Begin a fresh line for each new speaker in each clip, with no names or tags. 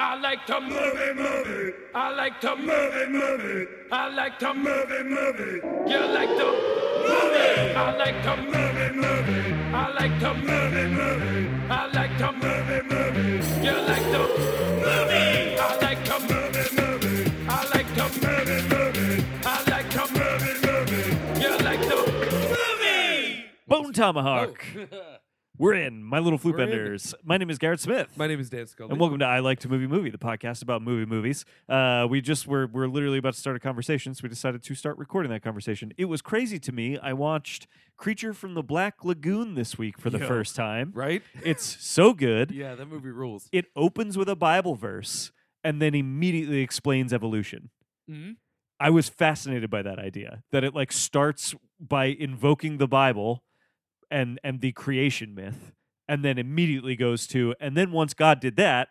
I like to move it, move it. I like to move it, move it. I like to move it, move it. You like to move it. I like to move it, move it. I like to move it, move it. I like to move it, move it. You like to move it. I like to move it, move it. I like to move it, move it. I like to move it, move it. You like to move it.
Bone Tomahawk. We're in, my little flute
Oh. We're in.
benders. My name is Garrett Smith.
My name is Dan Scully.
and welcome to I Like to Movie Movie, the podcast about movie movies. Uh, we just were we're literally about to start a conversation, so we decided to start recording that conversation. It was crazy to me. I watched Creature from the Black Lagoon this week for the
Yo.
first time.
right?
It's so good.
yeah, that movie rules.
It opens with a Bible verse and then immediately explains evolution.
Mhm.
I was fascinated by that idea that it like starts by invoking the Bible and and the creation myth and then immediately goes to and then once God did that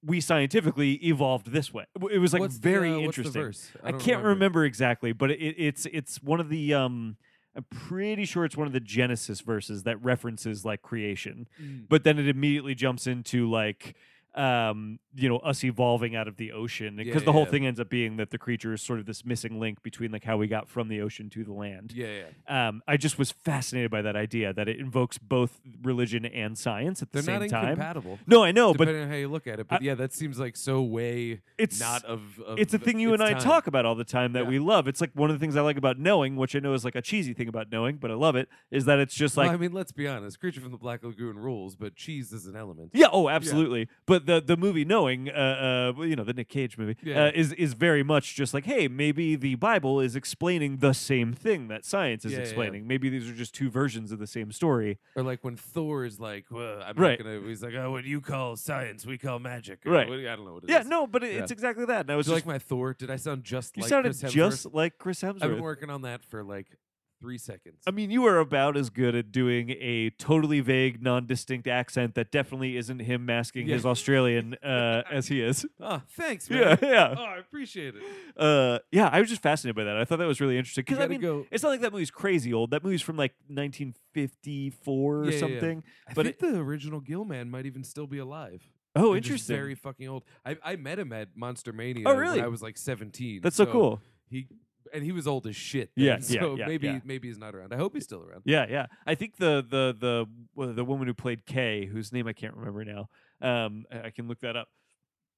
we scientifically evolved this way. W- It was like
What's the,
very
uh, what's the
interesting.
verse?
I,
don't
can't remember. exactly, but it, it's it's one of the um I'm pretty sure it's one of the Genesis verses that references like creation
Mm.
but then it immediately jumps into like um you know us evolving out of the ocean because
Yeah,
the whole
yeah.
thing ends up being that the creature is sort of this missing link between like how we got from the ocean to the land
Yeah, yeah.
um i just was fascinated by that idea that it invokes both religion and science at the
They're not
same time
incompatible.
no i know Oh, but
depending on how you look at it. But yeah, that seems like so way
it's
not of. of
it's a thing you
its
and I
time.
talk about all the time that
Yeah.
we love. It's like one of the things I like about knowing, which I know is like a cheesy thing about knowing, but I love it, is that it's just like
well, I mean, let's be honest. Creature from the Black Lagoon rules, but cheese is an element.
Yeah, oh, absolutely. But the the movie Knowing, uh, uh, well, you know, the Nick Cage movie,
Yeah.
uh, is is very much just like, hey, maybe the Bible is explaining the same thing that science is
Yeah, yeah, yeah.
explaining. Maybe these are just two versions of the same story.
Or like when Thor is like, well, I'm
Right.
not gonna. He's like, oh, what you call science, we call magic. or
Right.
what- I don't know what it is.
yeah, no, but it,
Yeah.
it's exactly that. And I was
Was you
just,
like my Thor? Did I sound just
you
like
sounded
Chris Hemsworth?
just like Chris Hemsworth.
I've been working on that for like three seconds.
I mean, you are about as good at doing a totally vague, non-distinct accent that definitely isn't him masking
Yeah.
his Australian uh, as he is.
oh, thanks, man.
Yeah, yeah,
Oh, I appreciate it.
uh, yeah. I was just fascinated by that. I thought that was really interesting
You
because I
gotta
mean, eh,
go-
It's not like that movie's crazy old. That movie's from like 1954 or
Yeah, yeah, yeah.
something.
I
but
think the original Gill Man might even still be alive.
Oh,
and just
interesting.
Very fucking old. I, I met him at Monster Mania.
Oh, really?
When I was like seventeen.
That's so, cool.
He and he was old as shit.
Yeah,
then,
yeah,
So
yeah,
maybe
yeah.
maybe he's not around. I hope he's still around.
Yeah, yeah. I think the the the well, the woman who played Kay, whose name I can't remember now. Um, I I can look that up.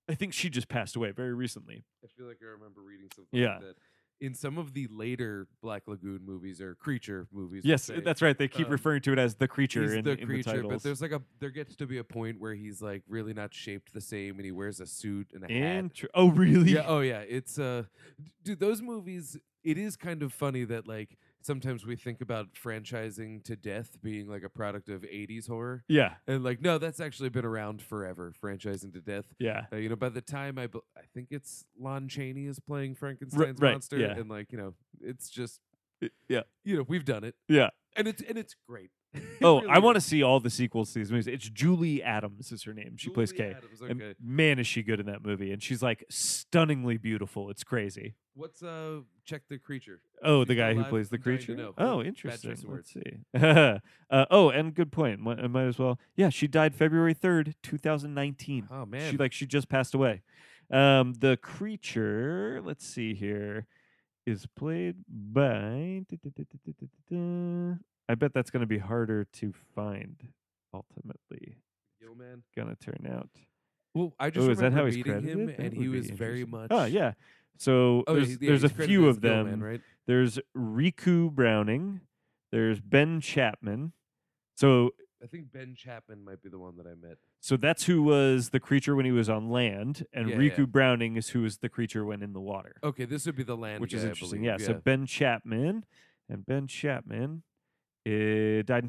I think she just passed away very recently.
I feel like I remember reading something.
Yeah.
Like that. In some of the later Black Lagoon movies or creature movies.
Yes,
that's.
that's right. They keep
Um,
referring to it as the creature
He's
in
the
in
creature, but
titles.
there's like a there gets to be a point where he's like really not shaped the same, and he wears a suit and a hat.
Inter- oh, really?
Yeah, oh yeah, it's uh, d- dude, those movies. It is kind of funny that like sometimes we think about franchising to death being like a product of '80s horror,
yeah,
and like no, that's actually been around forever. Franchising to death.
yeah.
Uh, you know, by the time I, bel- I think it's Lon Chaney is playing Frankenstein's
right,
monster,
yeah.
and like you know, it's just
I- Yeah,
you know we've done it,
yeah.
and it's and it's great. It
Oh,
really
I
is.
want to see all the sequels to these movies. It's Julie Adams is her name. She plays
Julie
Kay.
Adams,
And
okay.
man, is she good in that movie. And she's like stunningly beautiful. It's crazy.
What's uh check the creature?
Oh,
She's
the
still
guy who
alive?
plays the
I'm dying to
creature.
know. Oh,
Oh,
bad
interesting.
choice of
Let's see. uh, oh, and good point. Mi- I might as well. Yeah, she died February third, two thousand nineteen.
Oh man.
She like she just passed away. Um, the creature. Let's see here. Is played by. I bet that's going to be harder to find. Ultimately,
Yo, man.
gonna turn out.
Well, I just
oh, is that
remember
how he's
meeting
credited?
him
That
and
would
he
be
was very
interesting.
much
Oh yeah. So
Oh,
there's,
he's- yeah,
there's a
he's credited
few
as
of
Gilman,
them.
right?
There's Riku Browning. There's Ben Chapman. So
I think Ben Chapman might be the one that I met.
so that's who was the creature when he was on land, and
Yeah,
Riku
yeah.
Browning is who was the creature when in the water,
Okay, this would be the land
which
guy,
is
I
interesting.
believe,
Yeah, So Ben Chapman and Ben Chapman uh, died in 2008,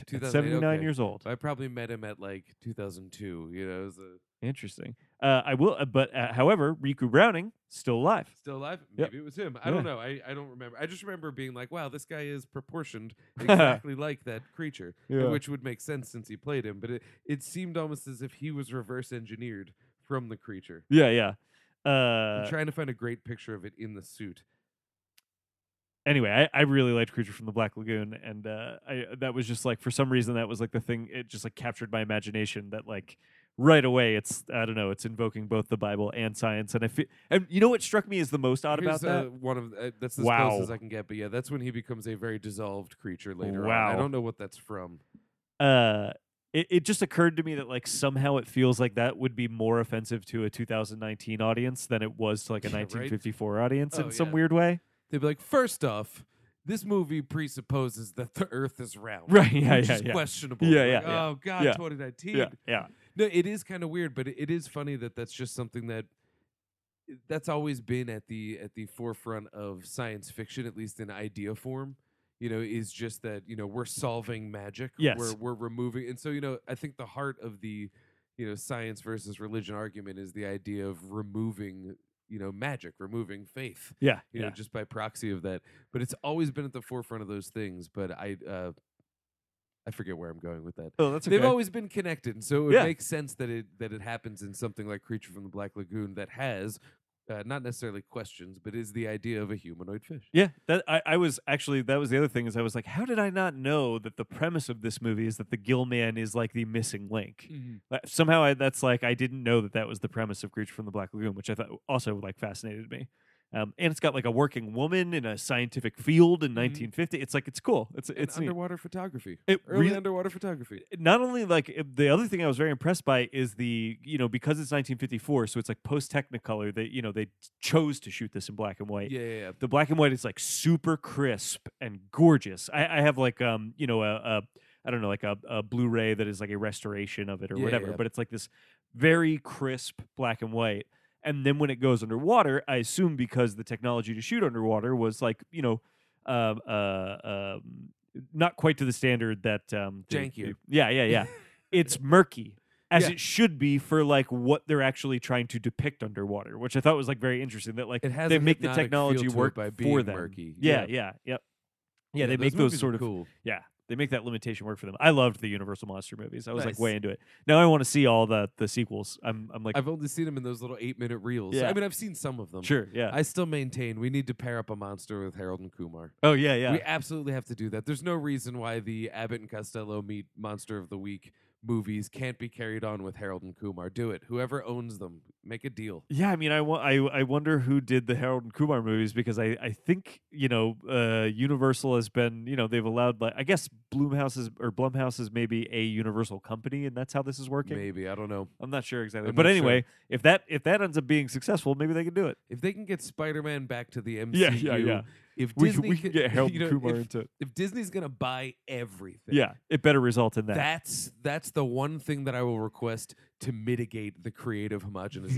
at
2008,
79
okay.
years old.
I probably met him at like 2002. You know, it was a,
Interesting. Uh, I will, uh, but uh, however, Riku Browning still alive.
still alive.
Yep.
Maybe it was him. I
Yeah.
don't know. I, I don't remember. I just remember being like, wow, this guy is proportioned exactly like that creature,
Yeah.
which would make sense since he played him. But it, it seemed almost as if he was reverse engineered from the creature.
Yeah, yeah.
I'm
Uh,
trying to find a great picture of it in the suit.
anyway, I, I really liked Creature from the Black Lagoon, and uh, I that was just like for some reason that was like the thing. It just like captured my imagination that like right away it's I don't know, it's invoking both the Bible and science. And I feel and you know what struck me as the most odd about
Here's,
that?
uh, one of uh, that's as
Wow.
close as I can get. But yeah, that's when he becomes a very dissolved creature later. on. I
Wow.
don't know what that's from.
uh it, it just occurred to me that like somehow it feels like that would be more offensive to a 2019 audience than it was to like a
Yeah, right?
1954 audience
Oh,
in some
yeah.
weird way
They'd be like, first off, this movie presupposes that the Earth is round,
Right, yeah,
which
yeah,
is
yeah.
questionable.
Yeah,
Like,
yeah, yeah.
Oh God,
Yeah.
2019.
yeah yeah
No, it is kind of weird, but it, it is funny that that's just something that eh, that's always been at the at the forefront of science fiction, at least in idea form. You know, is just that you know we're solving magic.
Yes.
we're we're removing, and so you know, I think the heart of the you know science versus religion argument is the idea of removing you know magic, removing faith
yeah
you
yeah
know, just by proxy of that. But it's always been at the forefront of those things. But I, uh, I forget where I'm going with that.
oh that's
They've
okay
always been connected, and so it would
Yeah.
make sense that it that it happens in something like Creature from the Black Lagoon that has. Uh, not necessarily questions, but is the idea of a humanoid fish.
yeah that I, I was actually that was the other thing is i was like how did i not know that the premise of this movie is that the gill man is like the missing link Like, somehow I, that's like i didn't know that that was the premise of creature from the black lagoon which i thought also like fascinated me um, and it's got like a working woman in a scientific field in 1950 it's like it's cool it's
And
it's neat.
underwater photography.
It
Early
really-
underwater photography.
not only like it- the other thing I was very impressed by is the you know because it's 1954, so it's like post Technicolor. They you know they chose to shoot this in black and white.
Yeah, yeah, yeah.
The black and white is like super crisp and gorgeous. I, I have like um you know a, a I don't know like a, a Blu-ray that is like a restoration of it or
Yeah,
whatever,
yeah.
but it's like this very crisp black and white. And then when it goes underwater, I assume because the technology to shoot underwater was like you know um uh, um not quite to the standard that um the-
Jankier.
the- yeah yeah yeah it's murky as
Yeah.
it should be for like what they're actually trying to depict underwater which i thought was like very interesting that like
It has
they
a
make the
hypnotic feel
technology
to it
work
by
for
being
them
murky.
yeah
Yeah.
yeah yep yeah, they make
movies
those
are
sort of
cool.
yeah they make that limitation work for them i loved the universal monster movies i was like
Nice.
way into it now i want to see all the the sequels i'm i'm like
I've only seen them in those little eight minute reels.
Yeah.
I mean, I've seen some of them.
sure yeah
I still maintain we need to pair up a monster with Harold and Kumar.
oh yeah yeah
We absolutely have to do that. There's no reason why the Abbott and Costello meet Monster of the Week movies can't be carried on with Harold and Kumar. Do it. Whoever owns them, make a deal.
Yeah, I mean, I, wo- I, I wonder who did the Harold and Kumar movies because I, I think you know uh, Universal has been you know they've allowed like I guess Bloomhouse is or Blumhouse is maybe a Universal company and that's how this is working.
Maybe I don't know
I'm not sure exactly,
I'm
but
not sure.
anyway, if that if that ends up being successful, maybe they can do it.
if they can get Spider-Man back to the MCU.
Yeah, yeah, yeah.
If
We,
Disney
we can get Harold
you know,
and Kumar
if,
into it.
if Disney's gonna buy everything,
Yeah, it better result in that.
that's that's the one thing that I will request to mitigate the creative homogenization.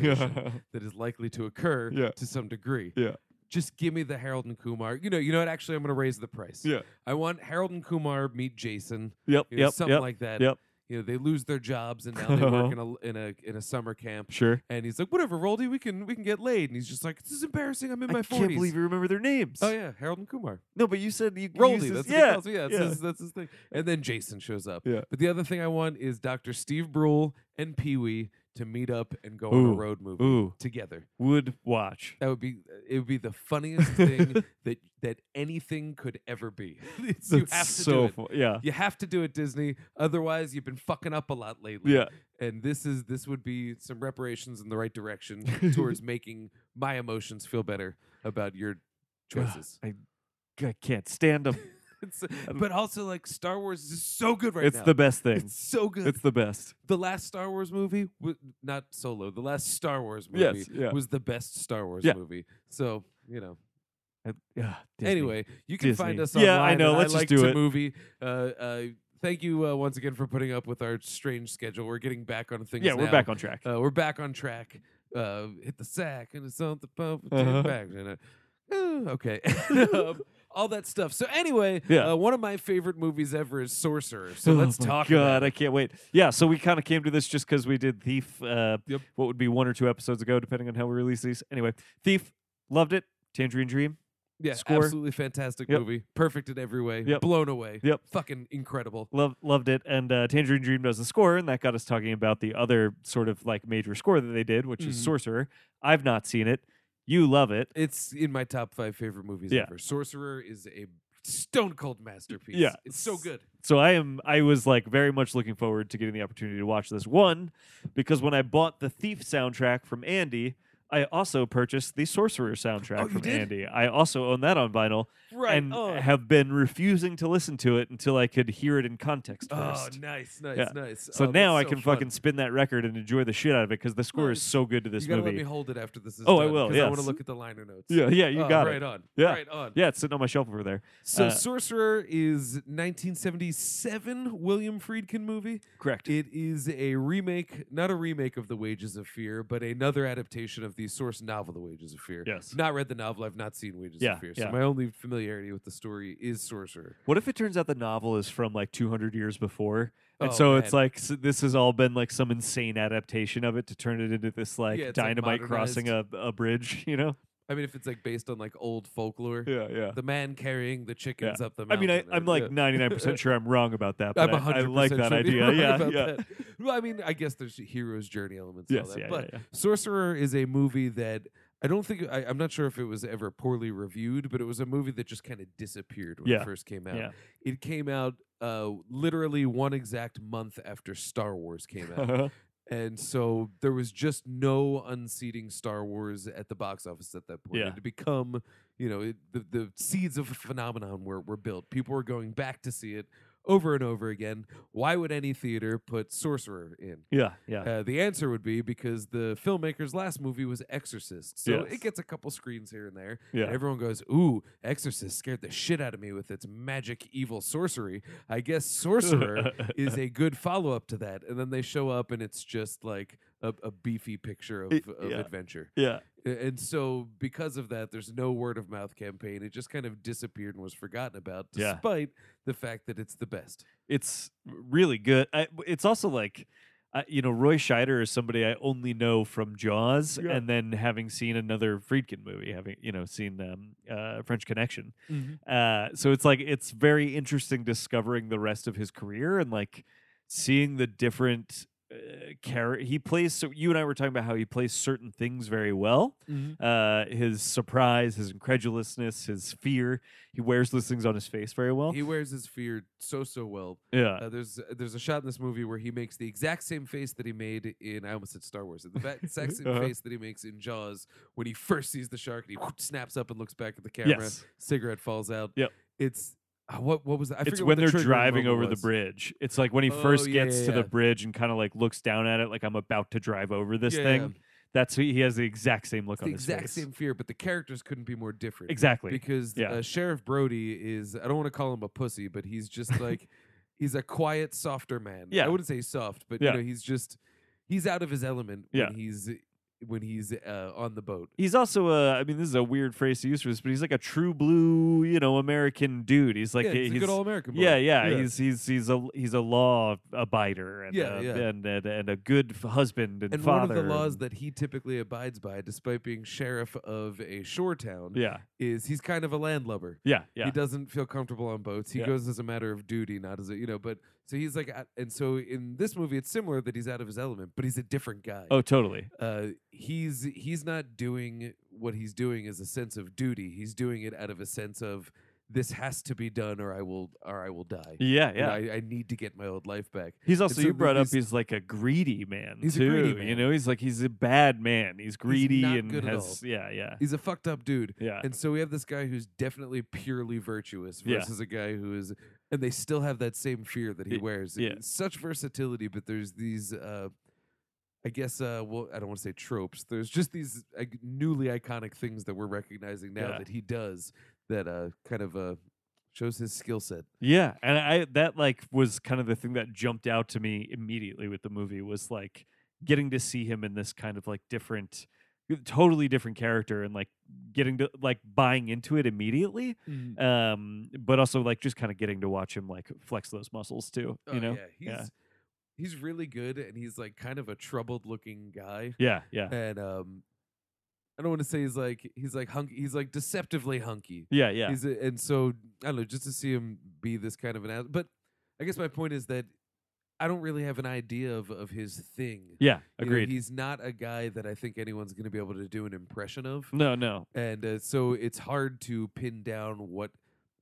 that is likely to occur
Yeah.
to some degree.
Yeah.
Just give me the Harold and Kumar. You know, you know what? Actually, I'm going to raise the price.
Yeah.
I want Harold and Kumar meet Jason.
yep,
You know,
yep,
something
yep.
like that.
yep. Uh-huh.
You know, they lose their jobs and now they work in a in a in a summer camp.
Sure.
And he's like, "Whatever, Roldy, we can we can get laid." And he's just like, "This is embarrassing. I'm in my
I
40s."
can't believe you remember their names.
Oh yeah, Harold and Kumar.
No, but you said you you
Roldy,
used
that's
this-
what he
yeah,
calls me. Yeah, that's,
yeah.
His, that's his thing. And then Jason shows up.
Yeah.
But the other thing I want is Dr. Steve Brule and Pee Wee to meet up and go on a
Ooh.
road movie
Ooh,
together.
would watch.
That would be it would be the funniest thing that that anything could ever be. It's- you
That's
have to do
so
it.
fu- yeah.
You have to do it, Disney. Otherwise, you've been fucking up a lot lately.
Yeah.
And this is this would be some reparations in the right direction towards making my emotions feel better about your choices.
I can't stand them.
It's- but also like Star Wars is so good right
it's
now.
the best thing.
it's so good.
It's the best.
the last Star Wars movie, w- not Solo. The last Star Wars
Yes,
movie
yeah.
was the best Star Wars
Yeah.
movie. So you know.
Uh, ah, Disney.
Anyway, you can find
Disney.
us online.
Yeah, I
at
know.
I
Let's just
like
do
to
it.
Movie. Uh, uh, thank you uh, once again for putting up with our strange schedule. We're getting back on things.
yeah, we're
now.
back on track.
Uh, we're back on track. Uh, hit the sack and it's on the pump.
Uh-huh.
Back. and, uh, oh, okay. Um, All that stuff. So anyway,
Yeah.
uh, one of my favorite movies ever is Sorcerer. So
Oh
let's
my
talk.
God,
about it.
I can't wait. Yeah, so we kind of came to this just because we did Thief. Uh,
Yep.
What would be one or two episodes ago, depending on how we release these. Anyway, Thief loved it. Tangerine Dream.
yeah,
score.
absolutely fantastic
Yep.
movie. Perfect in every way.
Yep.
Blown away.
Yep.
Fucking incredible.
Love, loved it, and uh, Tangerine Dream does the score, and that got us talking about the other sort of like major score that they did, which is
Mhm.
Sorcerer. I've not seen it. You love it.
It's in my top five favorite movies
Yeah.
ever. Sorcerer is a stone cold masterpiece.
Yeah.
it's so good.
So I am I was like very much looking forward to getting the opportunity to watch this one because when I bought the Thief soundtrack from Andy, I also purchased the Sorcerer soundtrack
Oh, you
from
did?
Andy. I also own that on vinyl
Right.
and
oh,
have been refusing to listen to it until I could hear it in context
oh
first.
nice, nice,
Yeah.
nice.
So
Oh,
now I
that's so
can
fun.
fucking spin that record and enjoy the shit out of it because the score is
Nice.
so good to this
you gotta
movie.
let me hold it after this is
Oh, I
done.
will,
'cause I want to
yes.
look at the liner notes.
yeah, yeah, you
Oh,
got
right
it.
on.
Yeah.
Right on.
Yeah, it's sitting on my shelf over there.
So
Uh,
Sorcerer is 1977 William Friedkin movie.
Correct.
It is a remake, not a remake of The Wages of Fear, but another adaptation of the source novel The Wages of Fear.
Yes.
Not read the novel, I've not seen Wages
Yeah,
of Fear.
yeah.
So my only familiarity with the story is Sorcerer.
What if it turns out the novel is from like 200 years before? And
Oh,
so it's
man.
like s this has all been like some insane adaptation of it to turn it into this like
Yeah, it's, like,
dynamite crossing a, a bridge, you know?
I mean if it's like based on like old folklore.
Yeah, yeah.
The man carrying the chickens up the
I
mountain.
mean, I,
or-
I'm like
yeah.
99% sure I'm wrong about that,
I'm
but I-
100%
I, like that
sure you're
idea.
right
Yeah,
about
yeah.
that. Well, I mean, I guess there's hero's journey elements. and all
Yes,
that,
yeah,
but
yeah, yeah.
Sorcerer is a movie that I don't think I, I'm not sure if it was ever poorly reviewed, but it was a movie that just kind of disappeared when
Yeah,
it first came out.
yeah.
It came out uh, literally one exact month after Star Wars came out. And so there was just no unseating Star Wars at the box office at that point.
Yeah.
It had become, you know, it, the, the seeds of a phenomenon were, were built. People were going back to see it over and over again. Why would any theater put Sorcerer in?
yeah, yeah.
Uh, the answer would be because the filmmaker's last movie was Exorcist. So
Yes.
it gets a couple screens here and there.
Yeah.
And everyone goes, Ooh, Exorcist scared the shit out of me with its magic evil sorcery. I guess Sorcerer is a good follow up to that. And then they show up and it's just like a, a beefy picture of,
It-
of
yeah.
adventure.
yeah.
A- And so, because of that, there's no word of mouth campaign. It just kind of disappeared and was forgotten about,
Yeah.
despite the fact that it's the best.
it's really good. I, it's also like, I you know, Roy Scheider is somebody I only know from Jaws,
Yeah.
and then having seen another Friedkin movie, having you know seen um, uh, French Connection. Uh, so it's like it's very interesting discovering the rest of his career and like seeing the different. Uh, char- he plays so you and I were talking about how he plays certain things very well uh his surprise his incredulousness his fear he wears those things on his face very well
He wears his fear so, so well.
yeah
Uh, there's there's a shot in this movie where he makes the exact same face that he made in I almost said Star Wars the va- exact same
Uh-huh.
face that he makes in Jaws when he first sees the shark and he whoop, snaps up and looks back at the camera.
yes
Cigarette falls out.
Yep.
It's uh, what what was that? I
it's
forget what
when
the
they're
triggering
driving
moment
over the
was.
bridge. It's like when he
Oh,
first
yeah,
gets
yeah,
to
yeah.
the bridge and kind of like looks down at it, like I'm about to drive over this
Yeah,
thing.
yeah.
That's who he has the exact same look
It's the
on his
exact
face.
same fear, but the characters couldn't be more different.
exactly.
Because
Yeah.
uh, Sheriff Brody is I don't want to call him a pussy, but he's just like he's a quiet, softer man.
Yeah.
I wouldn't say soft, but
Yeah.
you know, he's just he's out of his element
Yeah.
when he's when he's uh, on the boat.
he's also a. I mean, this is a weird phrase to use for this, but he's like a true blue, you know, American dude. He's like
yeah, he's, a good all American. boy.
yeah, yeah, He's he's he's a he's a law abider and
Yeah,
a,
yeah.
And, and and a good f- husband and,
and
father.
one of the laws
and-
that he typically abides by, despite being sheriff of a shore town,
yeah,
is he's kind of a landlubber.
yeah, yeah,
He doesn't feel comfortable on boats. He
Yeah.
goes as a matter of duty, not as a you know. But so he's like, uh, and so in this movie, it's similar that he's out of his element, but he's a different guy.
oh, totally.
uh, he's he's not doing what he's doing is a sense of duty. He's doing it out of a sense of this has to be done, or I will, or I will die.
Yeah,
You know,
yeah.
I, I need to get my old life back.
He's also
so
you
th-
brought up
these-
he's like a greedy man
He's a
too.
greedy
You
man.
know, he's like he's a bad man. He's greedy
not
and
good at
has yeah, yeah.
He's a fucked up dude.
Yeah.
And so we have this guy who's definitely purely virtuous
Uh, Yeah.
versus a guy who is, and they still have that same fear that he
Y-
wears.
yeah.
It's Such versatility, but there's these, uh, I guess, uh, well, I don't want to say tropes. There's just these uh, newly iconic things that we're recognizing now
Yeah.
that he does that uh, kind of uh, shows his skill set.
Yeah, and I that like was kind of the thing that jumped out to me immediately with the movie was like getting to see him in this kind of like different totally different character and like getting to like buying into it immediately um but also like just kind of getting to watch him like flex those muscles too
Oh,
you know
yeah, he's he's really good, and he's like kind of a troubled looking guy.
yeah yeah
and um I don't want to say he's like he's like hunky he's like deceptively hunky.
yeah yeah
He's a, and so I don't know just to see him be this kind of an ass. But I guess my point is that I don't really have an idea of of his thing.
yeah
You know,
agreed
he's not a guy that I think anyone's going to be able to do an impression of,
no no
and uh, so it's hard to pin down what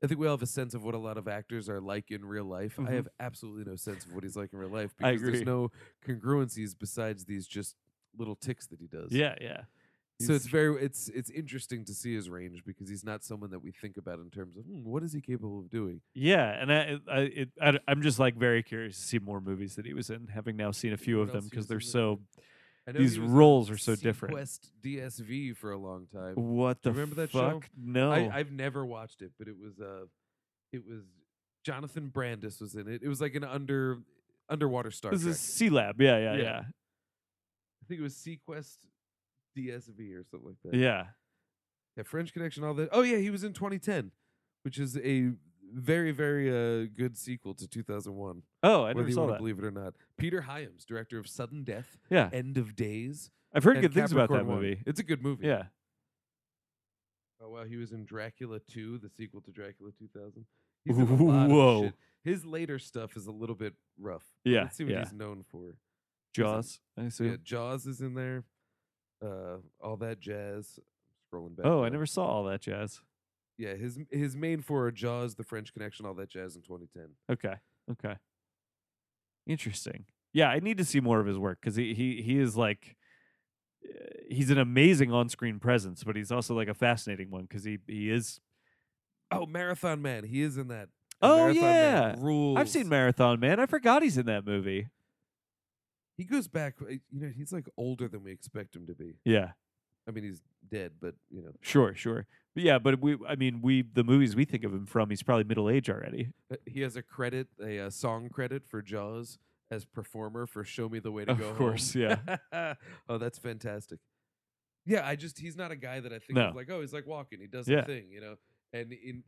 I think we all have a sense of what a lot of actors are like in real life.
Mhm.
I have absolutely no sense of what he's like in real life
I
because there's
agree.
no congruencies besides these just little ticks that he does.
Yeah, yeah.
So it's very it's it's interesting to see his range because he's not someone that we think about in terms of hmm, what is he capable of doing.
Yeah, and I, I, it, I, I'm just like very curious to see more movies that he was in, having now seen a few
What
of them
else he
because
was
they're
in that
so
I know
these
he was on
roles are so different.
Sequest DSV for a long time.
What the
remember that show?
fuck? No,
I, I've never watched it, but it was uh it was Jonathan Brandis was in it. It was like an under underwater Star
this
Trek.
is C Lab. Yeah, yeah,
Yeah.
yeah,
I think it was Sequest DSV or something like that.
yeah.
Yeah, French Connection, all that. Oh yeah, he was in 2010, which is a very very uh, good sequel to 2001.
Oh, I
whether
never
you
saw
wanna
that.
believe it or not. Peter Hyams, director of Sudden Death,
Yeah,
End of Days.
I've heard
and
good things about that
Capricorn One.
movie.
It's a good movie.
Yeah,
Oh wow, he was in Dracula 2, the sequel to Dracula 2000. He's in a lot
Whoa.
Of shit. His later stuff is a little bit rough. but
Yeah,
Let's see what
yeah.
he's known for.
Jaws. I assume.
Yeah, Jaws is in there. Uh, all that jazz. Scrolling back.
oh, I
now.
never saw all that jazz.
Yeah, his his main four are Jaws, The French Connection, all that jazz in 2010.
Okay. Okay. Interesting. Yeah, I need to see more of his work because he he he is like uh, he's an amazing on-screen presence, but he's also like a fascinating one because he he is.
Oh, Marathon Man, he is in that.
Oh,
Marathon Man
yeah.
rules.
I've seen Marathon Man. I forgot he's in that movie.
He goes back. uh, You know, he's like older than we expect him to be.
Yeah,
I mean, he's dead, but you know,
sure, sure. But yeah, but we I mean we the movies we think of him from, he's probably middle age already.
Uh, He has a credit, a uh, song credit for Jaws as performer for "Show Me the Way to
Of
Go." Home.
course,
oh, that's fantastic. Yeah, I just—he's not a guy that I think
No.
of like, oh, he's like walking. He does
Yeah.
the thing, you know. And in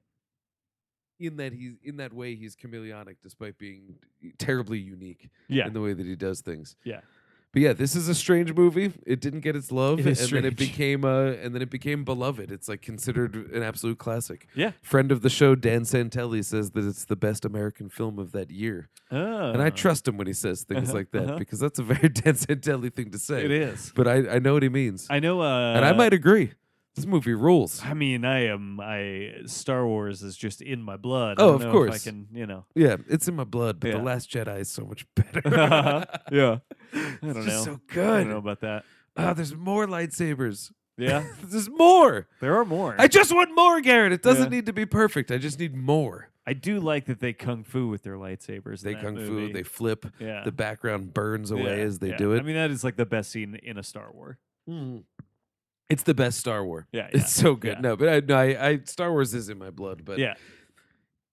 in that he's in that way he's chameleonic, despite being eh, terribly unique
Yeah,
in the way that he does things.
Yeah.
But yeah, this is a strange movie. It didn't get its love,
It
and
is
then it
strange.
became uh, and then it became beloved. It's like considered an absolute classic.
Yeah.
Friend of the show Dan Santelli says that it's the best American film of that year,
oh,
and I trust him when he says things
Uh-huh,
like that
uh-huh.
because that's a very Dan Santelli thing to say.
it is.
But I, I know what he means,
I know. Uh,
and I might agree. This movie rules.
I mean, I am. I Star Wars is just in my blood. I
Oh,
don't
of
know if
course.
I can, you know.
Yeah, it's in my blood, but
Yeah.
The Last Jedi is so much better. I
yeah. don't
just
know.
So
I
good.
don't know about that.
Oh, there's more lightsabers.
Yeah.
there's more.
there are more.
I just want more, Garrett. It doesn't
Yeah.
need to be perfect. I just need more.
I do like that they kung fu with their lightsabers. in
They
that
kung fu,
movie.
they flip,
yeah.
the background burns away
Yeah,
as they
yeah.
do it.
I mean, that is like the best scene in a Star Wars.
Mm. It's the best Star Wars.
hmm. Yeah.
It's so good.
yeah.
No, but I, no, I, I Star Wars is in my blood, but
yeah.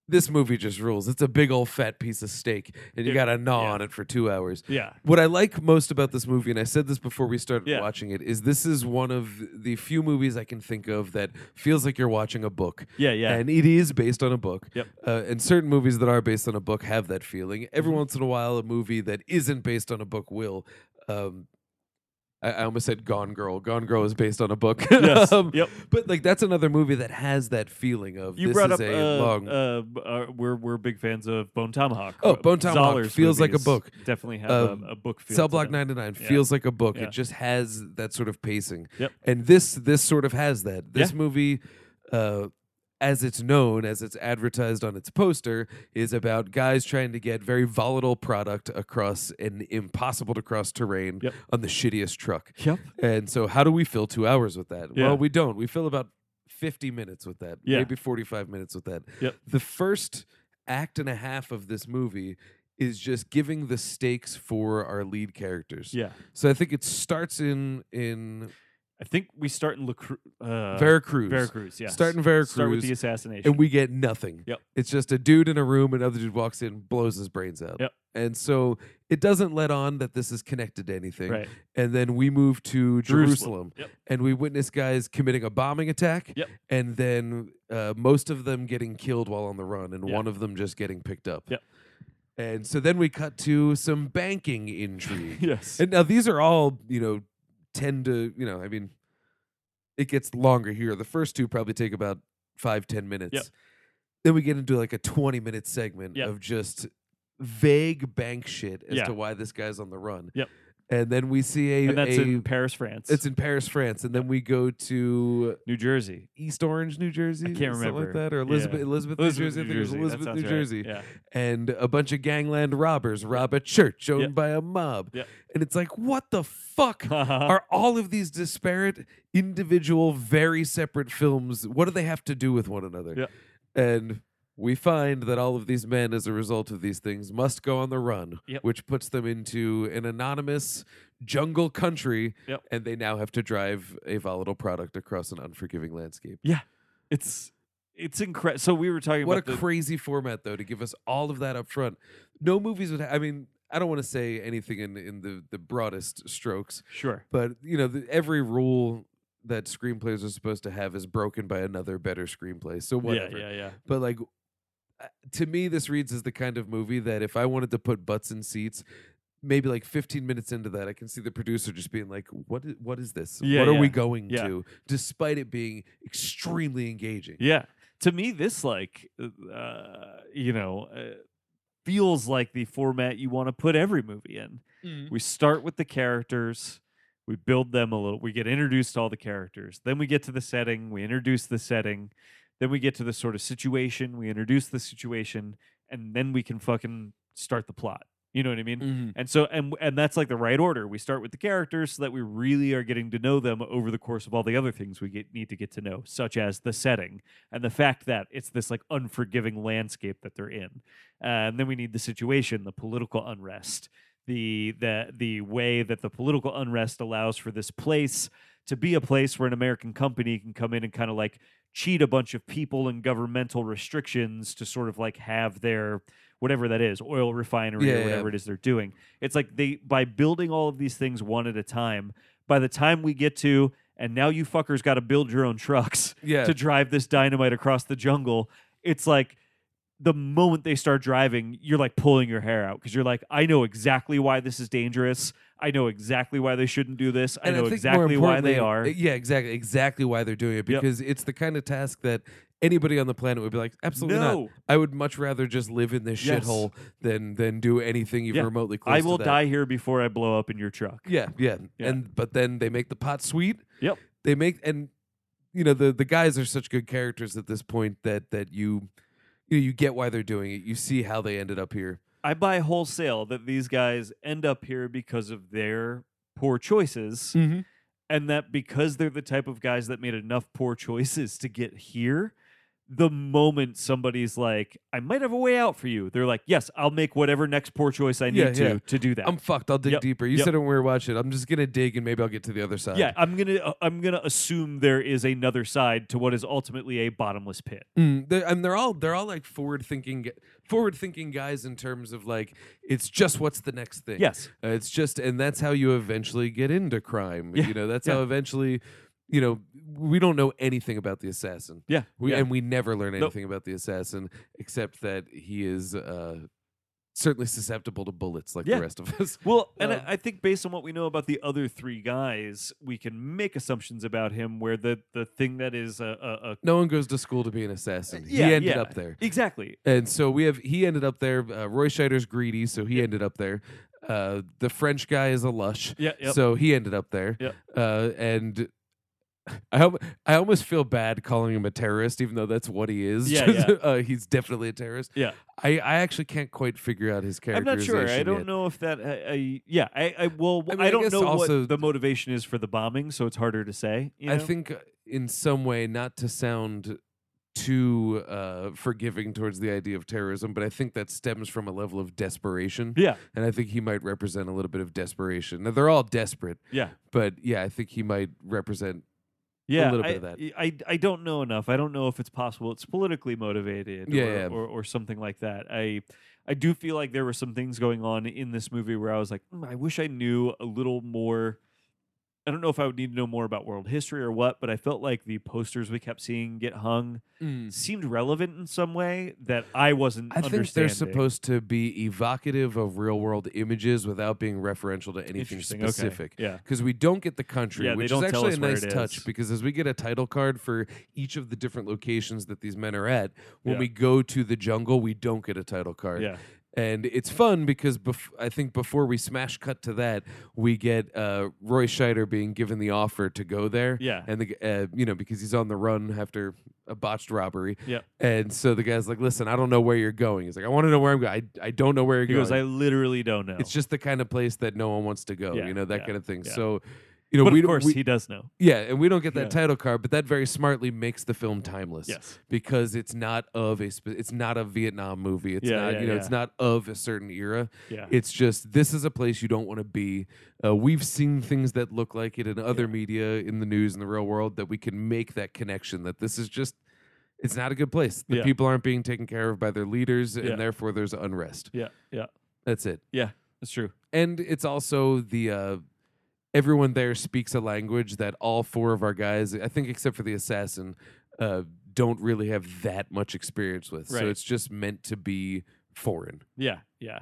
this movie just rules. It's a big old fat piece of steak, and you
It-
got to gnaw
yeah.
on it for two hours.
Yeah.
What I like most about this movie, and I said this before we started
Yeah.
watching it, is this is one of the few movies I can think of that feels like you're watching a book.
Yeah. Yeah.
and it is based on a book.
Yep.
Uh, and certain movies that are based on a book have that feeling. Every
Mm-hmm.
once in a while, a movie that isn't based on a book will. Um, I, I almost said Gone Girl. Gone Girl is based on a book.
yes.
Um,
yep.
But like that's another movie that has that feeling of
You
this
brought
is
up
a
uh,
long.
uh, b- uh, we're we're big fans of Bone Tomahawk.
Oh,
Uh,
Bone Tomahawk
Zoller's
feels like a
movies
book.
Definitely have
Um,
a, a book feel.
Cell
to
Block
them.
99
Yeah.
feels like a book.
Yeah.
It just has that sort of pacing.
Yep.
And this this sort of has that. This
Yeah.
movie uh as it's known, as it's advertised on its poster, is about guys trying to get very volatile product across an impossible to cross terrain
Yep.
on the shittiest truck.
Yep.
And so, how do we fill two hours with that?
Yeah.
Well, we don't. We fill about 50 minutes with that,
Yeah.
maybe 45 minutes with that.
Yep.
The first act and a half of this movie is just giving the stakes for our lead characters.
Yeah.
So I think it starts in in
I think we start in La Cru- uh,
Veracruz.
Veracruz. Yeah.
Start in Veracruz.
Start with the assassination.
and we get nothing.
Yep.
It's just a dude in a room, another dude walks in, blows his brains out.
Yep.
And so it doesn't let on that this is connected to anything.
right.
And then we move to Jerusalem.
Yep.
and we witness guys committing a bombing attack
Yep.
and then uh, most of them getting killed while on the run and
Yeah.
one of them just getting picked up
Yep.
and so then we cut to some banking intrigue
Yes.
and now these are all you know tend to you know i mean it gets longer here the first two probably take about five ten minutes then we get into like a 20 minute segment
Yep.
of just vague bank shit as
Yeah.
to why this guy's on the run
Yep.
and then we see a.
and that's
a-
in Paris, France.
it's in Paris, France, and then we go to
New Jersey,
East Orange, New Jersey.
I can't
something like
remember.
that, or Elizabeth,
Yeah.
Elizabeth,
Elizabeth,
New Jersey. I
New
think it was
Jersey. that
Elizabeth,
sounds
New
right.
Jersey
Yeah.
and a bunch of gangland robbers rob a church owned
Yeah.
by a mob.
Yeah. Uh-huh.
And it's like, what the fuck are all of these disparate, individual, very separate films? What do they have to do with one another?
Yeah.
And we find that all of these men, as a result of these things, must go on the run,
Yep.
which puts them into an anonymous jungle country,
Yep.
and they now have to drive a volatile product across an unforgiving landscape.
It's it's incredible. So we were talking
What a
about the,
crazy format, though, to give us all of that up front. No movies would. Ha- I mean, I don't want to say anything in in the the broadest strokes,
sure.
but you know, the, every rule that screenplays are supposed to have is broken by another better screenplay. So whatever.
Yeah, yeah, yeah.
But like, uh, to me, this reads as the kind of movie that if I wanted to put butts in seats. Maybe like 15 minutes into that, I can see the producer just being like, "What? i- What is this?
Yeah,
what are we
yeah,
going
yeah.
to?" Despite it being extremely engaging.
Yeah. To me, this like, uh, you know, uh, feels like the format you want to put every movie in. We start with the characters. We build them a little. We get introduced to all the characters. Then we get to the setting. We introduce the setting. Then we get to the sort of situation. We introduce the situation, and then we can fucking start the plot. You know what I mean?
Mhm.
And so and and that's like the right order. We start with the characters so that we really are getting to know them over the course of all the other things we get need to get to know, such as the setting and the fact that it's this like unforgiving landscape that they're in. Uh, and then we need the situation, the political unrest, the the the way that the political unrest allows for this place to be a place where an American company can come in and kind of like cheat a bunch of people and governmental restrictions to sort of like have their whatever that is, oil refinery
Yeah,
or
yeah.
whatever it is they're doing. It's like they by building all of these things one at a time, by the time we get to and now you fuckers got to build your own trucks
Yeah.
to drive this dynamite across the jungle. It's like the moment they start driving, you're like pulling your hair out because you're like, I know exactly why this is dangerous. I know exactly why they shouldn't do this. I
And
know
think more
exactly why they are.
importantly- eh, Yeah, exactly. Exactly why they're doing it
Yep.
because it's the kind of task that anybody on the planet would be like, absolutely not.
no,
I would much rather just live in this
Yes.
shithole than than do anything even
Yeah.
remotely close.
I
to
will
that.
die here before I blow up in your truck.
Yeah, yeah,
Yeah.
And but then they make the pot sweet.
Yep.
They make and you know the the guys are such good characters at this point that that you you know, you get why they're doing it. You see how they ended up here.
I buy wholesale that these guys end up here because of their poor choices.
Mm-hmm.
and that because they're the type of guys that made enough poor choices to get here the moment somebody's like i might have a way out for you they're like yes i'll make whatever next poor choice i need
Yeah,
to
yeah.
to do that
I'm fucked. I'll dig
Yep,
deeper. You
yep.
said it when we were watching. I'm just gonna dig and maybe I'll get to the other side.
yeah i'm gonna uh, i'm gonna assume there is another side to what is ultimately a bottomless pit
Mm, they're, and they're all they're all like forward thinking forward thinking guys in terms of like it's just what's the next thing.
yes
Uh, it's just and that's how you eventually get into crime.
Yeah,
You know, that's
yeah.
how eventually you know, we don't know anything about the assassin.
yeah
We
yeah.
and we never learn
Nope.
anything about the assassin except that he is uh certainly susceptible to bullets like
Yeah.
the rest of us.
Well, and
Um,
I, I think based on what we know about the other three guys, we can make assumptions about him. Where the the thing that is a, a, a
No one goes to school to be an assassin.
Uh, Yeah,
he ended
yeah.
up there.
exactly
And so we have he ended up there. Uh, Roy Scheider's greedy, so he ended up there. Uh, the French guy is a lush,
yeah yep.
so he ended up there.
Yep.
Uh, and I al- I almost feel bad calling him a terrorist, even though that's what he is.
Yeah, yeah.
uh, he's definitely a terrorist.
Yeah.
I, I actually can't quite figure out his
I'm
character.
not sure. I don't know if that. I, I yeah. I, I well. I,
I mean, I
don't
guess
know
also-
what the motivation is for the bombing, so it's harder to say. you
I
know?
think uh, in some way, not to sound too uh, forgiving towards the idea of terrorism, but I think that stems from a level of desperation.
Yeah.
and I think he might represent a little bit of desperation. Now they're all desperate,
Yeah.
but yeah, I think he might represent.
Yeah.
little
I,
bit of
I, I don't know enough. I don't know if it's possible. It's politically motivated.
Yeah,
or,
yeah.
Or, or something like that. I I do feel like there were some things going on in this movie where I was like, "Mm, I wish I knew a little more. I don't know if I would need to know more about world history or what, but I felt like the posters we kept seeing get hung seemed relevant in some way that I wasn't.
Mm-hmm. I think they're
understanding.
supposed to be evocative of real world images without being referential to anything
Interesting, okay,
specific.
Yeah.
Because we don't get the country,
Yeah, they
which is
don't tell
actually a
us where
nice
it
touch.
is.
Because as we get a title card for each of the different locations that these men are at, when
Yeah.
we go to the jungle, we don't get a title card.
Yeah.
and it's fun because bef- I think before we smash cut to that, we get uh, Roy Scheider being given the offer to go there.
Yeah.
and the g- uh, you know because he's on the run after a botched robbery.
Yep.
and so the guy's like, "Listen, I don't know where you're going." He's like, "I want to know where I'm going. I I don't know where you're
He
going."
goes, I literally don't know.
it's just the kind of place that no one wants to go.
Yeah,
you know that
yeah,
kind of thing.
yeah.
So. You know,
but
we
of
don't-
course
we-
he does know.
yeah, and we don't get that
Yeah.
title card, but that very smartly makes the film timeless.
Yes.
because it's not of a spe- it's not a Vietnam movie. It's
Yeah,
not
yeah,
you know
yeah.
it's not of a certain era.
Yeah.
It's just this is a place you don't want to be. Uh, we've seen things that look like it in other media, in the news, in the real world, that we can make that connection. That this is just it's not a good place. The
Yeah.
people aren't being taken care of by their leaders, and
Yeah.
therefore there's unrest.
yeah. Yeah.
That's it
Yeah. That's true.
and it's also the uh, everyone there speaks a language that all four of our guys, I think, except for the assassin, uh, don't really have that much experience with.
Right.
So it's just meant to be foreign.
Yeah. Yeah.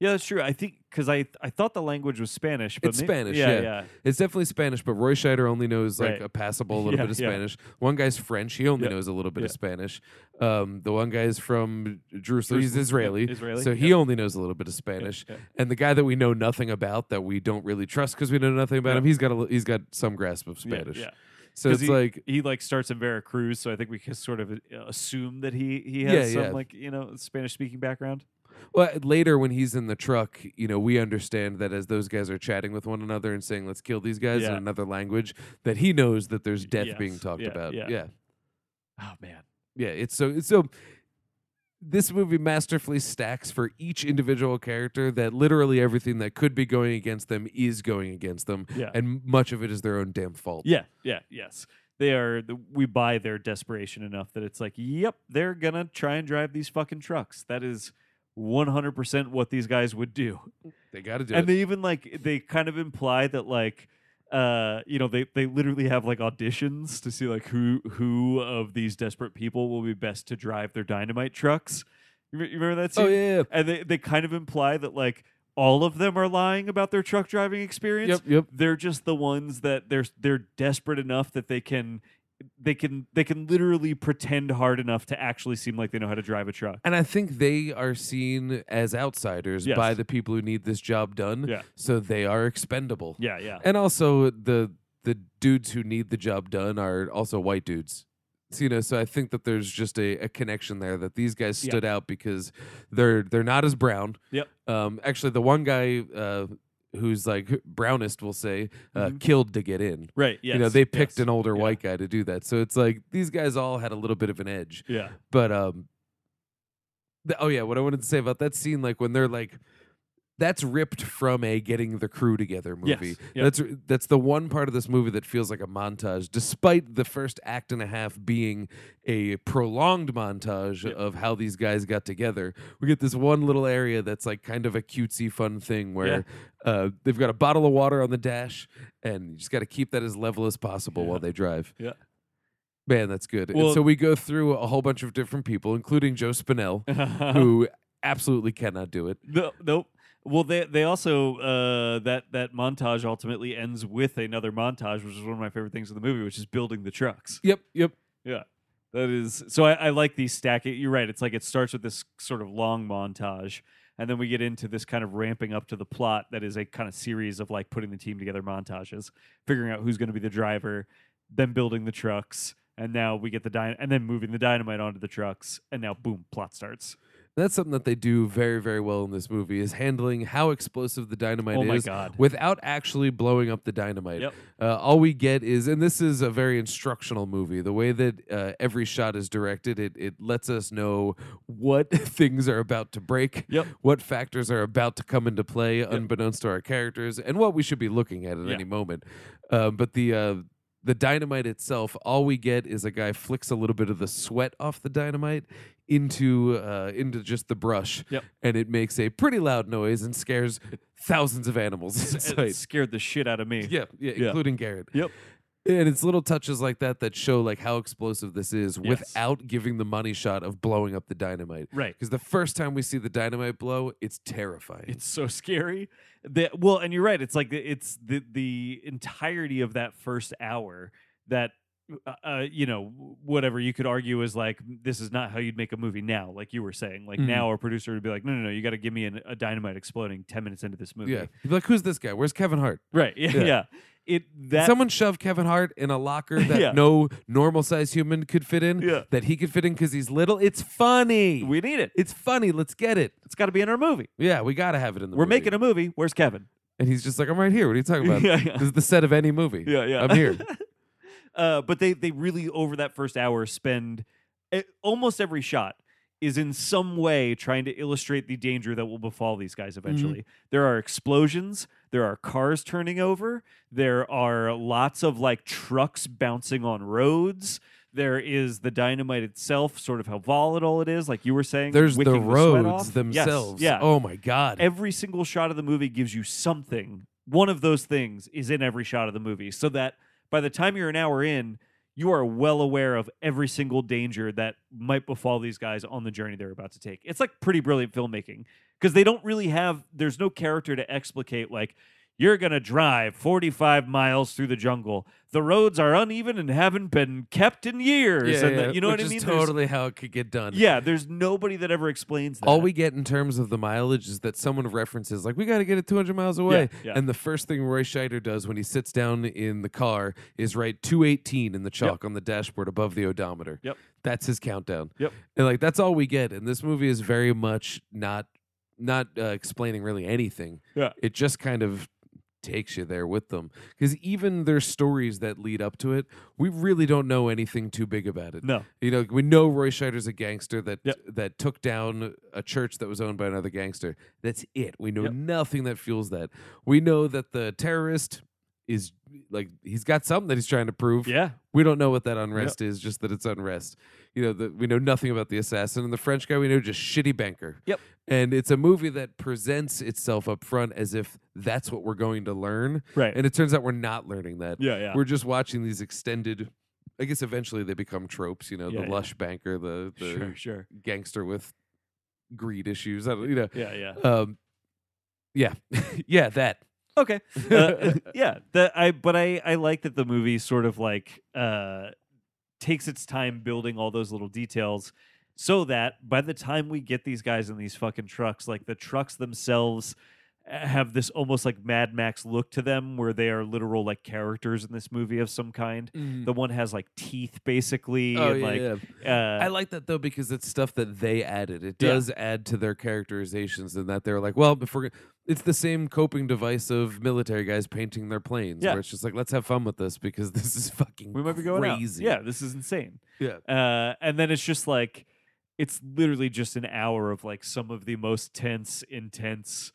Yeah, that's true. I think because I I thought the language was Spanish, but
It's
may-
Spanish,
Yeah,
yeah.
yeah,
It's definitely Spanish, but Roy Scheider only knows like
Right.
a passable little
Yeah,
bit of
yeah.
Spanish. One guy's French; he only
Yep.
knows a little bit of
Yeah.
Spanish. Um, the one guy's from Jerusalem; he's
Jerusalem. Yep,
Israeli,
Israeli,
so he
yep.
only knows a little bit of Spanish.
yeah.
And the guy that we know nothing about, that we don't really trust because we know nothing about
Yep.
him, he's got a, li- he's got some grasp of
yeah,
Spanish.
yeah.
So
'Cause
it's
he,
like
he like starts in Veracruz, so I think we can sort of uh, assume that he he has
Yeah,
some
yeah.
like you know Spanish speaking background.
well later when he's in the truck, you know, we understand that as those guys are chatting with one another and saying let's kill these guys in
Yeah.
another language, that he knows that there's death being
Yes.
talked
Yeah,
about.
yeah.
yeah.
Oh man,
Yeah, it's so it's so this movie masterfully stacks for each individual character that literally everything that could be going against them is going against them
yeah,
and much of it is their own damn fault.
yeah, yeah, yes. They are. the- We buy their desperation enough that it's like, yep, they're gonna try and drive these fucking trucks. That is. 100% what these guys would do.
They got to do
And
it.
they even like they kind of imply that like uh you know they they literally have like auditions to see like who who of these desperate people will be best to drive their dynamite trucks. You, re- you remember that scene?
oh yeah. yeah.
And they they kind of imply that like all of them are lying about their truck driving experience.
Yep, yep.
They're just the ones that they're they're desperate enough that they can they can they can literally pretend hard enough to actually seem like they know how to drive a truck.
And I think they are seen as outsiders
Yes.
by the people who need this job done.
Yeah.
So they are expendable.
Yeah, yeah.
Mm-hmm. And also the the dudes who need the job done are also white dudes. So, you know, so I think that there's just a, a connection there that these guys
Yeah.
stood out because they're they're not as brown.
Yep.
Um, actually, the one guy uh, who's like brownest, we'll say, uh,
Mhm.
killed to get in.
Right, yes.
You know, they picked
yes,
an older
yeah.
white guy to do that. So it's like these guys all had a little bit of an edge
Yeah.
but um th- oh yeah what i wanted to say about that scene like when they're like that's ripped from a getting the crew together
Yes,
movie
yeah.
that's r- that's the one part of this movie that feels like a montage despite the first act and a half being a prolonged montage
Yeah.
of how these guys got together we get this one little area that's like kind of a cutesy fun thing where uh, they've got a bottle of water on the dash and you just got to keep that as level as possible
Yeah.
while they drive
Yeah.
Man, that's good. And
Well-
so we go through a whole bunch of different people, including Joe Spinell,
Uh-huh.
who absolutely cannot do it.
No, nope. Well, they they also uh, that that montage ultimately ends with another montage, which is one of my favorite things in the movie, which is building the trucks.
Yep, yep.
Yeah, that is. So I, I like these stack. You're right. It's like it starts with this sort of long montage, and then we get into this kind of ramping up to the plot that is a kind of series of like putting the team together montages, figuring out who's going to be the driver, then building the trucks, and now we get the dyn- and then moving the dynamite onto the trucks, and now boom, plot starts.
That's something that they do very, very well in this movie is handling how explosive the dynamite
oh my
is
god.
without actually blowing up the dynamite.
Yep.
Uh, all we get is, and this is a very instructional movie. The way that uh, every shot is directed, it it lets us know what things are about to break,
Yep.
what factors are about to come into play, unbeknownst to our characters, and what we should be looking at at
Yeah.
any moment. Uh, but the uh, the dynamite itself, all we get is a guy flicks a little bit of the sweat off the dynamite into uh, into just the brush,
Yep.
and it makes a pretty loud noise and scares thousands of animals. in
It
sight.
scared the shit out of me.
Yeah, yeah,
Yeah.
including Garrett.
Yep.
And it's little touches like that that show like how explosive this is
Yes.
without giving the money shot of blowing up the dynamite.
Right.
Because the first time we see the dynamite blow, it's terrifying.
It's so scary. That well, and you're right. It's like the- it's the the entirety of that first hour that uh, uh, you know, whatever you could argue is like this is not how you'd make a movie now, like you were saying. Like
Mhm.
now, a producer would be like, no, no, no, you got to give me an, a dynamite exploding ten minutes into this movie.
Yeah. You'd be like, who's this guy? Where's Kevin Hart?
right. Yeah,
Yeah.
yeah. It that
Someone shoved Kevin Hart in a locker that
Yeah.
no normal sized human could fit in,
Yeah.
that he could fit in because he's little. It's funny.
we need it.
it's funny. Let's get it.
It's got to be in our movie.
Yeah, we got to have it in the
We're
movie.
making a movie. Where's Kevin?
And he's just like, I'm right here. What are you talking about?
Yeah, yeah.
This is the set of any movie.
Yeah, yeah.
I'm here.
Uh, but they they really over that first hour spend eh, almost every shot is in some way trying to illustrate the danger that will befall these guys
Mm-hmm.
eventually. There are explosions, there are cars turning over, there are lots of like trucks bouncing on roads. There is the dynamite itself, sort of how volatile it is, like you were saying.
There's the
wicking sweat
roads
off. Yes,
themselves.
yeah.
Oh my God.
Every single shot of the movie gives you something. One of those things is in every shot of the movie, so that by the time you're an hour in, you are well aware of every single danger that might befall these guys on the journey they're about to take. It's like pretty brilliant filmmaking because they don't really have, there's no character to explicate, like, you're going to drive 45 miles through the jungle. The roads are uneven and haven't been kept in years. and the- you know
Which
what I
is
mean? There's-
totally how it could get done.
yeah, there's nobody that ever explains that.
All we get in terms of the mileage is that someone references, like, we got to get it 200 miles away.
yeah.
And the first thing Roy Scheider does when he sits down in the car is write 218 in the chalk on the dashboard above the odometer.
Yep.
That's his countdown.
Yep.
And, like, that's all we get. And this movie is very much not not uh, explaining really anything.
Yeah.
It just kind of takes you there with them. Because even their stories that lead up to it, we really don't know anything too big about it.
No.
You know, we know Roy Scheider's a gangster that
Yep.
that took down a church that was owned by another gangster. That's it. We know
Yep.
nothing that fuels that. We know that the terrorist is like he's got something that he's trying to prove.
Yeah.
We don't know what that unrest is, just that it's unrest. You know, the, we know nothing about the assassin and the French guy. We know just shitty banker.
Yep.
And it's a movie that presents itself up front as if that's what we're going to learn,
Right.
and it turns out we're not learning that.
yeah, yeah.
We're just watching these extended. I guess eventually they become tropes. You know,
Yeah,
the
yeah.
lush banker, the the
sure, sure.
gangster with greed issues. I don't, you know,
Yeah, yeah.
um, yeah, yeah, that.
Okay. Uh, yeah, the, I but I I like that the movie sort of like uh takes its time building all those little details so that by the time we get these guys in these fucking trucks, like the trucks themselves uh, have this almost like Mad Max look to them where they are literal like characters in this movie of some kind. mm-hmm. The one has like teeth basically
oh,
and
yeah,
like
yeah.
uh
I like that though because it's stuff that they added. It
Yeah.
does add to their characterizations, and that they're like, well, if we're, gonna- it's the same coping device of military guys painting their planes,
Yeah.
where it's just like, let's have fun with this because this is fucking
we might be going
crazy.
out. Yeah, this is insane.
yeah,
uh, and then it's just like it's literally just an hour of like some of the most tense, intense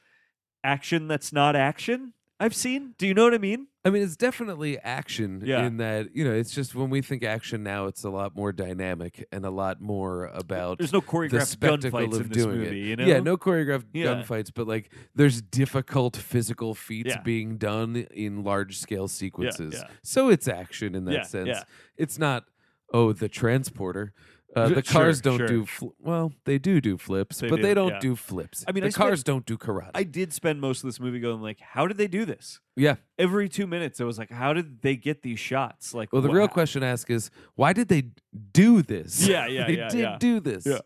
action that's not action I've seen. Do you know what I mean?
I mean, it's definitely action
Yeah.
in that you know, it's just when we think action now, it's a lot more dynamic and a lot more about
There's no
the
choreographed
spectacle
gunfights
of
in this
doing
movie.
it.
You know?
Yeah, no choreographed
Yeah.
gunfights, but like there's difficult physical feats
Yeah.
being done in large scale sequences.
yeah.
So it's action in that
Yeah,
sense.
yeah.
It's not oh the transporter. Uh, the
Sure,
cars don't
sure.
do fl- well. They do do flips,
They
but
do,
they don't
yeah.
do flips.
I mean,
the
I spent-
cars don't do karate.
I did spend most of this movie going like, how did they do this?
yeah.
Every two minutes, it was like, how did they get these shots? Like,
Well, the
wha-
real question to ask is why did they do this?
Yeah, yeah,
they
yeah,
did
yeah.
do this.
Yeah.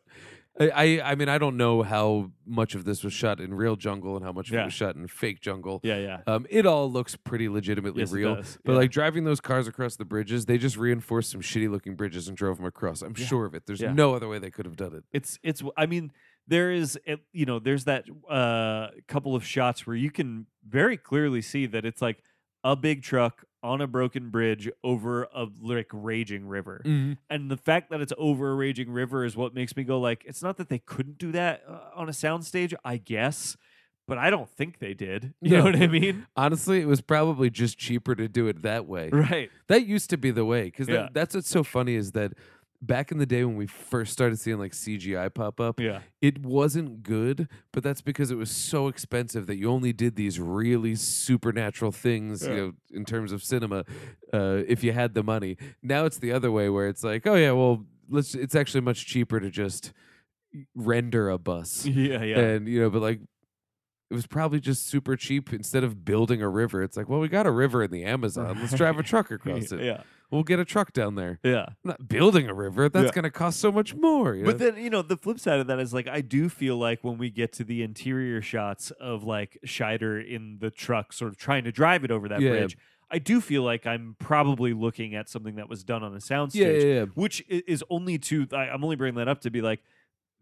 I, I, I mean, I don't know how much of this was shot in real jungle and how much of it
Yeah.
was shot in fake jungle.
Yeah, yeah.
Um, it all looks pretty legitimately
Yes, it
real.
does.
But
Yeah.
like driving those cars across the bridges, they just reinforced some shitty looking bridges and drove them across. I'm
Yeah.
sure of it. There's
Yeah.
no other way they could have done it.
it's it's i mean there is uh, you know there's that uh couple of shots where you can very clearly see that it's like a big truck on a broken bridge over a like raging river
Mm.
and the fact that it's over a raging river is what makes me go like it's not that they couldn't do that uh, on a soundstage i guess but i don't think they did you
No.
know what i mean
Honestly, it was probably just cheaper to do it that way.
right
That used to be the way because
Yeah.
that's what's so funny is that back in the day when we first started seeing like CGI pop up,
yeah
it wasn't good, but that's because it was so expensive that you only did these really supernatural things, you
Yeah.
know, in terms of cinema, uh, if you had the money. Now it's the other way where it's like, oh yeah, well, let's. It's actually much cheaper to just render a bus,
yeah yeah
and you know, but like. It was probably just super cheap. Instead of building a river, it's like, well, we got a river in the Amazon. Let's drive a truck across it.
yeah
We'll get a truck down there.
Yeah.
I'm not building a river. That's
Yeah.
going to cost so much more. you
But
know?
then, you know, the flip side of that is like, I do feel like when we get to the interior shots of like Scheider in the truck, sort of trying to drive it over that
Yeah.
bridge, I do feel like I'm probably looking at something that was done on a soundstage,
yeah, yeah, yeah.
which i- is only to, I, I'm only bringing that up to be like,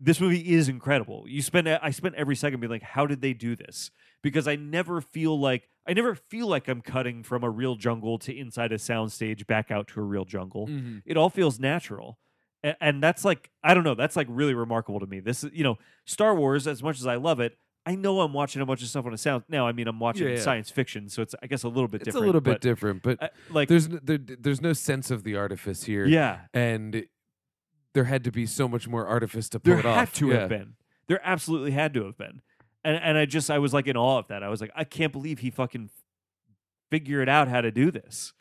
this movie is incredible. You spend, e, I spent every second being like, how did they do this? Because I never feel like, I never feel like I'm cutting from a real jungle to inside a soundstage back out to a real jungle
Mhm.
it all feels natural A- and that's like i don't know that's like really remarkable to me this is you know star wars as much as i love it i know i'm watching a bunch of stuff on a sound now i mean i'm watching
Yeah, yeah.
science fiction so it's i guess a little bit
It's a
different
little bit
but,
different, but
uh, like
there's n- there, there's no sense of the artifice here.
yeah
and there had to be so much more artifice to pull
there
it
had
off.
to
yeah.
have been there absolutely had to have been and and i just i was like in awe of that i was like i can't believe he fucking figured out how to do this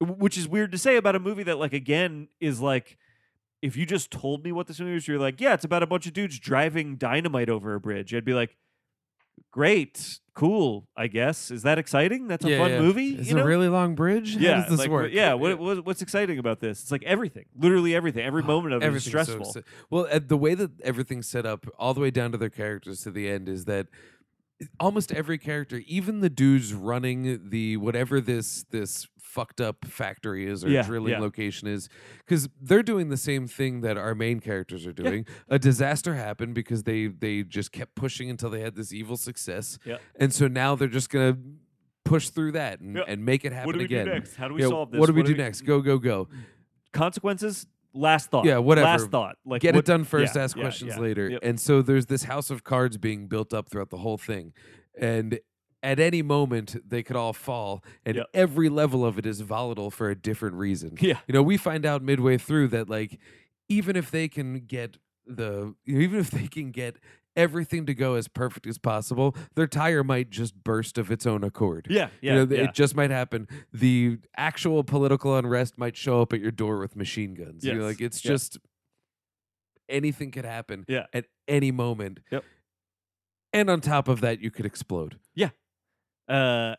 W- which is weird to say about a movie that like again is like if you just told me what this movie is you're like yeah it's about a bunch of dudes driving dynamite over a bridge i'd be like great cool i guess is that exciting that's a
Yeah,
fun
yeah.
movie
It's
you know
a really long bridge.
yeah,
How does this
like,
work?
yeah. What, what, what's exciting about this? It's like everything, literally everything. Every moment of it is
Everything's so
stressful.
exci- well, uh, the way that everything's set up, all the way down to their characters to the end, is that almost every character, even the dudes running the whatever this this fucked up factory is or
Yeah,
drilling
yeah.
location is, because they're doing the same thing that our main characters are doing. A disaster happened because they they just kept pushing until they had this evil success,
Yeah.
and so now they're just gonna push through that and,
Yeah.
and make it happen
what do we
again.
do next? How do we
Yeah,
solve this?
What do we do next? Go go go!
consequences last thought
Yeah, whatever.
last thought like
Get
what-
it done first,
yeah,
ask
yeah,
questions
yeah.
later.
Yep.
And so there's this house of cards being built up throughout the whole thing. And at any moment, they could all fall. And
Yep.
every level of it is volatile for a different reason.
Yeah.
You know, we find out midway through that, like, even if they can get the, even if they can get everything to go as perfect as possible, their tire might just burst of its own accord.
yeah yeah,
you know, th-
yeah.
it just might happen. The actual political unrest might show up at your door with machine guns. You know,
Yes.
like it's
Yeah.
just anything could happen
Yeah.
at any moment.
Yep.
And on top of that, you could explode.
uh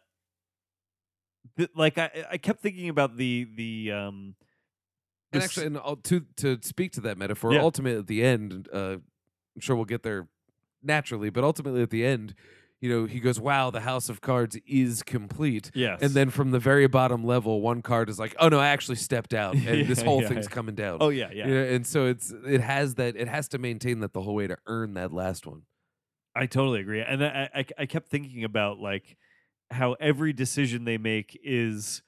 th- like I, I kept thinking about the the um
And
this-
actually, and I'll- to to speak to that metaphor,
Yeah.
ultimately at the end, uh, I'm sure we'll get there naturally, but ultimately at the end, you know, he goes, "Wow, the House of Cards is complete."
yes
And then from the very bottom level, one card is like, "Oh no, I actually stepped out, and this
Yeah,
whole
yeah,
thing's
yeah.
coming down."
oh yeah yeah
Yeah. and so it's it has that it has to maintain that the whole way to earn that last one.
I totally agree, and I, I I kept thinking about like how every decision they make is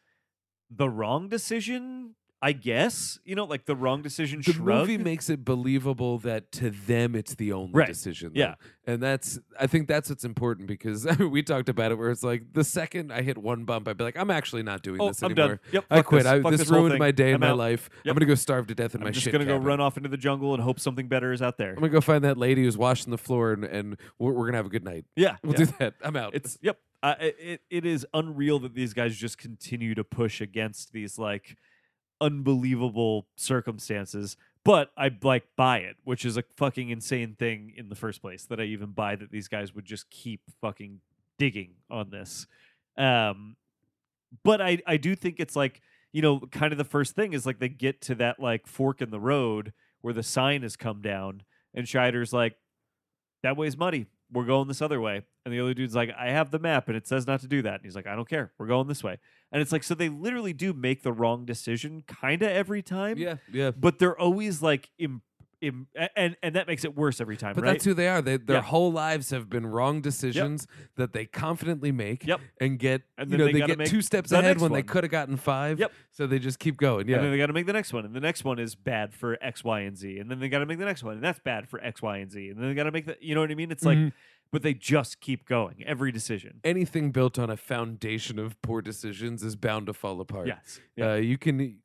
the wrong decision. I guess you know, like the wrong decision.
The
shrug.
movie makes it believable that to them it's the only
Right.
decision.
Yeah.
though. and that's I think that's what's important because we talked about it where it's like the second I hit one bump, I'd be like, I'm actually not doing
oh,
this
I'm
anymore.
done. Yep,
I
fuck
quit.
This,
I,
fuck
this,
this whole
ruined
thing.
my day and
I'm
my
out.
life. I'm
Yep.
gonna go starve to death in my
I'm just
shit
gonna
cabin.
go run off into the jungle and hope something better is out there.
I'm gonna go find that lady who's washing the floor and, and we're, we're gonna have a good night.
Yeah,
We'll do
yeah.
that. I'm out.
It's yep. Uh, it it is unreal that these guys just continue to push against these like unbelievable circumstances. But I like buy it, which is a fucking insane thing in the first place that I even buy that these guys would just keep fucking digging on this. Um, but I I do think it's like you know kind of the first thing is like they get to that like fork in the road where the sign has come down and Scheider's like that way's muddy. We're going this other way. And the other dude's like, I have the map and it says not to do that. And he's like, I don't care. We're going this way. And it's like, so they literally do make the wrong decision kind of every time.
yeah, yeah.
But they're always like, Im- Im- a- and, and that makes it worse every time,
But
right?
that's who they are. They, their
Yeah.
whole lives have been wrong decisions that they confidently make
Yep.
and get
And
you
then
know
they
they,
gotta
get
make
two steps
the
ahead
next
when they
one.
could have gotten five.
Yep.
So they just keep going. Yeah.
And then they got to make the next one. And the next one is bad for X, Y, and Z. And then they got to make the next one. And that's bad for X, Y, and Z. And then they got to make the, you know what I mean? It's like,
Mhm.
but they just keep going every decision.
Anything built on a foundation of poor decisions is bound to fall apart.
Yes. Yeah.
Uh, you can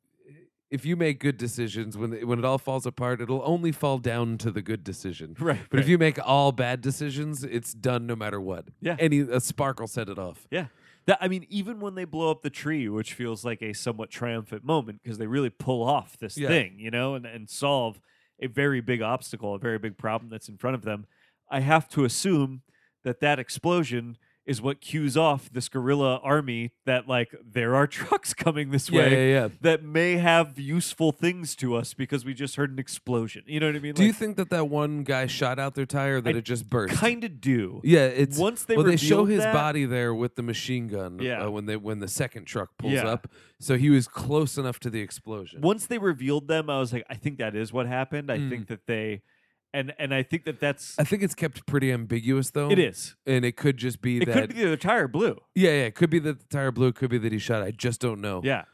if you make good decisions when when it all falls apart, it'll only fall down to the good decision.
right.
But if
right.
you make all bad decisions, it's done no matter what.
Yeah.
Any a spark will set it off.
Yeah. That, I mean, even when they blow up the tree, which feels like a somewhat triumphant moment because they really pull off this
Yeah.
thing, you know, and, and solve a very big obstacle, a very big problem that's in front of them, I have to assume that that explosion is what cues off this guerrilla army that like there are trucks coming this
yeah,
way
yeah, yeah.
that may have useful things to us because we just heard an explosion. You know what I mean?
Do you think that that one guy shot out their tire that
I
it just burst?
kind of do?
yeah, it's
Once they
well, they show
revealed
his
that-
body there with the machine gun.
Yeah.
uh, when they when the second truck pulls
Yeah.
up, so he was close enough to the explosion.
Once they revealed them, I was like, I think that is what happened. I
Mm.
think that they, and and I think that that's
I think it's kept pretty ambiguous though.
it is.
and it could just be
It
that.
could be the tire blew.
yeah, yeah, it could be that the tire blew. It could be that he shot. I just don't know.
Yeah,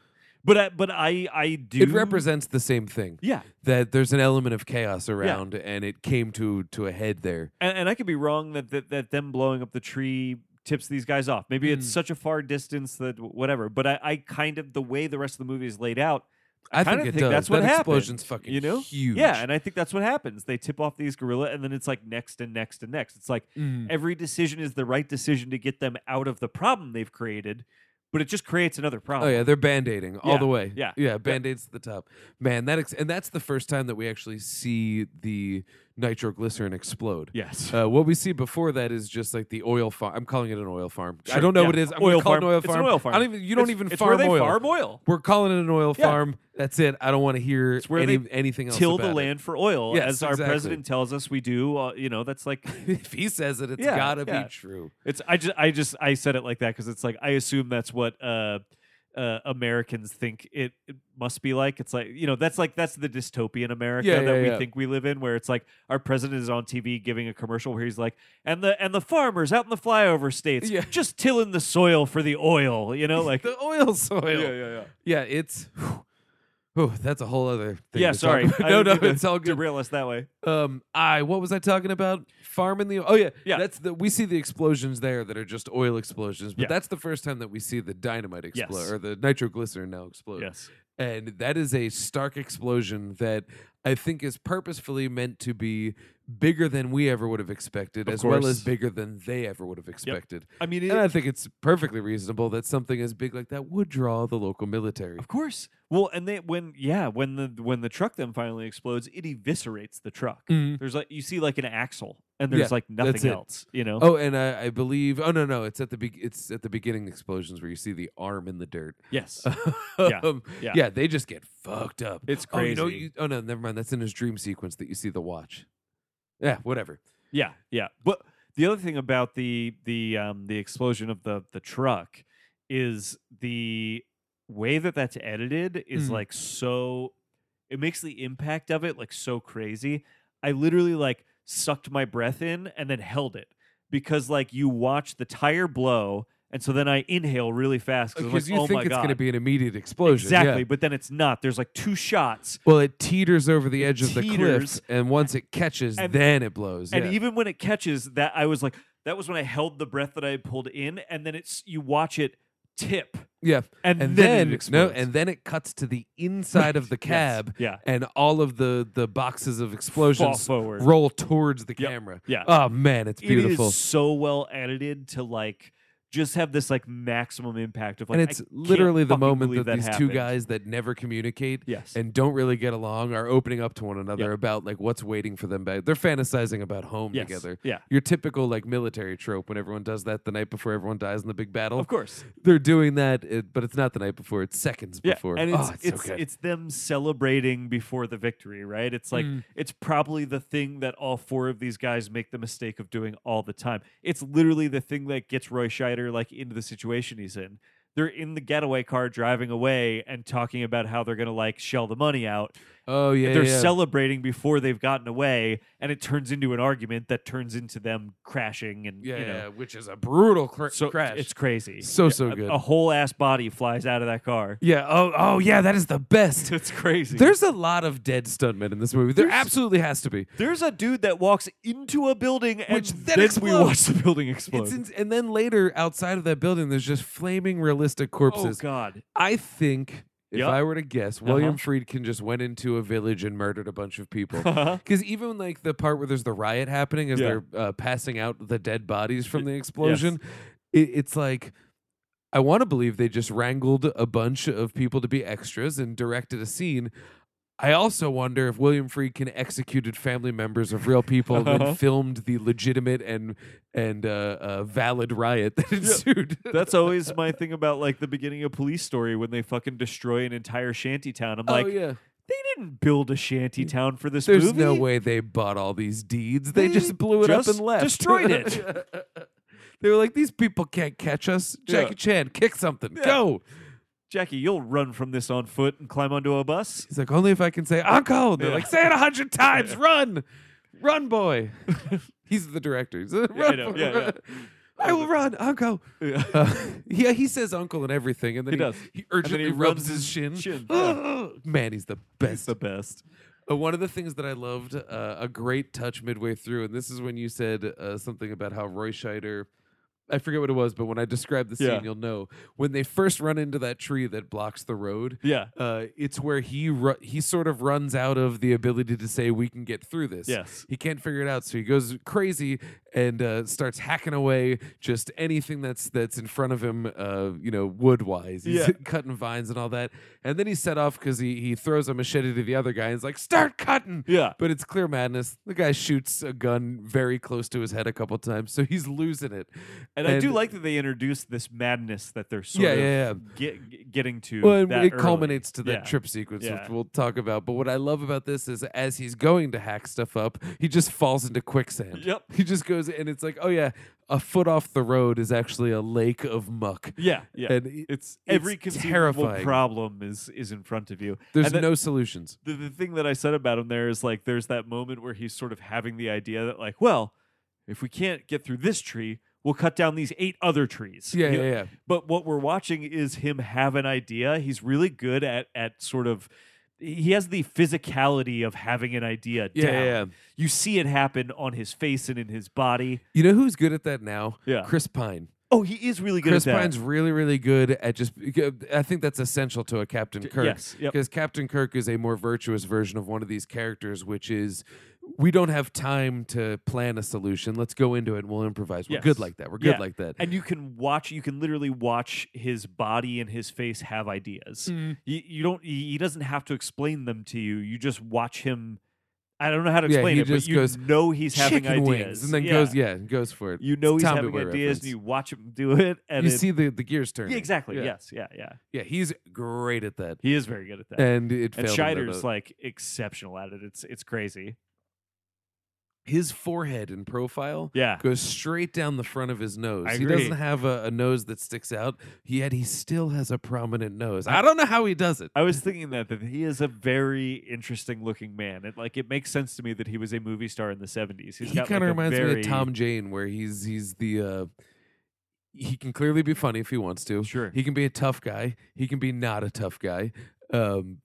but I, but I I do
Oh. it represents the same thing.
yeah,
That there's an element of chaos around, and it came to to a head there.
and, and I could be wrong that, that that them blowing up the tree tips these guys off. Maybe it's
Mm.
such a far distance that w- whatever. But I, I kind of the way the rest of the movie is laid out,
I,
kinda
think it
think
does.
that's what
that
happened,
explosion's fucking
you know?
huge.
yeah, and I think that's what happens. They tip off these gorilla, and then it's like next and next and next. It's like
Mm.
every decision is the right decision to get them out of the problem they've created, but it just creates another
Oh
problem.
yeah, they're band-aiding all
Yeah,
the way.
yeah,
Yeah, band-aids to the top. Man, that ex- and that's the first time that we actually see the nitroglycerin explode.
Yes.
Uh, what we see before that is just like the oil farm. I'm calling it an oil farm. I
Sure,
don't know
yeah.
what it is. I'm
Oil
gonna call it
farm.
an oil
It's an
farm.
oil farm.
I don't even. You don't
It's-
even
it's
farm
where they
oil.
farm oil.
We're calling it an oil
Yeah.
farm. That's it. I don't want to hear
It's where
any,
they
anything else.
Till the
about it.
land for oil,
Yes,
as our
exactly.
president tells us we do. Uh, you know, that's like
if he says it, it's
Yeah,
gotta
yeah.
be true.
It's I just I just I said it like that because it's like I assume that's what uh, uh, Americans think it, it must be like. It's like you know that's like that's the dystopian America
Yeah,
that
yeah,
we
yeah.
think we live in, where it's like our president is on TV giving a commercial where he's like, and the and the farmers out in the flyover states
Yeah.
just tilling the soil for the oil, you know, like
the oil soil.
yeah.
Yeah, it's. Oh, that's a whole other thing.
Yeah,
to talk
sorry.
about.
I
No, no,
didn't mean to
it's all good.
Derail us that way.
Um, I what was I talking about? Farming the oh yeah
Yeah.
That's the we see the explosions there that are just oil explosions, but
Yeah.
that's the first time that we see the dynamite explode
Yes.
or the nitroglycerin now explode.
Yes.
And that is a stark explosion that I think is purposefully meant to be bigger than we ever would have expected,
Of
as well as
course.
bigger than they ever would have expected.
I mean, it,
And I think it's perfectly reasonable that something as big like that would draw the local military.
Of course. Well, and they when yeah when the when the truck then finally explodes, it eviscerates the truck.
Mhm.
There's like you see like an axle, and
Yeah,
there's like nothing
that's it.
else. You know.
Oh, and I, I believe. Oh no, no, it's at the be- it's at the beginning explosions where you see the arm in the dirt.
Yes.
yeah,
yeah.
yeah, they just get fucked up.
It's
Oh, you Oh, know,
crazy.
you, oh no, never mind. That's in his dream sequence that you see the watch. Yeah, whatever.
yeah. Yeah. But the other thing about the the um the explosion of the the truck is the way that that's edited is
Mhm.
like so. It makes the impact of it like so crazy. I literally like sucked my breath in and then held it because like you watch the tire blow. And so then I inhale really fast because
Because
like,
you
oh
think
my
it's
god,
going to be an immediate explosion. yeah.
Exactly, but then it's not. There's like two shots,
Well, it teeters over the edge of the cliff,
teeters.
and once it catches,
And-
then it blows.
and
yeah.
even when it catches, that I was like, that was when I held the breath that I had pulled in, and then it's you watch it tip,
yeah,
and,
and
then,
then
it
no,
explodes.
and then it cuts to the inside of the
Yes,
cab,
yeah,
and all of the the boxes of
fall
explosions
forward.
roll towards the
Yep.
camera.
Yeah.
Oh man, it's beautiful.
It is so well edited to like just have this like maximum impact of like,
and
I
it's
can't
literally the
fucking
moment
believe
that, these two
happened.
guys that never communicate
yes,
and don't really get along are opening up to one another
Yeah.
about like what's waiting for them back. They're fantasizing about home
yes,
together.
yeah,
Your typical like military trope when everyone does that the night before everyone dies in the big battle.
of course,
They're doing that, it, but it's not the night before; it's seconds
yeah,
before.
and
Oh,
it's
it's so
it's,
good.
it's them celebrating before the victory, right? It's like
Mm.
it's probably the thing that all four of these guys make the mistake of doing all the time. It's literally the thing that gets Roy Scheider like into the situation he's in. They're in the getaway car driving away and talking about how they're gonna like shell the money out.
oh yeah,
they're
yeah.
celebrating before they've gotten away, and it turns into an argument that turns into them crashing and
yeah,
you know.
yeah, which is a brutal cr-
So
crash.
it's crazy.
So, so
A-
good.
A whole ass body flies out of that car.
yeah. Oh, oh yeah, that is the best.
It's crazy.
There's a lot of dead stuntmen in this movie. There
There's-
absolutely has to be.
There's a dude that walks into a building and
Which then
then, we
explodes.
watch the building explode.
It's ins- and then later outside of that building, there's just flaming realistic corpses.
oh god.
I think if
Yep.
I were to guess,
Uh-huh.
William Friedkin just went into a village and murdered a bunch of people.
Uh-huh.
Because even like the part where there's the riot happening as
Yeah.
they're uh, passing out the dead bodies from the explosion, it, it's like I want to believe they just wrangled a bunch of people to be extras and directed a scene. I also wonder if William Friedkin executed family members of real people and
Uh-huh.
then filmed the legitimate and and uh, uh, valid riot that ensued.
That's always my thing about like the beginning of Police Story when they fucking destroy an entire shanty town. I'm like,
oh yeah. Mm.
they didn't build a shanty town for this
There's
movie.
no way they bought all these deeds. They
They
just blew it up
just
and left.
destroyed it.
they were like, these people can't catch us.
Yeah.
Jackie Chan, kick something.
Yeah.
Go.
Jackie, you'll run from this on foot and climb onto a bus.
He's like, only if I can say uncle. And they're
Yeah.
like, say it a hundred times. Run, run, boy. He's the director. He's like,
Yeah, I
"Run,
know.
boy,
Yeah, yeah.
run. I will run, uncle.
Yeah.
Uh, yeah, he says uncle and everything, and then
He
he,
does.
He
then
urgently
he
rubs
rubs
his
his
shin.
shin,
Man, he's the
It's
best.
the best.
Uh, one of the things that I loved, uh, a great touch midway through, and this is when you said uh, something about how Roy Scheider, I forget what it was, but when I describe the scene,
Yeah.
you'll know. When they first run into that tree that blocks the road,
Yeah.
uh, it's where he ru- he sort of runs out of the ability to say we can get through this.
Yes.
he can't figure it out, so he goes crazy and uh, starts hacking away just anything that's that's in front of him. Uh, you know, wood wise, he's
Yeah.
cutting vines and all that. And then he's set off because he he throws a machete to the other guy and is like, "Start cutting!"
Yeah.
But it's clear madness. The guy shoots a gun very close to his head a couple times, so he's losing it.
And, I do like that they introduced this madness that they're sort
Yeah,
of
yeah, yeah.
Get, getting to.
Well, and
that
it
early.
culminates to that
Yeah.
trip sequence,
Yeah.
which we'll talk about. But what I love about this is, as he's going to hack stuff up, he just falls into quicksand.
Yep.
He just goes, and it's like, oh yeah, a foot off the road is actually a lake of muck.
Yeah, yeah.
And it-
it's
it's
every conceivable
terrifying.
problem is is in front of you.
There's
And that-
no solutions.
the, the thing that I said about him there is like there's that moment where he's sort of having the idea that like, well, if we can't get through this tree, we'll cut down these eight other trees.
Yeah,
You-
yeah, yeah.
But what we're watching is him have an idea. He's really good at at sort of he has the physicality of having an idea
Yeah,
down.
yeah, yeah.
You see it happen on his face and in his body.
You know who's good at that now?
Yeah.
Chris Pine.
Oh, he is really good
Chris
at that.
Pine's really, really good at just. I think that's essential to a Captain Kirk.
yes, yep.
Because Captain Kirk is a more virtuous version of one of these characters, which is we don't have time to plan a solution. Let's go into it and we'll improvise. We're
Yes.
good like that. We're good
Yeah.
like that.
and you can watch you can literally watch his body and his face have ideas
Mm.
you, you don't he he doesn't have to explain them to you you just watch him i don't know how to
Yeah,
explain
he
it but
just
you
goes,
know he's having
Chicken
ideas
wings, and then goes yeah, and goes for it.
you know
It's
he's
Tommy
having
Boy
ideas and you
reference.
watch him do it and
You
it-
see the the gears turn.
Yeah, exactly
Yeah.
yes yeah yeah
Yeah, he's great at that.
he is very good at that
And it failed
and
him, though,
Scheider's
though.
like exceptional at it it's it's crazy
his forehead and profile
yeah
goes straight down the front of his nose.
I
he
agree.
doesn't have a, a nose that sticks out, yet he still has a prominent nose. I don't know how he does it.
I was thinking that that he is a very interesting looking man. It like it makes sense to me that he was a movie star in the seventies.
he kind of reminds me of Tom Jane, where he's he's the uh, he can clearly be funny if he wants to.
Sure.
He can be a tough guy. He can be not a tough guy. Um,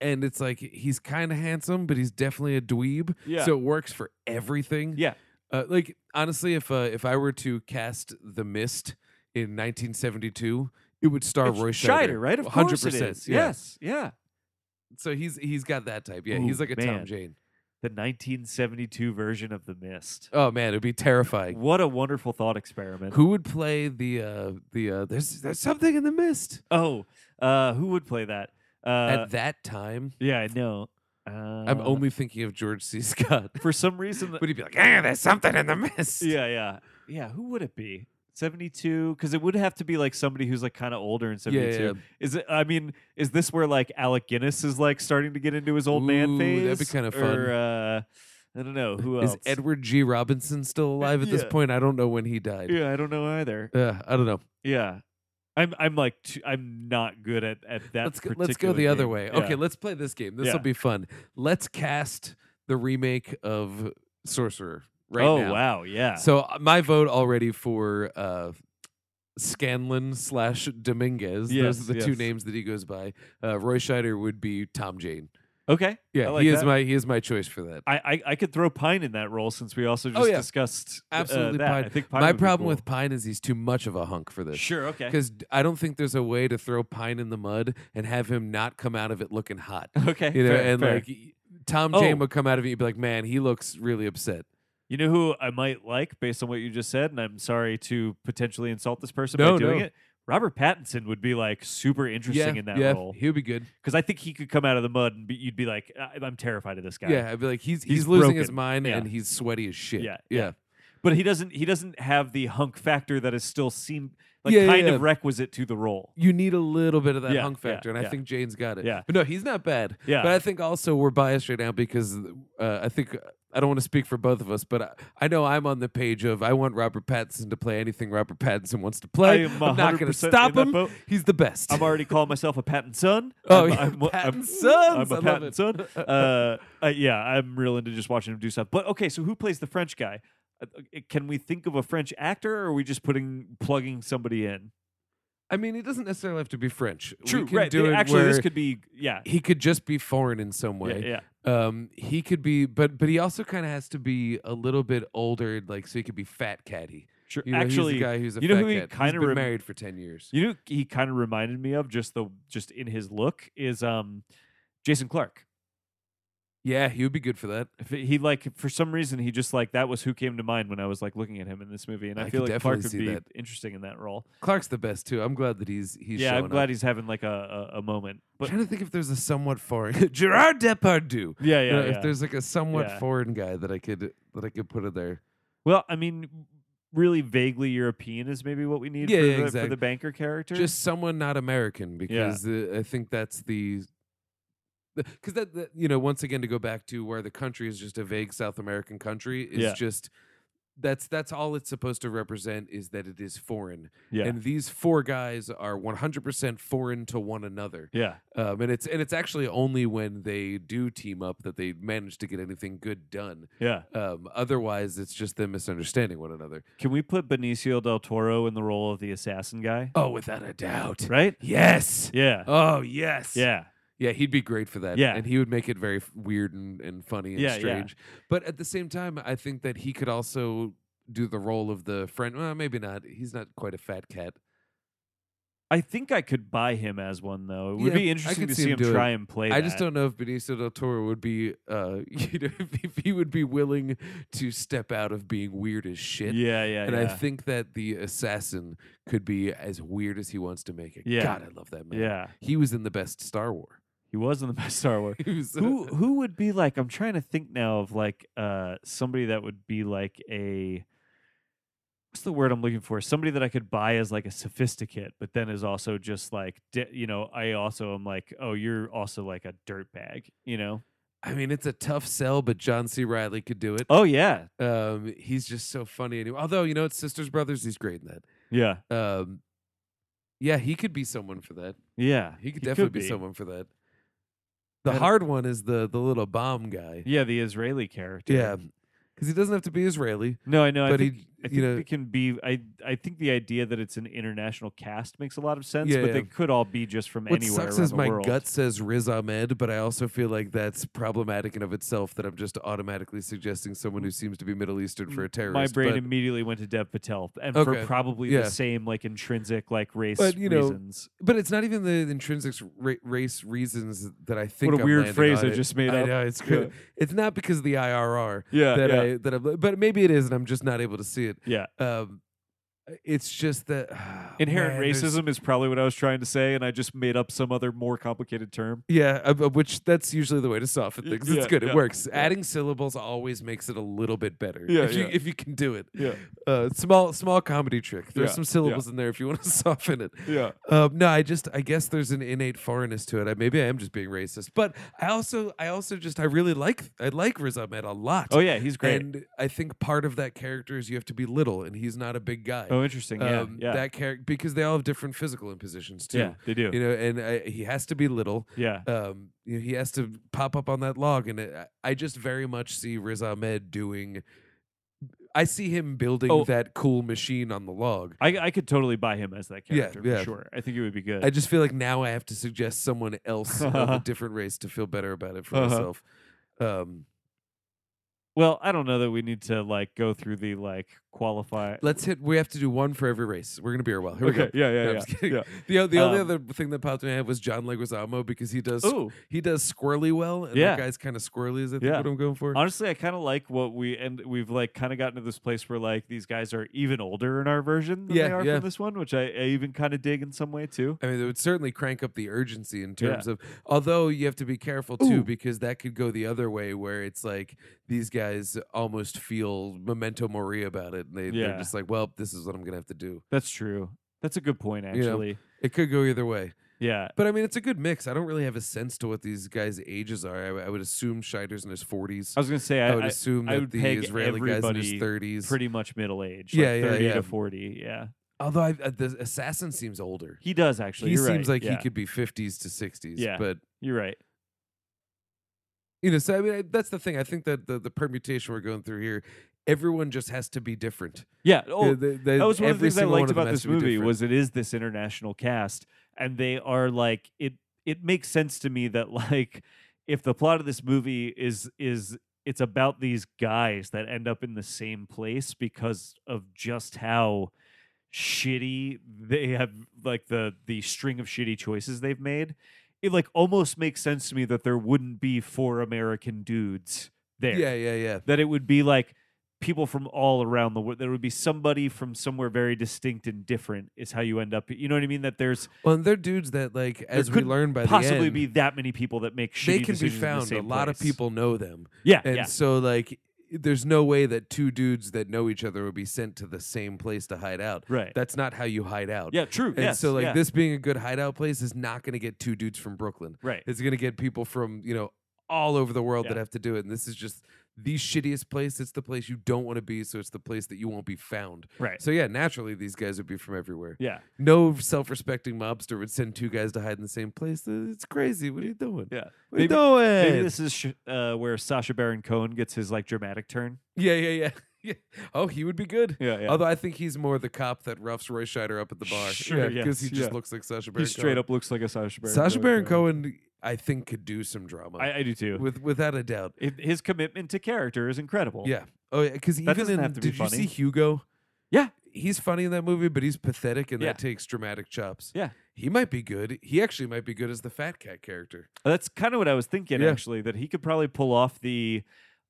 and it's like he's kind of handsome, but he's definitely a dweeb.
Yeah.
So it works for everything.
Yeah.
Uh, like honestly, if uh, if I were to cast The Mist in 1972, it would star
It's
Roy
Scheider, right? Of course it
100%,
is.
yeah.
Yes, yeah.
So he's he's got that type. Yeah.
Ooh,
he's like a Tom
man.
Jane.
The 1972 version of The Mist.
Oh man, it'd be terrifying.
What a wonderful thought experiment.
Who would play the uh the uh there's there's something in the mist
oh, uh, who would play that? Uh,
at that time?
yeah, I know. Uh,
I'm only thinking of George C. Scott.
for some reason.
Would he be like, "Ah, there's something in the mist"?
yeah, yeah, yeah. Who would it be? 72 because it would have to be like somebody who's like kind of older in 72
yeah.
is it i mean is this where like alec guinness is like starting to get into his old
Ooh,
man phase
that'd be kinda fun.
or, uh, i don't know who else
Is Edward G. Robinson still alive at this
Yeah.
point? I don't know when he died.
yeah i don't know either
Uh, I don't know.
Yeah. I'm I'm like t- I'm not good at at that.
let's go, let's go
particular
the other
game.
way.
Yeah.
Okay, let's play this game. This will
Yeah.
be fun. Let's cast the remake of Sorcerer right
oh
now.
wow, yeah.
So uh, my vote already for uh, Scanlon slash Dominguez. Those
Yes,
are the two
yes.
names that he goes by. Uh, Roy Scheider would be Tom Jane.
okay.
Yeah,
I like
he is
that.
my he is my choice for that.
I, I I could throw Pine in that role since we also
Oh,
just
yeah.
discussed uh,
Absolutely,
that.
Pine.
I think Pine
my
would be
problem
cool.
with Pine is he's too much of a hunk for this.
sure okay
Because I don't think there's a way to throw Pine in the mud and have him not come out of it looking hot.
okay
You know,
fair,
and
fair.
like y- Tom Jane
Oh.
would come out of it, you'd be like, man, he looks really upset.
you know who I might like based on what you just said, and I'm sorry to potentially insult this person
No,
by doing
no.
it. Robert Pattinson would be like super interesting in that
yeah,
role
He'll be good.
because I think he could come out of the mud and be, you'd be like, I- I'm terrified of this guy.
Yeah, I'd be like, he's he's,
He's
losing his
broken.
mind
Yeah.
and he's sweaty as shit.
Yeah,
yeah.
yeah. but he doesn't. He doesn't have the hunk factor that is still seem like
Yeah, yeah,
kind
yeah.
of requisite to the role.
You need a little bit of that
Yeah,
hunk
yeah,
factor, and I
yeah.
think Jane's got it.
Yeah.
but no, he's not bad.
Yeah.
but I think also we're biased right now because uh, I think I don't want to speak for both of us, but I, I know I'm on the page of I want Robert Pattinson to play anything Robert Pattinson wants to play.
am
I'm not going to
100%
stop
in that
him.
boat.
He's the best.
I'm already calling myself a patent son.
Oh,
I'm,
yeah,
I'm- I'm-
Patton Sons,
I'm
I
a
love
patent
it.
son. Uh, uh, yeah, I'm real into just watching him do stuff. But okay, so who plays the French guy? Uh, uh, Can we think of a French actor, or are we just putting plugging somebody in?
I mean, it doesn't necessarily have to be French. We can
right.
Do
th-
it
Actually, this
where
could be yeah,
he could just be foreign in some
yeah,
way.
yeah.
Um, he could be, but but he also kind of has to be a little bit older, like so he could be fat catty.
Sure.
You know,
actually,
he's a guy who's a
you know
fat
who he
cat. He's
kinda
been
rem-
married for ten years.
You know, he kind of reminded me of just the just in his look is um, Jason Clark.
Yeah, he would be good for that.
If it- He like for some reason he just like that was who came to mind when I was like looking at him in this movie, and I,
I
feel
could
like Clark
definitely
would
see
be
that.
interesting in that role.
Clark's the best too. I'm glad that he's he's.
yeah,
showing
I'm glad
Up.
he's having like a a, a moment. But
I'm trying to think if there's a somewhat foreign Gerard Depardieu.
yeah, yeah,
You know,
yeah.
If there's like a somewhat
Yeah.
foreign guy that I could that I could put in there.
well, I mean, really vaguely European is maybe what we need
Yeah,
for,
yeah,
the, for
exactly.
the banker character.
Just someone not American, because uh, I think that's the. Because that, that- you know, once again, to go back to where the country is just a vague South American country is
Yeah.
just that's that's all it's supposed to represent is that it is foreign,
yeah,
and these four guys are one hundred percent foreign to one another.
yeah,
Um, and it's and it's actually only when they do team up that they manage to get anything good done.
yeah.
Um, otherwise, it's just them misunderstanding one another.
Can we put Benicio del Toro in the role of the assassin guy?
Oh, without a doubt.
Right?
Yes.
Yeah,
Oh, yes.
yeah.
Yeah, he'd be great for that.
Yeah.
And he would make it very f- weird and, and funny and
Yeah, yeah.
strange. But at the same time, I think that he could also do the role of the friend. Well, maybe not. He's not quite a fat cat.
I think I could buy him as one though. It would
Yeah,
be
I
interesting
could
to
see
see
him
him
do it.
try and play.
I just
that.
don't know if Benicio del Toro would be, uh, you know, if, if he would be willing to step out of being weird as shit.
Yeah, yeah,
and
yeah.
I think that the assassin could be as weird as he wants to make it.
Yeah.
God, I love that man.
yeah,
He was in the best Star Wars.
he was in the best Star Wars.
He was, uh,
who who would be like? I'm trying to think now of like uh somebody that would be like a what's the word I'm looking for? Somebody that I could buy as like a sophisticate, but then is also just like di- you know I also am like oh you're also like a dirtbag, you know?
I mean, it's a tough sell, but John C. Riley could do it.
Oh yeah,
Um, he's just so funny anyway. Although, you know, it's Sisters Brothers, he's great in that.
yeah,
Um, yeah, he could be someone for that.
yeah.
He could definitely be.
be.
someone for that. The
And-
hard one is the the little bomb guy.
Yeah, the Israeli character.
Yeah. Because he doesn't have to be Israeli.
No, I know. I
But
think,
he-
I
you
think
know-
it can be. I I think the idea that it's an international cast makes a lot of sense,
Yeah,
but
yeah.
they could all be just from
What
anywhere
sucks
around
is
the
my
world.
gut says Riz Ahmed, but I also feel like that's problematic in of itself that I'm just automatically suggesting someone who seems to be Middle Eastern for a terrorist.
my brain
but-
immediately went to Dev Patel, and
Okay,
for probably
yeah.
the same like intrinsic like race
But, you know,
reasons.
But it's not even the intrinsic ra- race reasons that I think.
What a
I'm
weird
landing
phrase
on
I
it.
just made
I
up.
know, it's
Yeah.
good. It's not because of the IRR
Yeah,
that
yeah,
I that I'm, but maybe it is, and I'm just not able to see it.
yeah.
Um, it's just that
Inherent
man, there's-
racism is probably what I was trying to say, and I just made up some other more complicated term.
Yeah, of- of which that's usually the way to soften
Y-
things.
yeah,
it's good. It
yeah,
works. Adding syllables always makes it a little bit better.
Yeah,
if you
yeah.
if you can do it.
Yeah,
Uh, small small comedy trick. There's
Yeah,
some
yeah.
syllables in there if you want to soften it.
yeah.
Um, no, I just I guess there's an innate foreignness to it. I, maybe I am just being racist, but I also I also just I really like I like Riz Ahmed a lot.
Oh yeah, he's great.
and I think part of that character is you have to be little, and he's not a big guy.
oh, interesting. Yeah,
Um,
yeah,
That character because they all have different physical impositions too.
yeah. They do.
You know, and I, he has to be little.
yeah,
Um, you know, he has to pop up on that log, and it, I- I just very much see Riz Ahmed doing. I see him building
Oh.
that cool machine on the log.
I I could totally buy him as that
Yeah,
character
yeah.
for sure. I think it would be good.
I just feel like now I have to suggest someone else of a different race to feel better about it for
Uh-huh.
myself. Um,
Well, I don't know that we need to like go through the like qualify.
Let's hit. We have to do one for every race. We're gonna beer well. Here we
okay,
go.
yeah, yeah,
No, I'm
yeah.
just kidding.
yeah.
The, o- the only
Um,
other thing that popped in my head was John Leguizamo because he does
Ooh.
he does squirrely well, and
Yeah.
that guy's kind of squirrely. Is I think
Yeah.
what I'm going for.
Honestly, I kind of like what we and we've like kind of gotten to this place where like these guys are even older in our version than
Yeah,
they are
yeah.
from this one, which I, I even kind of dig in some way too.
I mean, it would certainly crank up the urgency in
Yeah.
terms of. Although you have to be careful too,
Ooh.
because that could go the other way, where it's like these guys almost feel memento mori about it, and they,
Yeah.
they're just like, "Well, this is what I'm gonna have to do."
That's true. That's a good point,
know,
actually.
It could go either way,
Yeah,
but I mean, it's a good mix. I don't really have a sense to what these guys' ages are. I, w- I would assume Scheider's in his 40s.
I was gonna say
I,
I,
would
I,
assume that
would
the
peg
Israeli guy's in his
everybody
30s.
pretty much middle age.
Yeah,
like
yeah,
thirty
yeah.
to forty. Yeah,
Although I, uh, the assassin seems older.
he does actually.
he
You're
seems
right.
like
yeah.
he could be 50s to 60s.
Yeah.
But
You're right.
you know, so I mean, I, that's the thing. I think that the, the permutation we're going through here, everyone just has to be different.
Yeah. Oh,
Uh, they- they-
that was one of the
every
things I
single one
liked
of them
about
has
this
to be
movie
different.
was it is this international cast, and they are like it. It makes sense to me that like if the plot of this movie is is it's about these guys that end up in the same place because of just how shitty they have like the the string of shitty choices they've made it like almost makes sense to me that there wouldn't be four american dudes there
yeah, yeah, yeah.
that it would be like people from all around the world. There would be somebody from somewhere very distinct and different is how you end up. You know what I mean? That there's
Well, and they're dudes that, like, as we
couldn't
learn by the
possibly
end,
be that many people that make shitty
they can be
decisions in the
found. A
same
lot of
place.
people know them,
Yeah,
and
yeah,
so like, there's no way that two dudes that know each other would be sent to the same place to hide out.
right.
That's not how you hide out.
yeah, true.
And
yes,
so, like,
yeah,
this being a good hideout place is not going to get two dudes from Brooklyn.
right.
It's going to get people from, you know, all over the world that
Yeah.
have to do it. And this is just the shittiest place. It's the place you don't want to be. So it's the place that you won't be found.
Right.
So, yeah, naturally, these guys would be from everywhere.
Yeah,
No self respecting mobster would send two guys to hide in the same place. Uh, It's crazy. What are you doing?
yeah.
What are you
Maybe-
doing?
Maybe this is sh- uh, where Sasha Baron Cohen gets his like dramatic turn.
yeah, yeah, yeah, yeah. Oh, he would be good.
Yeah, yeah.
Although I think he's more the cop that roughs Roy Scheider up at the bar.
Sure,
Because he
yes,
just
yeah.
looks like Sasha Baron
he straight
Cohen.
up looks like a Sasha Baron.
Sasha Baron
Cohen. drawing.
Cohen, I think, could do some drama.
I, I do too.
with without a doubt.
Hi- His commitment to character is incredible.
Yeah. Oh, because even
doesn't
in,
have to be
did you see
funny.
Hugo?
Yeah.
he's funny in that movie, but he's pathetic, and
Yeah.
that takes dramatic chops.
Yeah.
he might be good. He actually might be good as the fat cat character.
That's kind of what I was thinking,
Yeah.
actually, that he could probably pull off the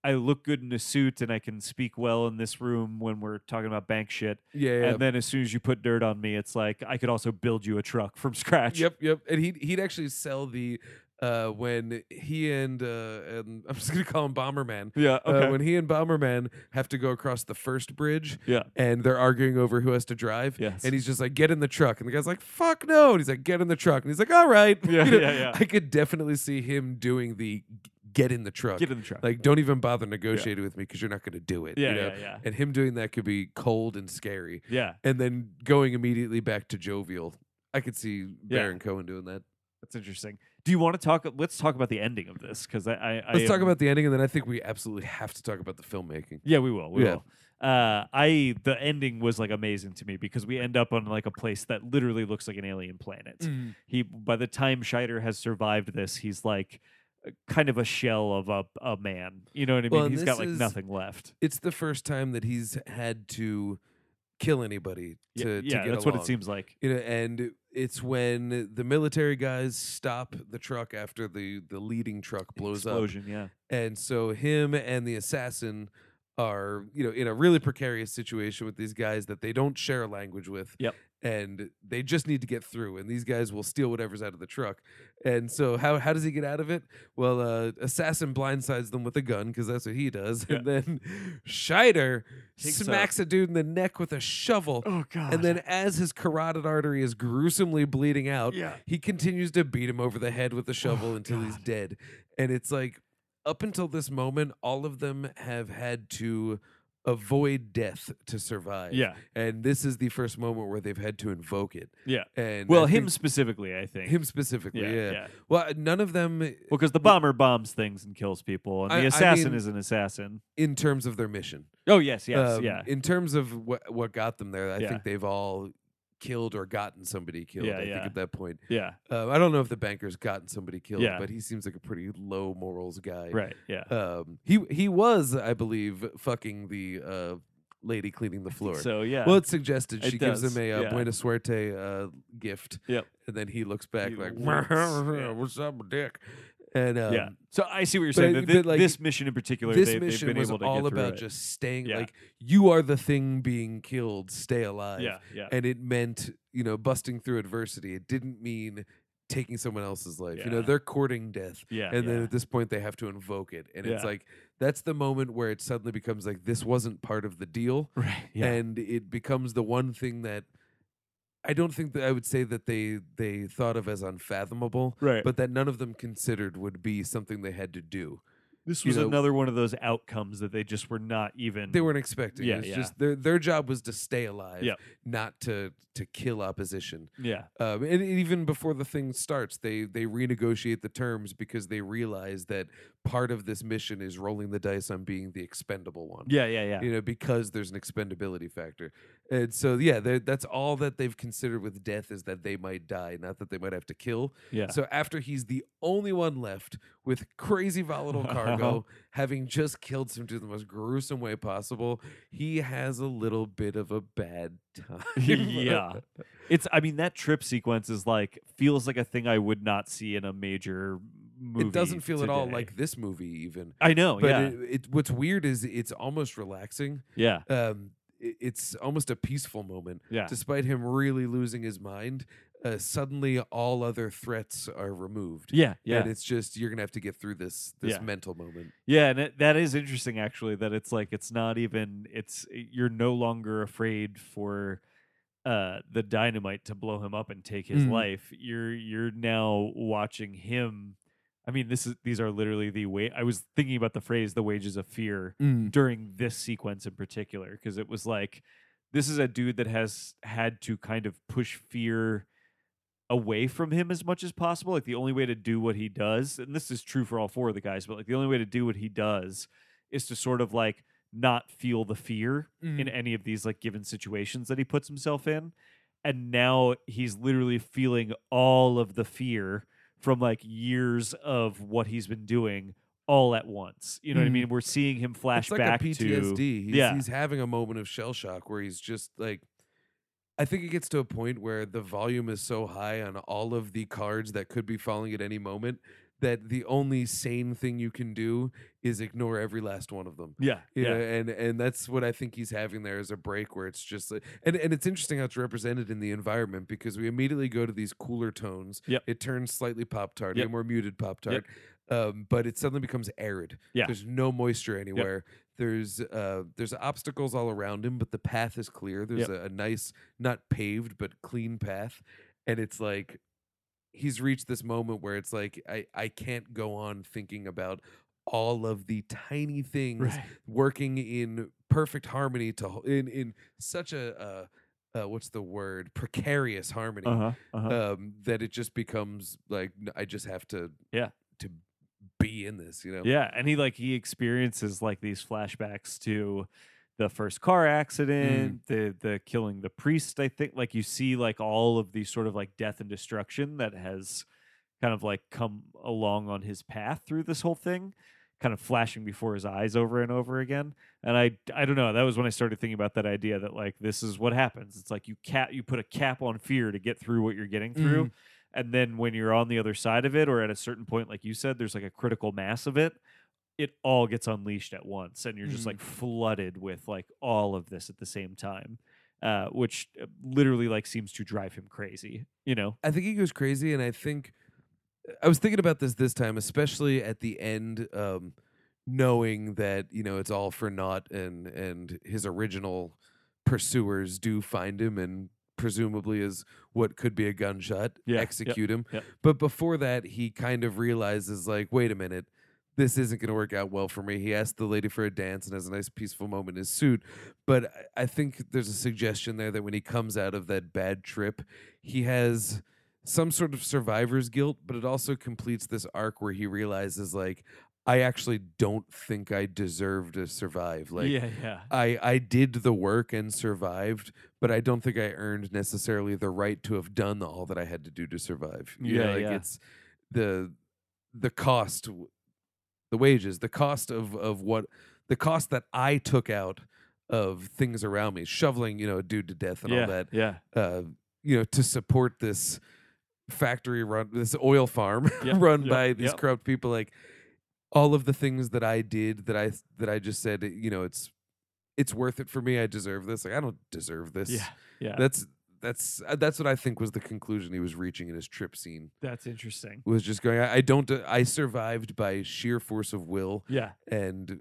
I look good in a suit and I can speak well in this room when we're talking about bank shit.
Yeah, yeah.
And then as soon as you put dirt on me, it's like I could also build you a truck from scratch.
yep, yep. And he would he'd actually sell the uh, when he and uh, and I'm just gonna call him Bomberman.
Yeah. Okay.
Uh, when he and Bomberman have to go across the first bridge,
yeah.
and they're arguing over who has to drive.
Yes.
And he's just like, get in the truck. And the guy's like, fuck no. And he's like, get in the truck. And he's like, all right.
Yeah, yeah, yeah.
I could definitely see him doing the g- get in the truck.
Get in the truck.
Like, don't even bother negotiating with me because you're not going to do it. you
yeah,
know?
yeah. Yeah.
And him doing that could be cold and scary.
Yeah.
And then going immediately back to jovial. I could see
Yeah.
Baron Cohen doing that.
That's interesting. Do you want to talk? Let's talk about the ending of this because I, I, I
Let's talk
am-
about the ending, and then I think we absolutely have to talk about the filmmaking.
Yeah, we will. We
Yeah.
will. Uh, I the ending was like amazing to me because we end up on like a place that literally looks like an alien planet. he by the time Scheider has survived this, he's like uh, kind of a shell of a, a man. You know what I mean?
Well, and
he's got
this
like
is-
nothing left.
It's the first time that he's had to kill anybody
Yeah,
to, to
yeah,
get
that's what
along.
it seems like.
you know and it's when the military guys stop the truck after the the leading truck blows up
Explosion, yeah.
and so him and the assassin are you know in a really precarious situation with these guys that they don't share a language with
Yep.
and they just need to get through and these guys will steal whatever's out of the truck and so how how does he get out of it well uh assassin blindsides them with a gun because that's what he does
Yeah.
and then Scheider
Takes a-
smacks a dude in the neck with a shovel
Oh god.
and then, as his carotid artery is gruesomely bleeding out,
yeah.
he continues to beat him over the head with a shovel
Oh,
until he's
God.
dead. And it's like, up until this moment, all of them have had to avoid death to survive.
Yeah.
And this is the first moment where they've had to invoke it.
Yeah.
And
Well,
I
him
think-
specifically, I think.
him specifically.
yeah,
Yeah.
yeah.
Well, none of them
Well, because the bomber bombs things and kills people, and
I- I
the assassin
mean-
is an assassin.
in terms of their mission.
Oh yes, yes,
Um,
yeah,
In terms of what what got them there, I
Yeah.
think they've all killed or gotten somebody killed.
Yeah,
I
yeah.
think at that point.
yeah,
Uh, I don't know if the banker's gotten somebody killed,
Yeah.
but he seems like a pretty low morals guy.
right, yeah.
Um, he he was, I believe, fucking the uh, lady cleaning the floor.
So yeah.
Well, it's suggested
It
she
does,
gives him a uh,
yeah.
Buena Suerte uh, gift.
Yep.
And then he looks back
You-
like,
what's- yeah.
"What's up, my dick?" And um,
yeah. So I see what you're saying.
but-
that thi-
but, like,
this mission in particular,
this
they,
mission
they've been
was
able to
all
get through
about
it.
just staying
Yeah.
like you are the thing being killed, stay alive.
yeah, yeah,
And it meant, you know, busting through adversity. It didn't mean taking someone else's life. You know,
Yeah.
they're courting death.
yeah.
and
yeah.
then at this point they have to invoke it. And it's
Yeah.
like that's the moment where it suddenly becomes like this wasn't part of the deal.
right, yeah,
and it becomes the one thing that I don't think that I would say that they they thought of as unfathomable,
right.
but that none of them considered would be something they had to do.
this
you
was
know-
another one of those outcomes that they just were not even.
They weren't expecting.
Mm. Yeah,
it's
yeah.
just their their job was to stay alive,
Yep.
not to to kill opposition.
yeah,
Um, and even before the thing starts, they they renegotiate the terms because they realize that part of this mission is rolling the dice on being the expendable one.
yeah, yeah, yeah.
you know, because there's an expendability factor. And so, yeah, they're- that's all that they've considered with death is that they might die, not that they might have to kill.
yeah.
So, after he's the only one left with crazy volatile cargo, having just killed some dude in the most gruesome way possible, he has a little bit of a bad time.
yeah. It's I mean that trip sequence is like feels like a thing I would not see in a major movie.
it doesn't feel at all
today.
like this movie, even.
I know,
But
yeah.
it, it, what's weird is it's almost relaxing.
yeah.
Um, it- it's almost a peaceful moment.
Yeah.
despite him really losing his mind, uh, suddenly all other threats are removed.
Yeah, yeah.
And it's just you're gonna have to get through this this
Yeah.
mental moment.
yeah, and it, that is interesting actually that it's like it's not even it's eh, you're no longer afraid for uh the dynamite to blow him up and take his
Mhm.
life. You're you're now watching him I mean this is these are literally the way I was thinking about the phrase the wages of fear
Mm.
during this sequence in particular because it was like this is a dude that has had to kind of push fear away from him as much as possible like the only way to do what he does and this is true for all four of the guys but like the only way to do what he does is to sort of like not feel the fear in
Mm.
any of these like given situations that he puts himself in and now he's literally feeling all of the fear from like years of what he's been doing all at once you know what i
Mhm.
mean we're seeing him flash
It's like
back
a PTSD.
to
he's,
yeah.
he's having a moment of shell shock where he's just like. I think it gets to a point where the volume is so high on all of the cards that could be falling at any moment that the only sane thing you can do is ignore every last one of them.
yeah
yeah,
yeah
and and that's what I think he's having there is a break where it's just like, and and it's interesting how it's represented in the environment because we immediately go to these cooler tones.
Yep.
it turns slightly pop tart,
Yep.
a more muted pop tart, um, but it suddenly becomes arid.
Yeah.
there's no moisture anywhere. There's uh, there's obstacles all around him, but the path is clear. There's
Yep.
a, a nice, not paved but clean path, and it's like he's reached this moment where it's like I I can't go on thinking about all of the tiny things
right
working in perfect harmony to h- in in such a uh, uh what's the word precarious harmony
uh-huh uh-huh
um that it just becomes like n- I just have to
Yeah.
to be in this you know
Yeah, and he like he experiences like these flashbacks to the first
Mm.
car accident, the the killing the priest. I think like you see like all of these sort of like death and destruction that has kind of like come along on his path through this whole thing, kind of flashing before his eyes over and over again. And I I don't know, that was when I started thinking about that idea that like this is what happens. It's like you cap you put a cap on fear to get through what you're getting through. And then when you're on the other side of it, or at a certain point, like you said, there's like a critical mass of it, it all gets unleashed at once. And you're just
Mhm.
like flooded with like all of this at the same time, uh, which uh, literally like seems to drive him crazy, you know?
I think he goes crazy, and I think I was thinking about this this time, especially at the end, um, knowing that you know it's all for naught, and and his original pursuers do find him, and presumably is what could be a gunshot,
Yeah, yep,
execute him.
yep.
But before that, he kind of realizes, like, wait a minute. This isn't going to work out well for me. He asks the lady for a dance and has a nice peaceful moment in his suit. But I- I think there's a suggestion there that when he comes out of that bad trip, he has some sort of survivor's guilt, but it also completes this arc where he realizes like I actually don't think I deserve to survive. Like
yeah, yeah.
I I did the work and survived, but I don't think I earned necessarily the right to have done all that I had to do to survive. You know,
Yeah,
like
yeah.
it's the the cost w- the wages, the cost of of what the cost that I took out of things around me, shoveling, you know, a dude to death and
yeah,
all that,
Yeah.
uh, you know, to support this factory run, this oil farm
Yep,
run
yep,
by these
yep.
corrupt people. Like all of the things that I did, that I that I just said, you know, it's it's worth it for me. I deserve this. Like I don't deserve this.
Yeah. Yeah.
That's that's uh, that's what I think was the conclusion he was reaching in his trip scene.
That's interesting.
Was just going. I, I don't. de- I survived by sheer force of will
Yeah.
and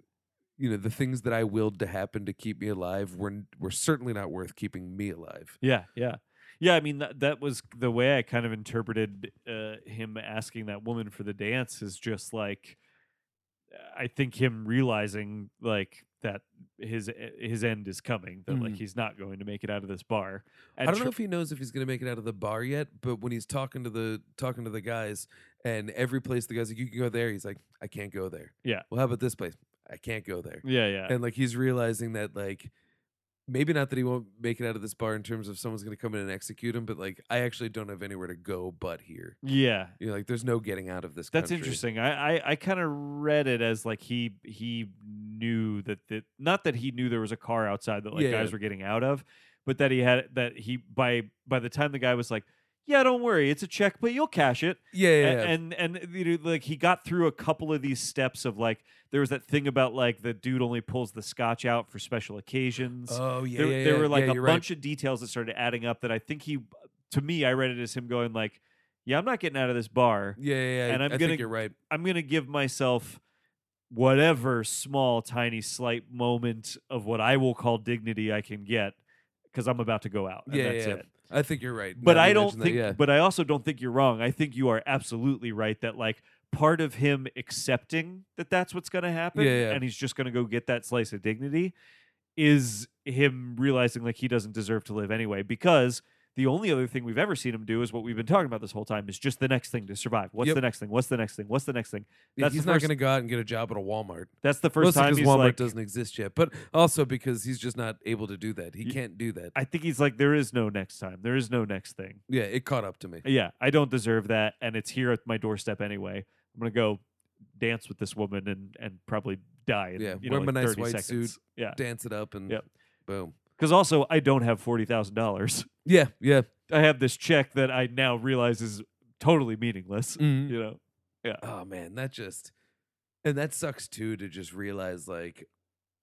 you know the things that I willed to happen to keep me alive were n- were certainly not worth keeping me alive.
Yeah, yeah. Yeah, I mean that that was the way I kind of interpreted uh, him asking that woman for the dance is just like I think him realizing like that his eh, his end is coming that like
Mhm.
he's not going to make it out of this bar.
I
And
don't
tr-
know if he knows if he's going to make it out of the bar yet, but when he's talking to the talking to the guys and every place the guys like you can go there, he's like I can't go there.
Yeah.
Well, how about this place? I can't go there.
yeah, yeah,
And like he's realizing that like maybe not that he won't make it out of this bar in terms of someone's going to come in and execute him, but like I actually don't have anywhere to go but here.
yeah.
You know, like there's no getting out of this.
That's
country.
interesting. I I, I kind of read it as like he he knew that that not that he knew there was a car outside that like
Yeah,
guys
yeah.
were getting out of, but that he had that he by by the time the guy was like, yeah, don't worry, it's a check, but you'll cash it.
Yeah, yeah, yeah.
And, and and you know, like he got through a couple of these steps of like there was that thing about like the dude only pulls the scotch out for special occasions.
oh yeah,
there,
yeah,
there
yeah.
were like
Yeah,
a
you're right.
bunch of details that started adding up that I think he, to me, I read it as him going like, yeah, I'm not getting out of this bar.
Yeah, yeah, yeah.
And
I-
I'm
I
gonna-
think you're right.
I'm gonna give myself whatever small, tiny, slight moment of what I will call dignity I can get because I'm about to go out. and
Yeah,
that's
yeah.
it.
I think you're right. Now
But
that
I
you
don't
mention that,
think.
yeah.
But I also don't think you're wrong. I think you are absolutely right that like part of him accepting that that's what's going to happen,
Yeah, yeah.
and he's just going to go get that slice of dignity, is him realizing like he doesn't deserve to live anyway because. The only other thing we've ever seen him do is what we've been talking about this whole time is just the next thing to survive. What's
Yep.
the next thing? What's the next thing? What's the next thing?
Yeah,
that's the
he's not
first-
going to go out and get a job at a Walmart.
That's the first
Mostly
time
because
he's
Walmart
like.
doesn't exist yet, but also because he's just not able to do that. He
Y-
can't do that.
I think he's like, there is no next time. There is no next thing.
yeah, it caught up to me.
Yeah, I don't deserve that, and it's here at my doorstep anyway. I'm gonna go dance with this woman and and probably die. In,
Yeah,
you know,
wear
like
my nice
30
white
seconds.
suit.
Yeah,
Dance it up and
Yep.
boom.
because also I don't have forty thousand dollars.
Yeah, yeah.
I have this check that I now realize is totally meaningless.
Mhm.
You know.
Oh man, that just and that sucks too to just realize like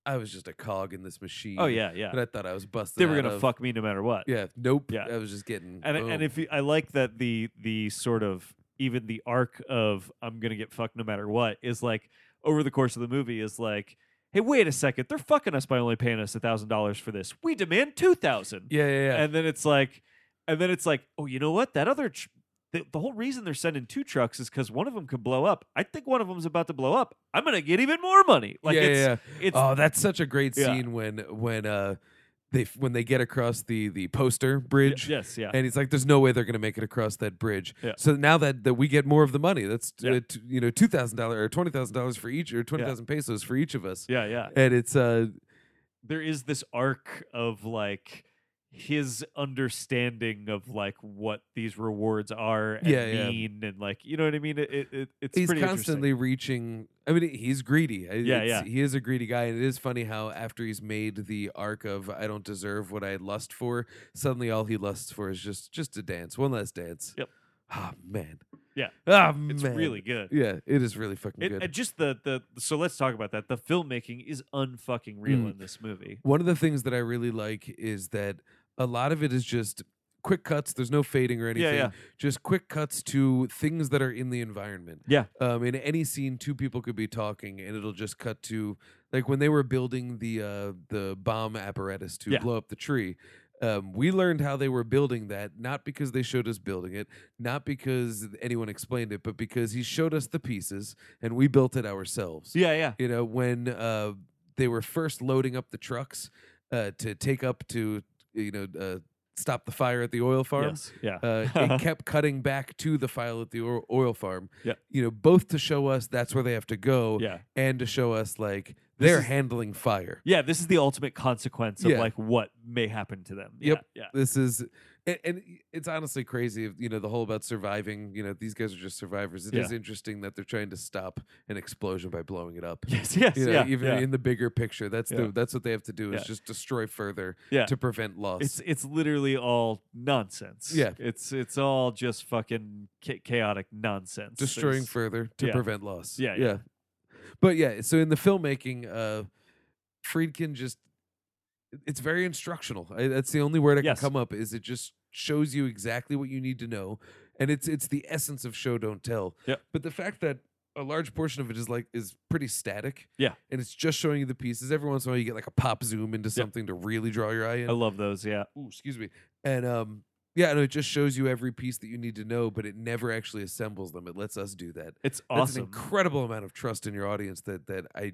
I was just a cog in this machine.
Oh yeah, yeah.
that I thought I was busted.
They were
out
gonna
of.
fuck me no matter what.
Yeah, nope.
Yeah.
I was just getting
and and
boom.
if you, I like that the the sort of even the arc of I'm gonna get fucked no matter what is like over the course of the movie is like. Hey, wait a second! They're fucking us by only paying us thousand dollars for this. We demand two thousand.
yeah, yeah, yeah.
and then it's like and then it's like oh you know what that other tr- the, the whole reason they're sending two trucks is because one of them could blow up i think one of them's about to blow up i'm gonna get even more money like
yeah,
it's
yeah, yeah.
it's
oh, that's such a great
Yeah.
scene when when uh they f- when they get across the the poster bridge.
yes yeah
And he's like, "There's no way they're going to make it across that bridge."
Yeah.
So now that, that we get more of the money, that's
Yeah.
uh, t- you know two thousand dollars or twenty thousand dollars for each, or twenty thousand pesos for each of us.
yeah yeah
And it's uh,
there is this arc of like his understanding of like what these rewards are and
Yeah, yeah.
mean and like you know what i mean it, it, it- it's
he's
pretty
constantly reaching. I mean, he's greedy. I-
Yeah,
it's-
yeah.
He is a greedy guy, and it is funny how after he's made the arc of "I don't deserve what I lust for," suddenly all he lusts for is just just a dance, one last dance.
Yep.
Ah man.
Yeah.
Ah
interesting.
man.
it's really good
Yeah, it is really fucking
It-
good.
and just the the so let's talk about that. The filmmaking is unfucking real
Mm.
in this movie.
One of the things that I really like is that a lot of it is just quick cuts. There's no fading or
Yeah,
anything.
yeah.
Just quick cuts to things that are in the environment.
Yeah.
Um, in any scene, two people could be talking, and it'll just cut to like when they were building the uh, the bomb apparatus to
Yeah.
blow up the tree. Um, we learned how they were building that, not because they showed us building it, not because anyone explained it, but because he showed us the pieces and we built it ourselves
Yeah, yeah.
you know when uh, they were first loading up the trucks uh, to take up to you know uh, stop the fire at the oil farm
Yes, Yeah.
uh, it kept cutting back to the file at the oil, oil farm
Yeah.
you know both to show us that's where they have to go
yeah.
and to show us like
This
they're
is-
handling fire
Yeah. This is the ultimate consequence of
Yeah.
like what may happen to them. Yeah,
Yep.
Yeah.
this is and, and it's honestly crazy if, you know the whole about surviving you know these guys are just survivors It is
Yeah.
interesting that they're trying to stop an explosion by blowing it up
Yes, yes,
you know
yeah,
even
yeah,
in the bigger picture that's
Yeah.
the that's what they have to do is
Yeah.
just destroy further
yeah.
to prevent loss
It's it's literally all nonsense.
Yeah.
it's it's all just fucking cha- chaotic nonsense.
destroying
There's-
further to
yeah.
prevent loss
Yeah, yeah.
yeah but yeah so in the filmmaking uh friedkin just it's very instructional I, that's the only word i
Yes.
can come up is it just shows you exactly what you need to know and it's it's the essence of show don't tell
Yeah.
but the fact that a large portion of it is like is pretty static
Yeah.
and it's just showing you the pieces every once in a while you get like a pop zoom into something to really draw your eye in
I love those. Yeah,
Ooh, excuse me. And um, yeah, no, it just shows you every piece that you need to know, but it never actually assembles them. It lets us do that.
it's
That's an
awesome.
incredible amount of trust in your audience that that I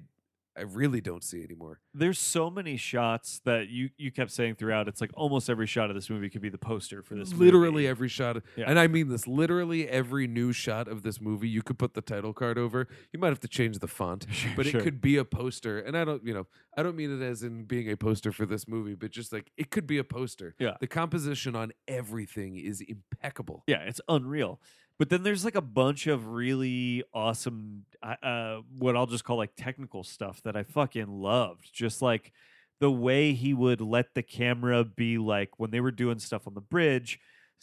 I really don't see anymore.
There's so many shots that you you kept saying throughout. It's like almost every shot of this movie could be the poster for this.
literally
movie.
every shot,
Yeah.
and I mean this. Literally every new shot of this movie, you could put the title card over. You might have to change the font,
Sure,
but
sure.
it could be a poster. And I don't, you know, I don't mean it as in being a poster for this movie, but just like it could be a poster.
Yeah.
the composition on everything is impeccable.
Yeah, it's unreal. But then there's like a bunch of really awesome, I- uh, what I'll just call like technical stuff that I fucking loved. Just like the way he would let the camera be like when they were doing stuff on the bridge.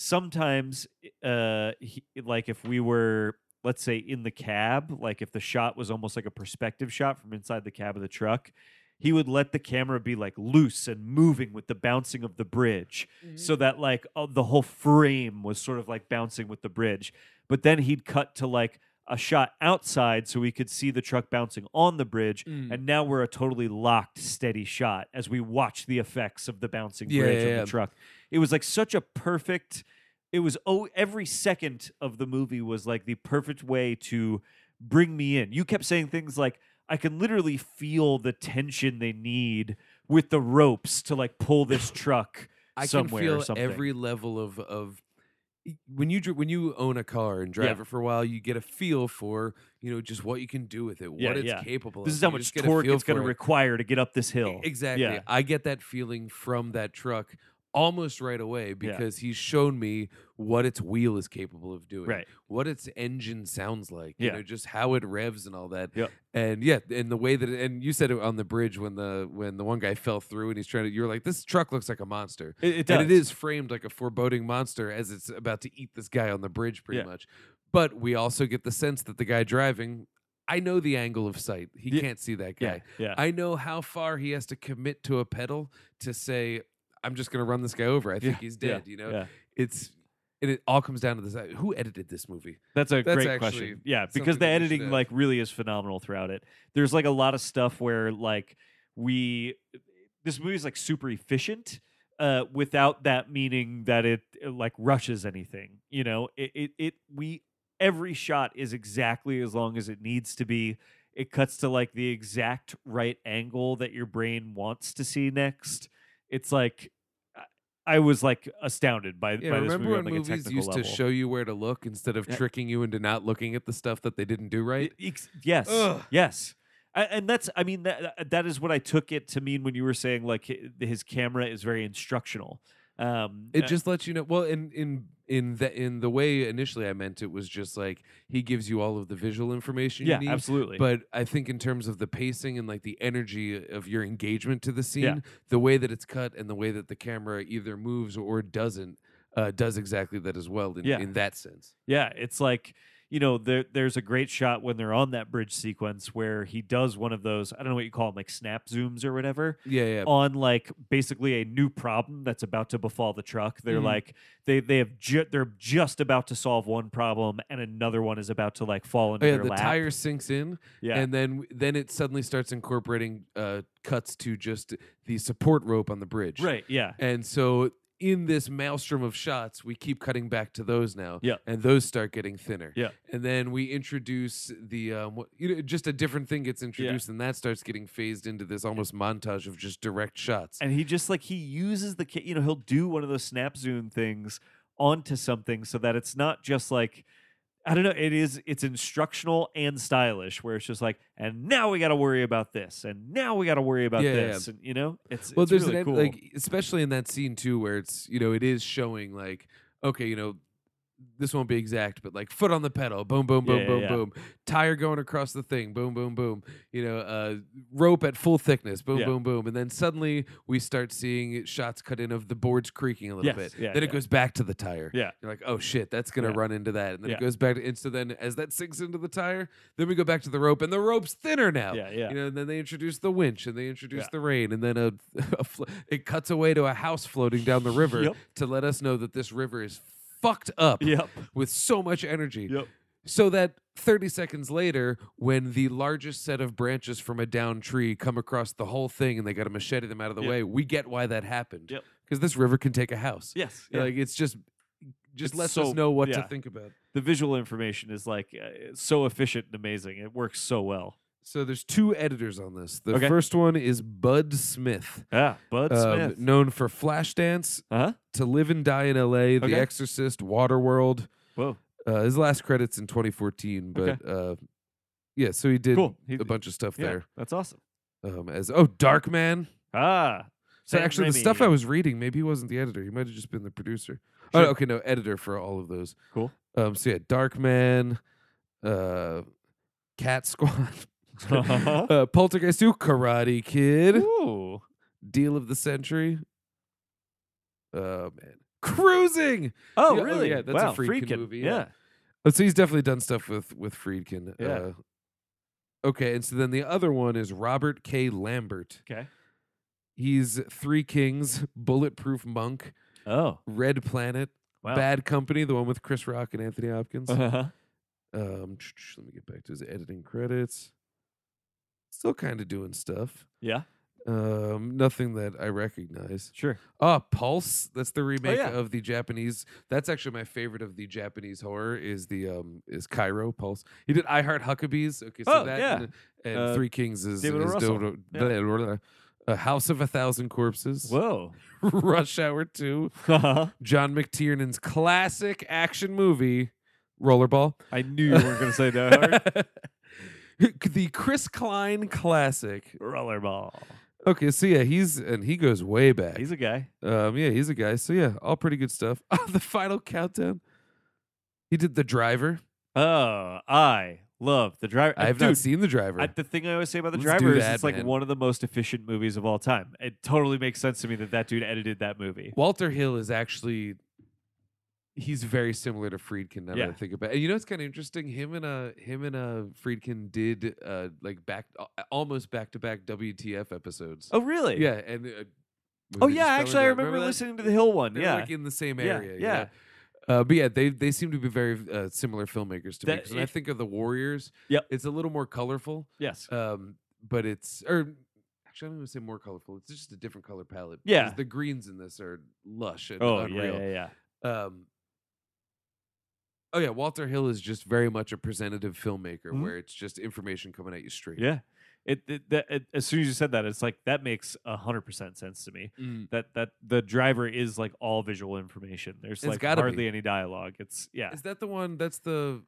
Sometimes, uh, he, like if we were, let's say, in the cab, like if the shot was almost like a perspective shot from inside the cab of the truck, he would let the camera be like loose and moving with the bouncing of the bridge so that like uh, the whole frame was sort of like bouncing with the bridge but then he'd cut to like a shot outside so we could see the truck bouncing on the bridge
Mm.
and now we're a totally locked steady shot as we watch the effects of the bouncing
Yeah,
bridge
yeah,
of
yeah.
the truck it was like such a perfect it was oh every second of the movie was like the perfect way to bring me in you kept saying things like i can literally feel the tension they need with the ropes to like pull this truck
I can
somewhere
feel
or something
every level of of y- when you dri- when you own a car and drive
Yeah.
it for a while, you get a feel for you know just what you can do with it,
Yeah,
what it's
yeah.
capable.
this
of.
is how
You
much
just get a
torque
feel
it's going to
for it. E,
require to get up this hill
Exactly.
yeah
I get that feeling from that truck almost right away because he's shown me what its wheel is capable of doing,
right
what its engine sounds like,
Yeah.
you know, just how it revs and all that.
Yep.
And yeah, and the way that it, and you said it on the bridge when the when the one guy fell through and he's trying to you were like this truck looks like a monster.
it, it does
And it is framed like a foreboding monster as it's about to eat this guy on the bridge, pretty
Yeah.
much. But we also get the sense that the guy driving, I know the angle of sight. He
Yeah.
can't see that guy.
yeah yeah
I know how far he has to commit to a pedal to say, I'm just going to run this guy over. I think
Yeah,
he's
yeah,
dead. You know,
yeah.
it's. And it all comes down to this: who edited this movie?
That's a
That's
great
actually
question. Yeah, because
something
the
that we should
editing
have.
like really is phenomenal throughout it. There's like a lot of stuff where like we this movie's like super efficient uh without that meaning that it uh, like rushes anything. You know, it it, it we every shot is exactly as long as it needs to be. It cuts to like the exact right angle that your brain wants to see next. It's like I- I was like astounded by,
Yeah,
by this
remember
movie
when
on like a
movies
technical
used
level.
to show you where to look instead of
Yeah.
tricking you into not looking at the stuff that they didn't do right?
Y- E, ex- yes.
Ugh.
Yes. A- And that's, I mean, that that is what I took it to mean when you were saying like hi- his camera is very instructional. Um,
It
uh,
just lets you know. Well, in in in the in the way initially I meant it was just like he gives you all of the visual information
yeah,
you need.
absolutely.
But I think in terms of the pacing and like the energy of your engagement to the scene,
Yeah.
the way that it's cut and the way that the camera either moves or doesn't uh, does exactly that as well. In,
Yeah.
in that sense,
Yeah, it's like you know there there's a great shot when they're on that bridge sequence where he does one of those I don't know what you call them like snap zooms or whatever.
yeah, yeah.
on like basically a new problem that's about to befall the truck. They're
Mhm.
like they they have ju- they're just about to solve one problem and another one is about to like fall into
Oh, yeah,
their
the
lap.
tire sinks in,
yeah,
and then then it suddenly starts incorporating uh, cuts to just the support rope on the bridge.
right. Yeah,
And so in this maelstrom of shots, we keep cutting back to those now.
Yeah.
And those start getting thinner.
Yeah.
And then we introduce the um what, you know, just a different thing gets introduced and that starts getting phased into this almost montage of just direct shots.
and he just like he uses the ca- you know he'll do one of those snap zoom things onto something so that it's not just like I don't know. It is. It's instructional and stylish, where it's just like, and now we got to worry about this, and now we got to worry about
Yeah, yeah.
this, and you know, it's
well
it's
there's
really
an,
cool.
like especially in that scene too where it's you know it is showing like okay you know this won't be exact but like foot on the pedal boom boom boom
Yeah,
boom
yeah.
boom tire going across the thing boom boom boom you know uh rope at full thickness boom
Yeah.
boom boom and then suddenly we start seeing shots cut in of the boards creaking a little
Yes,
bit
yeah,
then it
yeah.
goes back to the tire
Yeah.
you're like oh shit that's gonna
Yeah.
run into that and then it
Yeah.
goes back to, and so then as that sinks into the tire then we go back to the rope and the rope's thinner now
yeah, yeah.
you know, and then they introduce the winch and they introduce
Yeah.
the rain, and then a, a fl- it cuts away to a house floating down the river
Yep.
to let us know that this river is fucked up
yep.
with so much energy.
Yep.
So that 30 seconds later, when the largest set of branches from a downed tree come across the whole thing and they got to machete them out of the
Yep.
way, we get why that happened.
Yep.
Because this river can take a house.
Yes. yeah.
Like, it's just, just
It's
lets
so-
us know what
yeah.
to think about.
the visual information is like uh, it's so efficient and amazing. It works so well.
So there's two editors on this. The
Okay.
first one is Bud Smith.
Yeah, Bud
um,
Smith. Uh-huh.
known for Flashdance,
huh?
To Live and Die in L.A.,
Okay.
The Exorcist, Waterworld.
Whoa.
Uh, his last credits in 2014, but uh, yeah, so he did
Cool. He-
a bunch of stuff
Yeah,
there.
that's awesome.
Um, as oh, Dark Man.
Ah,
So
Sam
actually, the stuff I
Raimi.
was reading, maybe he wasn't the editor. He might have just been the producer. Oh,
Sure.
okay, no, editor for all of those.
Cool.
Um, so yeah, Dark Man, uh, Cat Squad,
Uh-huh.
uh, Poltergeist 2, Karate Kid.
Ooh.
deal of the century. Oh man, cruising.
Oh,
Yeah, oh,
really?
yeah, that's a
wow,
Friedkin
Friedkin.
movie,
Yeah.
yeah. Oh, So he's definitely done stuff with with Friedkin.
Yeah.
Uh, okay, and so then the other one is Robert K. Lambert.
Okay.
He's Three Kings, Bulletproof Monk,
Oh,
Red Planet,
wow.
Bad Company, the one with Chris Rock and Anthony Hopkins.
Oh. Uh-huh.
Um, let me get back to his editing credits. Still kind of doing stuff.
Yeah.
Um, nothing that I recognize.
Sure.
Uh Pulse. That's the remake
Oh, yeah.
of the Japanese. That's actually my favorite of the Japanese horror. Is the um is Cairo Pulse. He did I Heart Huckabees. Okay, so
Oh,
that
yeah.
and, and
Uh,
Three Kings is,
David O.
is
Russell.
Dodo-
Yeah.
blah, blah, blah. A House of a Thousand Corpses.
Whoa.
Rush Hour Two.
I
John McTiernan's classic action movie, Rollerball.
knew you weren't going to say that.
the Chris Klein classic.
Rollerball.
Okay, so yeah, he's and he goes way back.
He's a guy.
Um, yeah, he's a guy. So yeah, all pretty good stuff. Oh, the final countdown. He did the driver.
Oh, I love the driver.
I have
Uh, Dude,
not seen the driver.
I, the thing I always say about the
Let's do
driver is
that,
it's like
man.
one of the most efficient movies of all time. It totally makes sense to me that that dude edited that movie.
Walter Hill is actually he's very similar to Friedkin. Now that I
Yeah.
think about it, and you know it's kind of interesting. Him and uh him and uh Friedkin did uh like back a- almost back to back WTF episodes.
Oh, really?
yeah, and uh,
Oh,
they just
yeah.
fell
Actually, I
into-
remember,
that?
listening to the Hill one.
They're,
Yeah.
like in the same
Yeah,
area.
yeah.
Uh, but yeah, they they seem to be very uh, similar filmmakers to me.
That-
'cause when I
it-
think of the Warriors,
Yep.
it's a little more colorful.
yes.
Um, but it's or actually I don't even say more colorful. It's just a different color palette. 'cause
Yeah.
the greens in this are lush and
oh, yeah,
unreal.
yeah, yeah.
Um, oh yeah, Walter Hill is just very much a presentative filmmaker
Mhm.
where it's just information coming at you straight.
Yeah. It, it, that, it as soon as you said that, it's like that makes hundred percent sense to me.
Mm.
That that the driver is like all visual information. There's
It's
like
gotta
hardly
be.
any dialogue. It's yeah.
Is that the one? That's the.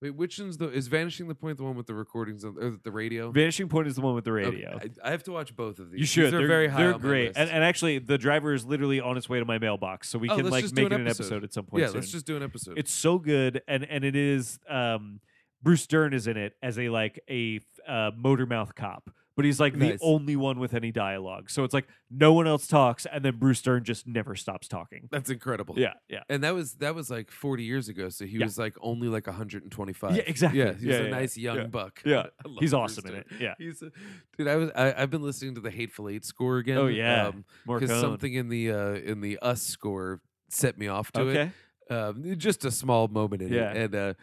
Wait, which one's the? Is Vanishing the Point the one with the recordings of, or the radio?
Vanishing Point is the one with the
Okay,
radio.
I, I have to watch both of these.
You should.
These are
they're
very high.
They're
on my
great.
list.
And, and actually, the driver is literally on its way to my mailbox, so we
Oh,
can
let's
like
just do an
make it an
episode.
episode at some point.
yeah,
soon.
let's just do an episode.
It's so good, and and it is. Um, Bruce Dern is in it as a like a uh, motor mouth cop, but he's like
Nice.
the only one with any dialogue. So it's like no one else talks, and then Bruce Dern just never stops talking.
that's incredible.
Yeah, yeah,
And that was that was like 40 years ago, so he
Yeah.
was like only like 125.
Yeah, exactly.
Yeah, he's
Yeah,
a
yeah,
nice young
yeah.
buck.
Yeah.
I love
he's
Bruce
awesome in
Dern.
it. Yeah,
He's a, dude. I was I, I've been listening to the Hateful Eight score again.
Oh, yeah. more
because something in the uh in the Us score set me off to
Okay,
it. Um, just a small moment in
Yeah.
it, and uh,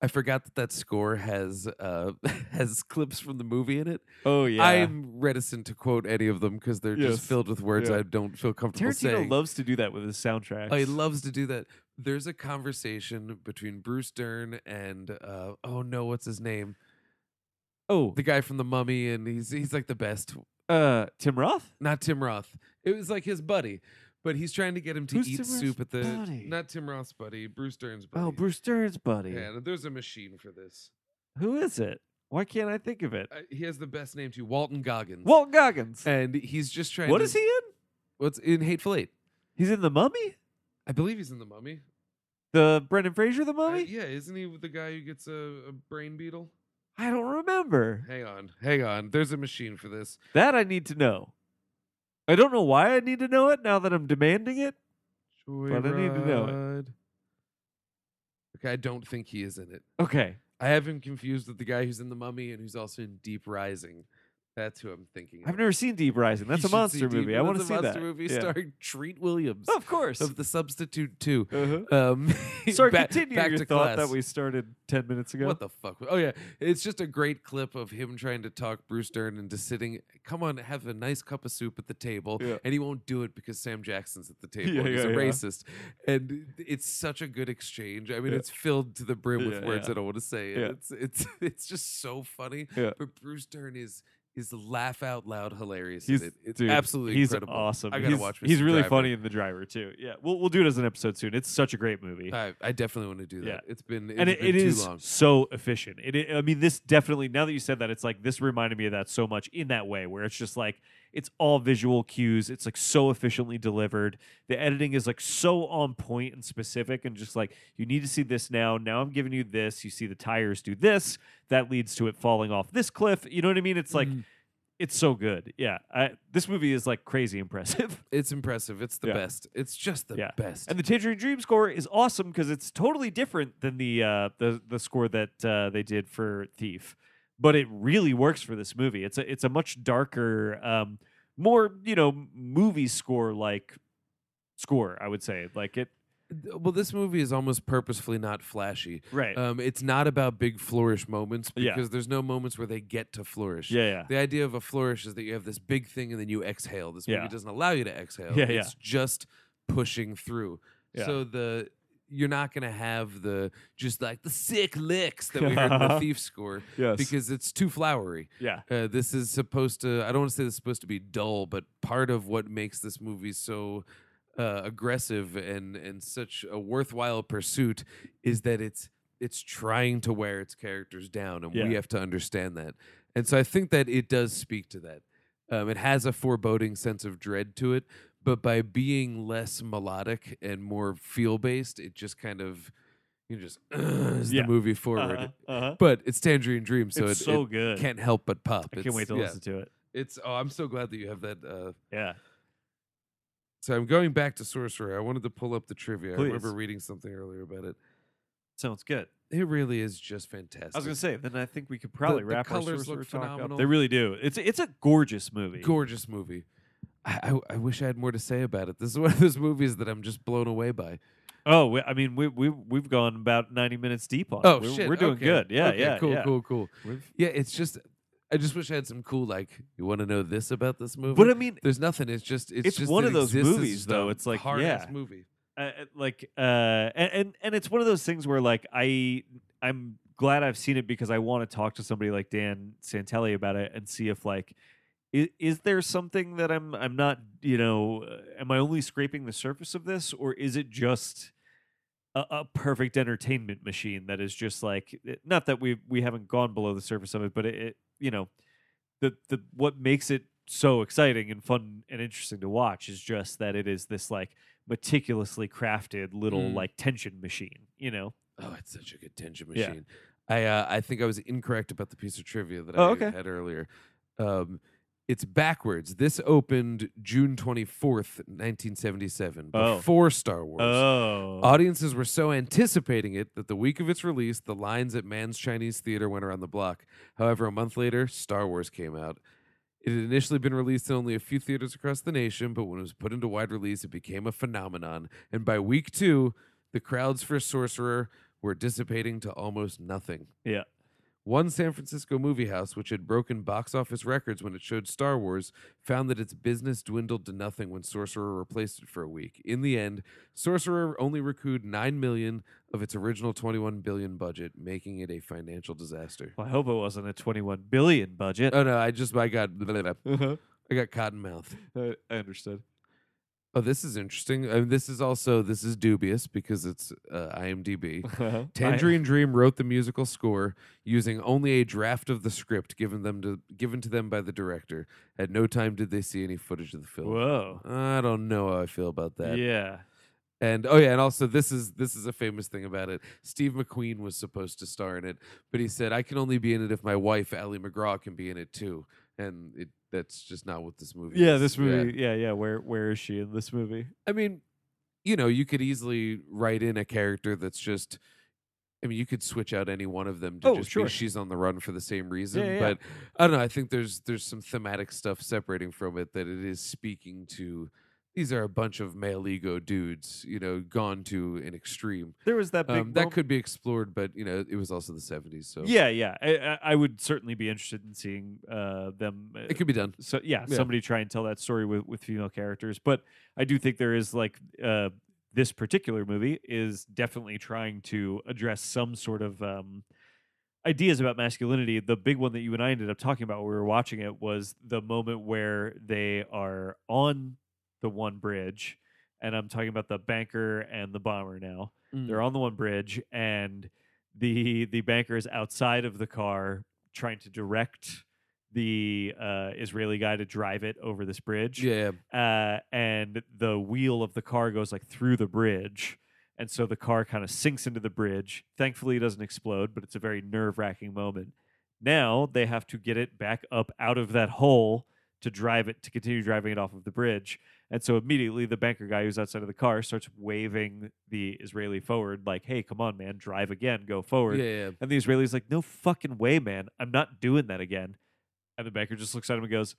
I forgot that that score has uh has clips from the movie in it.
oh yeah.
I'm reticent to quote any of them because they're
Yes.
just filled with words
Yeah.
I don't feel comfortable
Tarantino
saying.
loves to do that with his soundtracks.
Oh, he loves to do that. There's a conversation between Bruce Dern and uh, oh no, what's his name?
oh,
The guy from the Mummy, and he's he's like the best.
uh, Tim Roth.
Not Tim Roth. It was like his buddy, But he's trying to get him to
Who's
eat
Tim Roth's
soup at the
buddy?
not Tim Roth's buddy, Bruce Dern's buddy.
Oh, Bruce Dern's buddy.
Yeah, no, there's a machine for this.
Who is it? Why can't I think of it?
Uh, he has the best name too, Walton Goggins.
Walt Goggins.
and he's just trying.
What
to,
is he in?
What's in Hateful Eight?
He's in The Mummy?
I believe he's in the Mummy.
The Brendan Fraser The
Uh,
Mummy?
yeah, isn't he the guy who gets a, a brain beetle?
I don't remember.
Hang on, hang on. There's a machine for this.
That I need to know. I don't know why I need to know it now that I'm demanding it.
Joyride.
I need to know it.
Okay, I don't think he is in it.
Okay.
I have him confused with the guy who's in the Mummy and who's also in Deep Rising. That's who I'm thinking.
I've
of.
never seen Deep Rising.
You
That's a
should see
monster
Deep-
movie. I
that's
want
a
to see
monster
that.
movie
Yeah.
starring Treat Williams
Of course.
of The Substitute Two.
Uh-huh.
Um,
Sorry,
back-
continue
back
your
to
thought that
class.
we started 10 minutes ago.
What the fuck? Oh yeah, it's just a great clip of him trying to talk Bruce Dern into sitting. Come on, have a nice cup of soup at the table,
Yeah.
and he won't do it because Sam Jackson's at the table.
Yeah,
and he's a
yeah, yeah.
racist, and it's such a good exchange. I mean,
Yeah.
it's filled to the brim with
Yeah,
words
yeah.
I don't want to say. and
Yeah.
It's it's it's just so funny.
Yeah.
But Bruce Dern is is laugh out loud hilarious.
He's
in it. It's
dude,
absolutely
he's
incredible.
awesome.
I gotta
he's,
watch.
He's
Mr.
really
Driver.
funny in The Driver too. Yeah, we'll we'll do it as an episode soon. It's such a great movie,
I, I definitely want to do that.
Yeah.
It's been it's
and it,
been
it
too
is
long.
so efficient. It, i I mean, this definitely. Now that you said that, it's like this reminded me of that so much in that way, where it's just like it's all visual cues. It's like so efficiently delivered. The editing is like so on point and specific, and just like you need to see this now. Now I'm giving you this. You see the tires do this. That leads to it falling off this cliff. You know what I mean? It's like.
Mhm.
It's so good. Yeah. I, this movie is like crazy impressive.
It's impressive. It's the
Yeah.
best. It's just the
Yeah.
best.
And the Tangerine Dream score is awesome because it's totally different than the uh, the the score that uh, they did for Thief, but it really works for this movie. It's a it's a much darker, um, more you know movie score like score. I would say like it
Th- Well, this movie is almost purposefully not flashy.
right.
Um, it's not about big flourish moments
Yeah.
because there's no moments where they get to flourish.
yeah, yeah,
The idea of a flourish is that you have this big thing and then you exhale. This movie
Yeah.
doesn't allow you to exhale.
Yeah,
it's
yeah.
just pushing through.
Yeah.
So the you're not gonna have the just like the sick licks that we heard in the thief score
yes,
because it's too flowery.
yeah,
Uh, this is supposed to, I don't want to say this is supposed to be dull, but part of what makes this movie so uh, aggressive and, and such a worthwhile pursuit is that it's it's trying to wear its characters down, and
Yeah.
we have to understand that. And so I think that it does speak to that. Um, it has a foreboding sense of dread to it, but by being less melodic and more feel based, it just kind of you know, just is
Yeah.
the movie forward.
Uh-huh, uh-huh.
But it's Tangerine Dream, so
it's
it,
so
it
good.
can't help but pop.
I can't
It's-
wait to
yeah.
listen to it.
It's oh, I'm so glad that you have that. Uh,
Yeah,
so I'm going back to sorcery. I wanted to pull up the trivia. I remember
Please.
reading something earlier about it.
sounds good.
It really is just fantastic.
I was gonna say, then I think we could probably
the
wrap our
colours
Sorcerer
look
talk
phenomenal.
up. They really do. It's it's a gorgeous movie.
gorgeous movie. I, I, I wish I had more to say about it. This is one of those movies that I'm just blown away by.
Oh, we, I mean, we we we've gone about ninety minutes deep on.
Oh
it. We're,
shit,
we're doing
okay.
good. Yeah,
Okay,
yeah,
cool,
yeah.
cool, cool.
We've-
Yeah, it's just. I just wish I had some cool like. You want to know this about this movie?
But I mean,
There's nothing. It's just. It's,
It's
just
one
it
of those
exists.
movies,
just
though.
a
It's like,
hard-ass
yeah.
movie.
uh, uh, like, uh, and, and and it's one of those things where like I I'm glad I've seen it because I want to talk to somebody like Dan Santelli about it and see if like. i- Is there something that I'm I'm not you know uh, am I only scraping the surface of this or is it just a, a perfect entertainment machine that is just like it- not that we we haven't gone below the surface of it, but it, it you know the the what makes it so exciting and fun and interesting to watch is just that it is this like meticulously crafted little
Mm.
like tension machine, you know.
Oh, it's such a good tension
Yeah.
machine. I uh, I think I was incorrect about the piece of trivia that I
Oh, okay.
had earlier. Um, it's backwards. This opened June twenty fourth, nineteen seventy seven,
Oh.
before Star Wars.
Oh.
Audiences were so anticipating it that the week of its release, the lines at Man's Chinese Theater went around the block. However, a month later, Star Wars came out. It had initially been released in only a few theaters across the nation, but when it was put into wide release, it became a phenomenon. And by week two, the crowds for Sorcerer were dissipating to almost nothing.
Yeah.
One San Francisco movie house, which had broken box office records when it showed Star Wars, found that its business dwindled to nothing when Sorcerer replaced it for a week. In the end, Sorcerer only recouped 9 million of its original 21 billion budget, making it a financial disaster.
Well, I hope it wasn't a 21 billion budget.
Oh no, I just I got I got cotton mouth.
I uh-huh. understood.
Oh, this is interesting. I mean, this is also this is dubious because it's uh, IMDb.
I-
Tangerine Dream wrote the musical score using only a draft of the script given them to given to them by the director. At no time did they see any footage of the film.
Whoa.
I don't know how I feel about that.
Yeah.
And oh yeah, and also this is this is a famous thing about it. Steve McQueen was supposed to star in it, but he said I can only be in it if my wife Ally McGraw can be in it too. And it that's just not what this movie
Yeah,
is.
this movie. Yeah. yeah, Where where is she in this movie?
I mean, you know, you could easily write in a character that's just. I mean, you could switch out any one of them to
Oh,
just
sure.
be she's on the run for the same reason.
yeah, yeah.
But I don't know. I think there's there's some thematic stuff separating from it that it is speaking to. These are a bunch of male ego dudes, you know, gone to an extreme.
There was that big.
Um, that
mom-
could be explored, but you know, it was also the '70s, so
Yeah, yeah. I, I- I would certainly be interested in seeing uh, them. uh,
it could be done.
so yeah,
Yeah.
somebody try and tell that story with, with female characters. But I do think there is like uh, this particular movie is definitely trying to address some sort of um, ideas about masculinity. The big one that you and I ended up talking about when we were watching it was the moment where they are on the one bridge, and I'm talking about the banker and the bomber now
Mm.
they're on the one bridge and the the banker is outside of the car trying to direct the uh, israeli guy to drive it over this bridge
yeah,
uh, and the wheel of the car goes like through the bridge and so the car kind of sinks into the bridge thankfully it doesn't explode but it's a very nerve-wracking moment now they have to get it back up out of that hole to drive it to continue driving it off of the bridge and so immediately the banker guy who's outside of the car starts waving the israeli forward like hey come on man drive again go
yeah,
forward
yeah.
and the Israeli's like, no fucking way, man. I'm not doing that again. And the banker just looks at him and goes,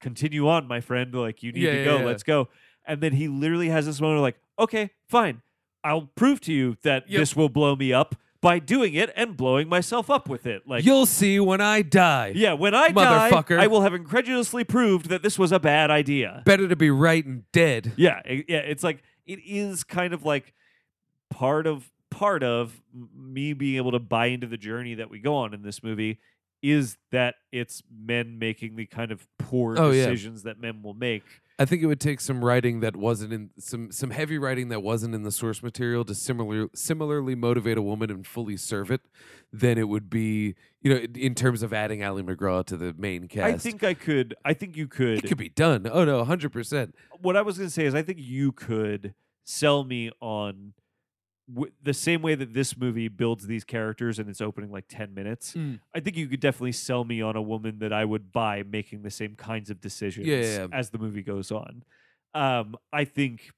continue on, my friend. Like, you need
Yeah,
to
yeah,
go.
yeah.
Let's go. And then he literally has this moment of like, okay, fine. I'll prove to you that
Yep.
this will blow me up by doing it and blowing myself up with it. Like,
You'll see when I die.
yeah, when I
Motherfucker.
die, I will have incredulously proved that this was a bad idea.
Better to be right and dead.
Yeah, i- yeah, it's like it is kind of like part of part of m- me being able to buy into the journey that we go on in this movie is that it's men making the kind of poor
Oh, yeah.
decisions that men will make.
I think it would take some writing that wasn't in some some heavy writing that wasn't in the source material to similar similarly motivate a woman and fully serve it than it would be you know in, in terms of adding Ally McGraw to the main cast.
I think I could. I think you could.
it could be done. Oh no, hundred percent.
What I was going to say is, I think you could sell me on. W- the same way that this movie builds these characters in its opening like 10 minutes,
Mm.
I think you could definitely sell me on a woman that I would buy making the same kinds of decisions
Yeah, yeah, yeah.
as the movie goes on. Um, I think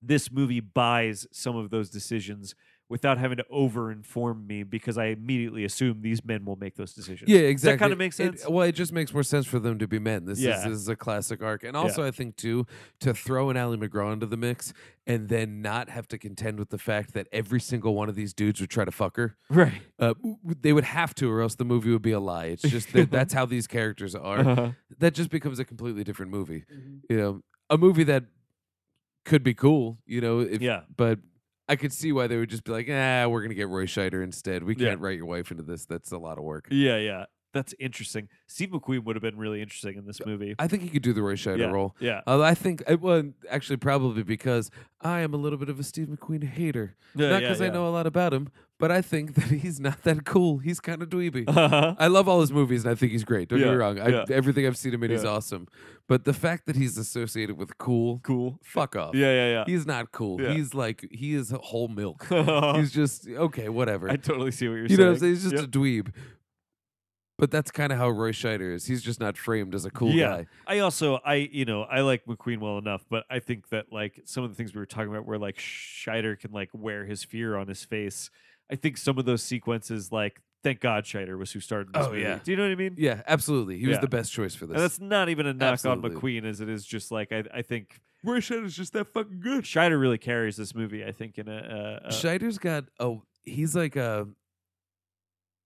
this movie buys some of those decisions without having to over inform me because I immediately assume these men will make those decisions.
Yeah, exactly.
That kind of makes
It-
sense.
well, it just makes more sense for them to be men. This, is,
Yeah.
this is a classic arc, and also I think too to throw an Ally McGraw into the mix and then not have to contend with the fact that every single one of these dudes would try to fuck her.
right.
Uh, w- w- they would have to, or else the movie would be a lie. It's just that that's how these characters are.
Uh-huh.
That just becomes a completely different movie. You know, a movie that could be cool. You know, if,
Yeah.
But I could see why they would just be like, "Ah, we're gonna get Roy Scheider instead. We
Yeah.
can't write your wife into this. That's a lot of work."
Yeah, yeah. That's interesting. Steve McQueen would have been really interesting in this movie.
I think he could do the Roy Scheider
yeah.
role.
Yeah.
Uh, I think, I- well, actually, probably because I am a little bit of a Steve McQueen hater.
Yeah,
Not
yeah,
because I
yeah.
know a lot about him, but I think that he's not that cool. He's kind of dweeby.
Uh-huh.
I love all his movies, and I think he's great. Don't get
Yeah,
me wrong. I,
yeah.
Everything I've seen him in, he's
Yeah.
awesome. But the fact that he's associated with cool,
Cool.
fuck off.
Yeah, yeah, yeah.
He's not cool.
Yeah. Uh-huh.
He's like he is whole milk. he's just okay, whatever.
I totally see what you're
you
saying.
know what I'm saying? He's just
Yeah.
a dweeb. But that's kind of how Roy Scheider is. He's just not framed as a cool
Yeah.
guy.
I also I you know I like McQueen well enough, but I think that like some of the things we were talking about, where like Scheider can like wear his fear on his face. I think some of those sequences, like thank God Scheider was who started this
Oh,
movie.
yeah.
Do you know what I mean?
Yeah, absolutely. He was
Yeah.
the best choice for this.
And that's not even a knock
Absolutely.
on McQueen, as it is just like I, I think
Roy Scheider's just that fucking good.
Scheider really carries this movie. I think in a, a, a
Scheider's got oh he's like a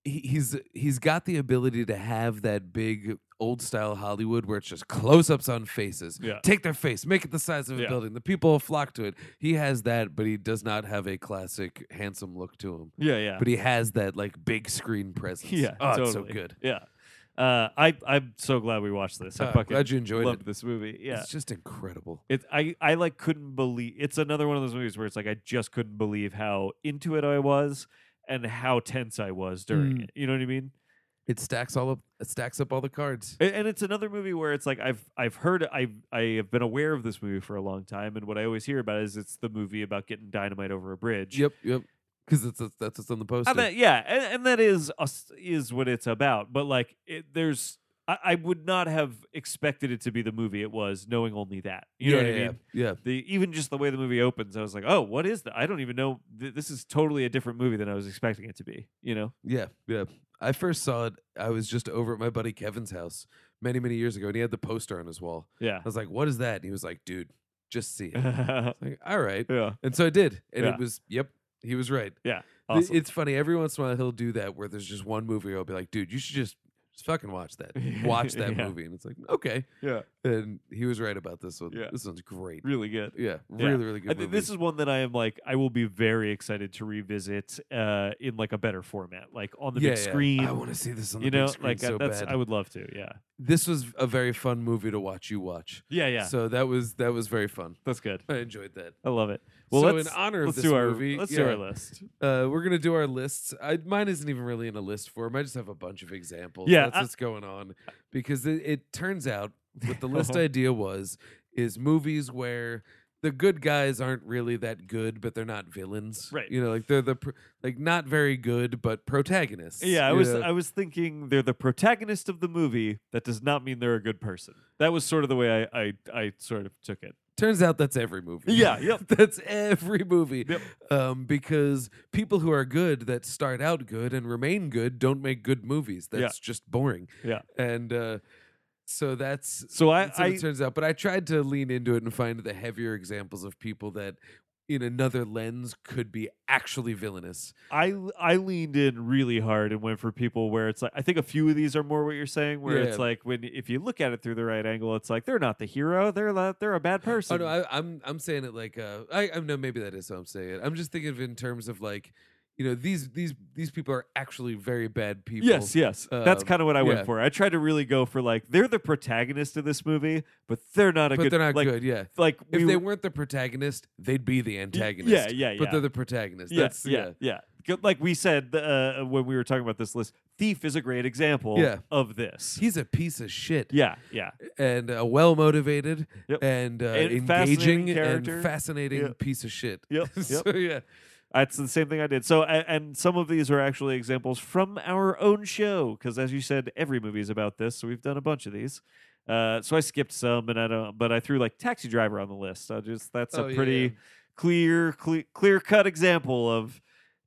he, he's he's got the ability to have that big old style Hollywood where it's just close ups on faces.
Yeah.
Take their face, make it the size of a
Yeah.
building. The people will flock to it. He has that, but he does not have a classic handsome look to him.
yeah yeah
But he has that like big screen presence.
yeah
oh,
totally.
it's so good.
yeah. Uh, I I'm so glad we watched this. I
Uh,
fucking
glad you enjoyed
loved
it.
this movie. Yeah,
It's just incredible.
It I I like couldn't believe it's another one of those movies where it's like I just couldn't believe how into it I was and how tense I was during
Mm.
it. You know what I mean?
It stacks all up. It stacks up all the cards.
A- And it's another movie where it's like I've I've heard I I have been aware of this movie for a long time and what I always hear about is it's the movie about getting dynamite over a bridge.
Yep, yep. Because that's that's what's on the poster.
I bet- yeah, and, and that is us is what it's about. But like it, there's I, I would not have expected it to be the movie it was knowing only that. You know
yeah,
what I mean?
yeah, Yeah.
the even just the way the movie opens, I was like, oh, what is that? I don't even know. Th- this is totally a different movie than I was expecting it to be. You know?
Yeah, yeah. I first saw it. I was just over at my buddy Kevin's house many, many years ago, and he had the poster on his wall.
Yeah.
I was like, "What is that?" And he was like, "Dude, just see it."
yeah.
like, all right. And so I did, and
Yeah.
it was, yep, he was right. Th-
Awesome.
It's funny. Every once in a while, he'll do that where there's just one movie. Where I'll be like, "Dude, you should just, just fucking watch that. Watch that
Yeah.
movie." And it's like, okay.
Yeah.
And he was right about this one.
Yeah.
This one's great.
really good.
Yeah,
Yeah.
really, really good.
I think this
movie.
is one that I am like I will be very excited to revisit uh, in like a better format, like on the
yeah,
big
yeah.
screen.
I want to see this on the
you know,
big screen
like uh,
so
that's
bad.
I would love to. Yeah.
this was a very fun movie to watch. You watch.
Yeah. Yeah.
So that was that was very fun.
that's good.
I enjoyed that.
I love it. Well,
so
let's
in honor of
let's
this
do our
movie,
let's do
yeah,
our list.
Uh, we're gonna do our lists. I, mine isn't even really in a list form. I just have a bunch of examples.
Yeah,
that's
I-
what's going on because it, it turns out what the list idea was is movies where the good guys aren't really that good, but they're not villains.
Right.
You know, like they're the pr- like not very good, but protagonists.
Yeah, I
you
was
know?
I was thinking they're the protagonist of the movie. That does not mean they're a good person. That was sort of the way I I, I sort of took it.
Turns out that's every movie.
Yeah, yep.
that's every movie.
Yep.
Um, because people who are good that start out good and remain good don't make good movies.
Yeah.
That's just boring.
Yeah.
And uh, so that's
So I
that's how
I,
it turns out. But I tried to lean into it and find the heavier examples of people that in another lens could be actually villainous.
I I leaned in really hard and went for people where it's like I think a few of these are more what you're saying, where it's
Yeah.
like when if you look at it through the right angle, it's like they're not the hero, they're la- they're a bad person.
Oh no, I, I'm I'm saying it like uh, I I know maybe that is how I'm saying it. I'm just thinking of it in terms of like, you know, these these these people are actually very bad people.
Yes, yes. That's
Um,
kind of what I went
yeah.
for. I tried to really go for like they're the protagonist of this movie, but they're not a
but
good
they're not
like,
good. Yeah.
Like
If
we
they weren't the protagonist, they'd be the antagonist.
Yeah, yeah, yeah.
But they're the protagonist.
Yeah,
That's yeah.
yeah, yeah. Go- Like we said uh, when we were talking about this list, Thief is a great example
Yeah.
of this.
He's a piece of shit.
yeah, yeah,
And uh, well motivated
Yep.
and, uh,
And fascinating
engaging
character.
and fascinating
Yep.
piece of shit.
Yep,
so
yep.
yeah.
that's the same thing I did. So, a- and some of these are actually examples from our own show because, as you said, every movie is about this. So we've done a bunch of these. Uh, so I skipped some, and I don't. But I threw like Taxi Driver on the list. So just that's
Oh,
a
yeah,
pretty
yeah.
clear, clear, clear cut example of.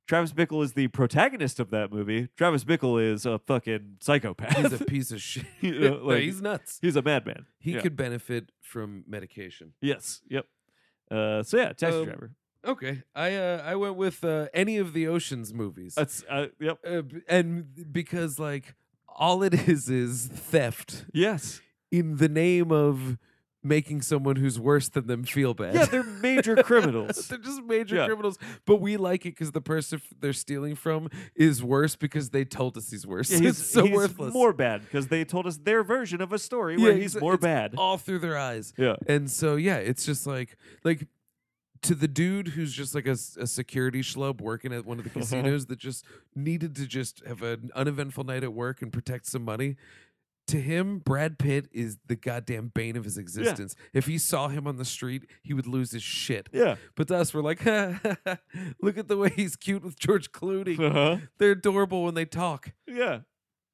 Travis Bickle is the protagonist of that movie. Travis Bickle is a fucking psychopath.
He's a piece of shit.
You know,
No,
like-
he's nuts.
He's a madman.
He
Yeah.
could benefit from medication.
Yes. Yep. Uh, so yeah, taxi
Um,
driver.
Okay. I uh, I went with uh, any of the Oceans movies.
That's uh, yep.
Uh, b- and because like all it is is theft
Yes.
in the name of making someone who's worse than them feel bad.
Yeah, they're major criminals.
they're just major
Yeah.
criminals, but we like it because the person f- they're stealing from is worse because they told us he's worse.
Yeah,
it's so worthless.
More bad because they told us their version of a story where
Yeah,
he's
it's-
more
it's
bad.
all through their eyes.
yeah.
And so yeah, it's just like like to the dude who's just like a, s- a security schlub working at one of the
Mm-hmm.
casinos that just needed to just have an uneventful night at work and protect some money. To him, Brad Pitt is the goddamn bane of his existence. If he saw him on the street, he would lose his shit.
Yeah.
But to us, we're like, look at the way he's cute with George Clooney.
Uh-huh.
They're adorable when they talk.
Yeah.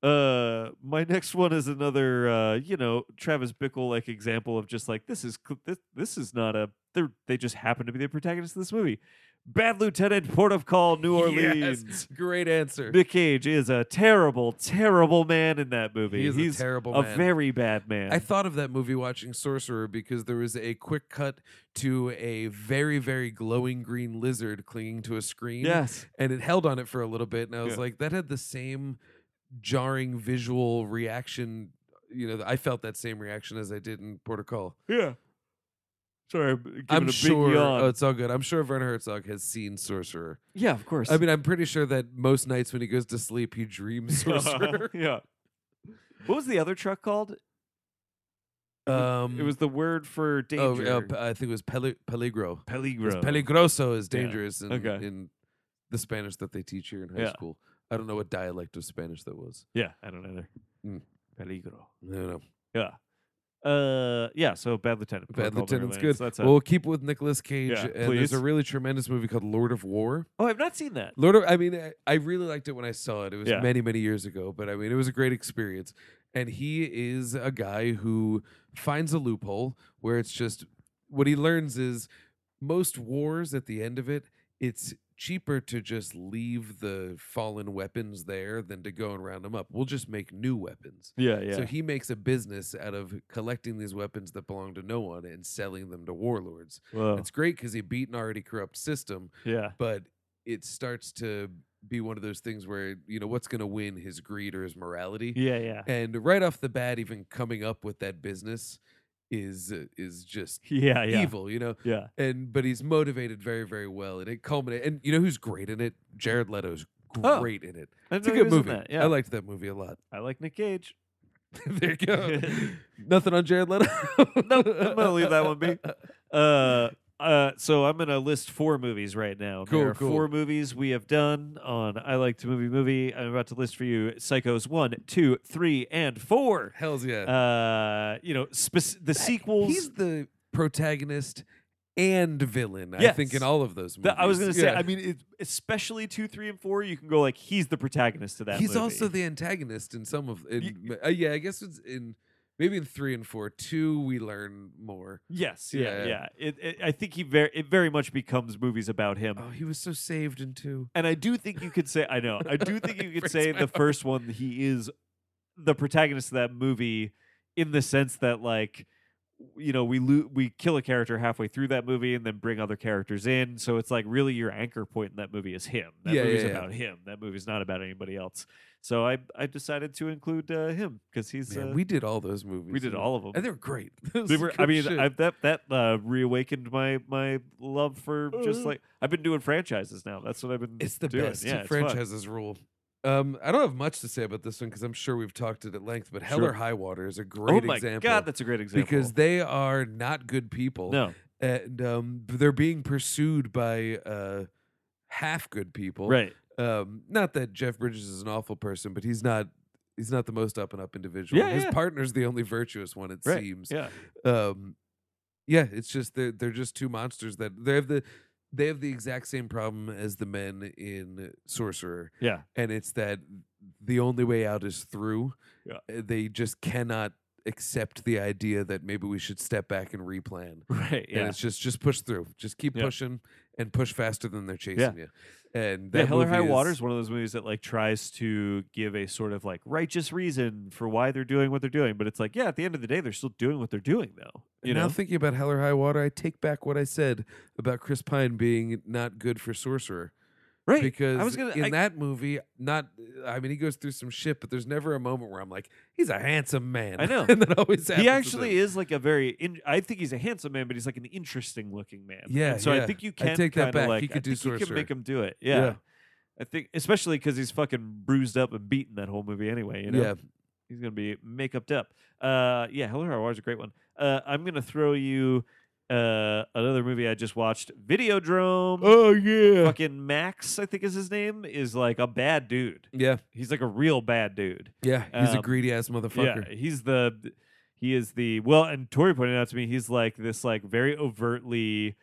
Uh, my next one is another, uh, you know, Travis Bickle like example of just like this is cl- this, this is not a they they just happen to be the protagonist of this movie. Bad Lieutenant, Port of Call, New Orleans.
Yes, great answer.
Nick Cage is a terrible, terrible man in that movie.
He is a
He's
terrible
a
man.
very bad man.
I thought of that movie watching Sorcerer because there was a quick cut to a very, very glowing green lizard clinging to a screen.
yes,
And it held on it for a little bit. And I was
Yeah.
like, that had the same jarring visual reaction. You know, I felt that same reaction as I did in Porter Call.
yeah. Sorry, I'm giving a
I'm
big
sure.
yawn.
Oh, it's all good. I'm sure Werner Herzog has seen Sorcerer.
yeah, of course.
I mean, I'm pretty sure that most nights when he goes to sleep, he dreams sorcerer.
yeah, What was the other truck called?
Um,
It was the word for
oh,
danger.
uh, p- I think it was peli- peligro. It's
Peligro.
peligroso is
Yeah.
dangerous in,
Okay.
in the Spanish that they teach here in high
Yeah.
school. I don't know what dialect of Spanish that was.
yeah, I don't either.
Mm.
Peligro.
I don't know.
Yeah. Uh, yeah. So bad lieutenant.
Bad
Paul Calder
Lieutenant's
Lance,
good.
That's it.
We'll keep with Nicolas Cage.
Yeah,
and there's
please.
a really tremendous movie called Lord of War.
oh, I've not seen that.
Lord of, I mean, I, I really liked it when I saw it. It was
Yeah.
many, many years ago, but I mean, it was a great experience. And he is a guy who finds a loophole where it's just what he learns is most wars at the end of it, it's cheaper to just leave the fallen weapons there than to go and round them up. We'll just make new weapons.
Yeah, yeah.
So he makes a business out of collecting these weapons that belong to no one and selling them to warlords.
Whoa.
It's great because he beat an already corrupt system,
yeah.
but it starts to be one of those things where you know what's going to win his greed or his morality
Yeah, yeah.
and right off the bat even coming up with that business is uh, is just
Yeah, yeah.
evil you know
Yeah.
and but he's motivated very very well and it culminates and you know who's great in it jared leto's
Oh.
great in it
I
it's a
didn't know he
good
was in
movie
that, Yeah.
i liked that movie a lot
I like Nick Cage.
there you go nothing on jared leto no i'm
gonna leave that one be. Uh, uh, so I'm gonna list four movies right now.
Cool,
there are
cool.
Four movies we have done on I Like to Movie Movie. I'm about to list for you Psychos one, two, three, and four.
hell's yeah
Uh, you know, spec- the sequels.
He's the protagonist and villain. I think
Yes.
in all of those movies.
that- I was gonna say.
Yeah.
I mean, it, especially two, three, and four. You can go like he's the protagonist to that.
he's
movie.
also the antagonist in some of. In, uh, yeah, I guess it's in maybe in three and four. Two, we learn more.
Yes,
Yeah.
yeah, yeah. It, it, I think he very it very much becomes movies about him.
Oh, he was so saved in two.
And I do think you could say I know. I do think you could
Breaks
say
my
the
heart.
first one he is the protagonist of that movie in the sense that like you know, we lo- we kill a character halfway through that movie and then bring other characters in. So it's like really your anchor point in that movie is him. That
Yeah,
movie's
yeah, yeah.
about him. That movie's not about anybody else. So I I decided to include uh, him because he's
Man,
uh,
we did all those movies.
we did all of them.
and they were great.
They were- I mean, I've, that that uh, reawakened my my love for just
Uh.
like I've been doing franchises now. That's what I've been.
it's the
doing.
best
Yeah, it's fun.
franchises rule. Um, I don't have much to say about this one because I'm sure we've talked it at length. But Hell
Sure.
or High Water is a
Oh
great
my
example.
god, that's a great example.
because they are not good people.
no,
and um, they're being pursued by uh, half good people.
right?
Um, not that Jeff Bridges is an awful person, but he's not. He's not the most up and up individual.
Yeah,
His
yeah.
partner's the only virtuous one. It
Right.
seems.
Yeah,
Um, yeah. It's just they're they're just two monsters that they have the they have the exact same problem as the men in Sorcerer,
yeah,
and it's that the only way out is through.
Yeah.
Uh, They just cannot accept the idea that maybe we should step back and replan
right. Yeah,
and it's just just push through, just keep
Yeah.
pushing and push faster than they're chasing you. And that
yeah. Hell or
movie
High
is-
Water is one of those movies that like tries to give a sort of like righteous reason for why they're doing what they're doing, but it's like yeah, at the end of the day, they're still doing what they're doing though. You
now
know?
thinking about Hell or High Water, I take back what I said about Chris Pine being not good for Sorcerer
right?
because
I was gonna.
in
I,
that movie, not I mean he goes through some shit, but there's never a moment where I'm like, he's a handsome man.
I know.
and that always happens.
he actually is like a very. In, I think he's a handsome man, but he's like an interesting looking man.
Yeah,
And so I
yeah.
think you
I
can
take that
kinda,
back.
Like,
He could
I
do
think You can
Sorcerer.
make him do it. Yeah.
Yeah.
I think, especially because he's fucking bruised up and beaten that whole movie anyway. You know,
Yeah.
he's gonna be makeuped up. Uh, yeah, Hell or High Water's a great one. Uh, I'm gonna throw you uh another movie I just watched, Videodrome.
Oh yeah.
Fucking Max, I think is his name, is like a bad dude.
Yeah,
He's like a real bad dude.
yeah. He's
Um,
a greedy ass motherfucker.
Yeah, he's the he is the well, and Tori pointed out to me he's like this like very overtly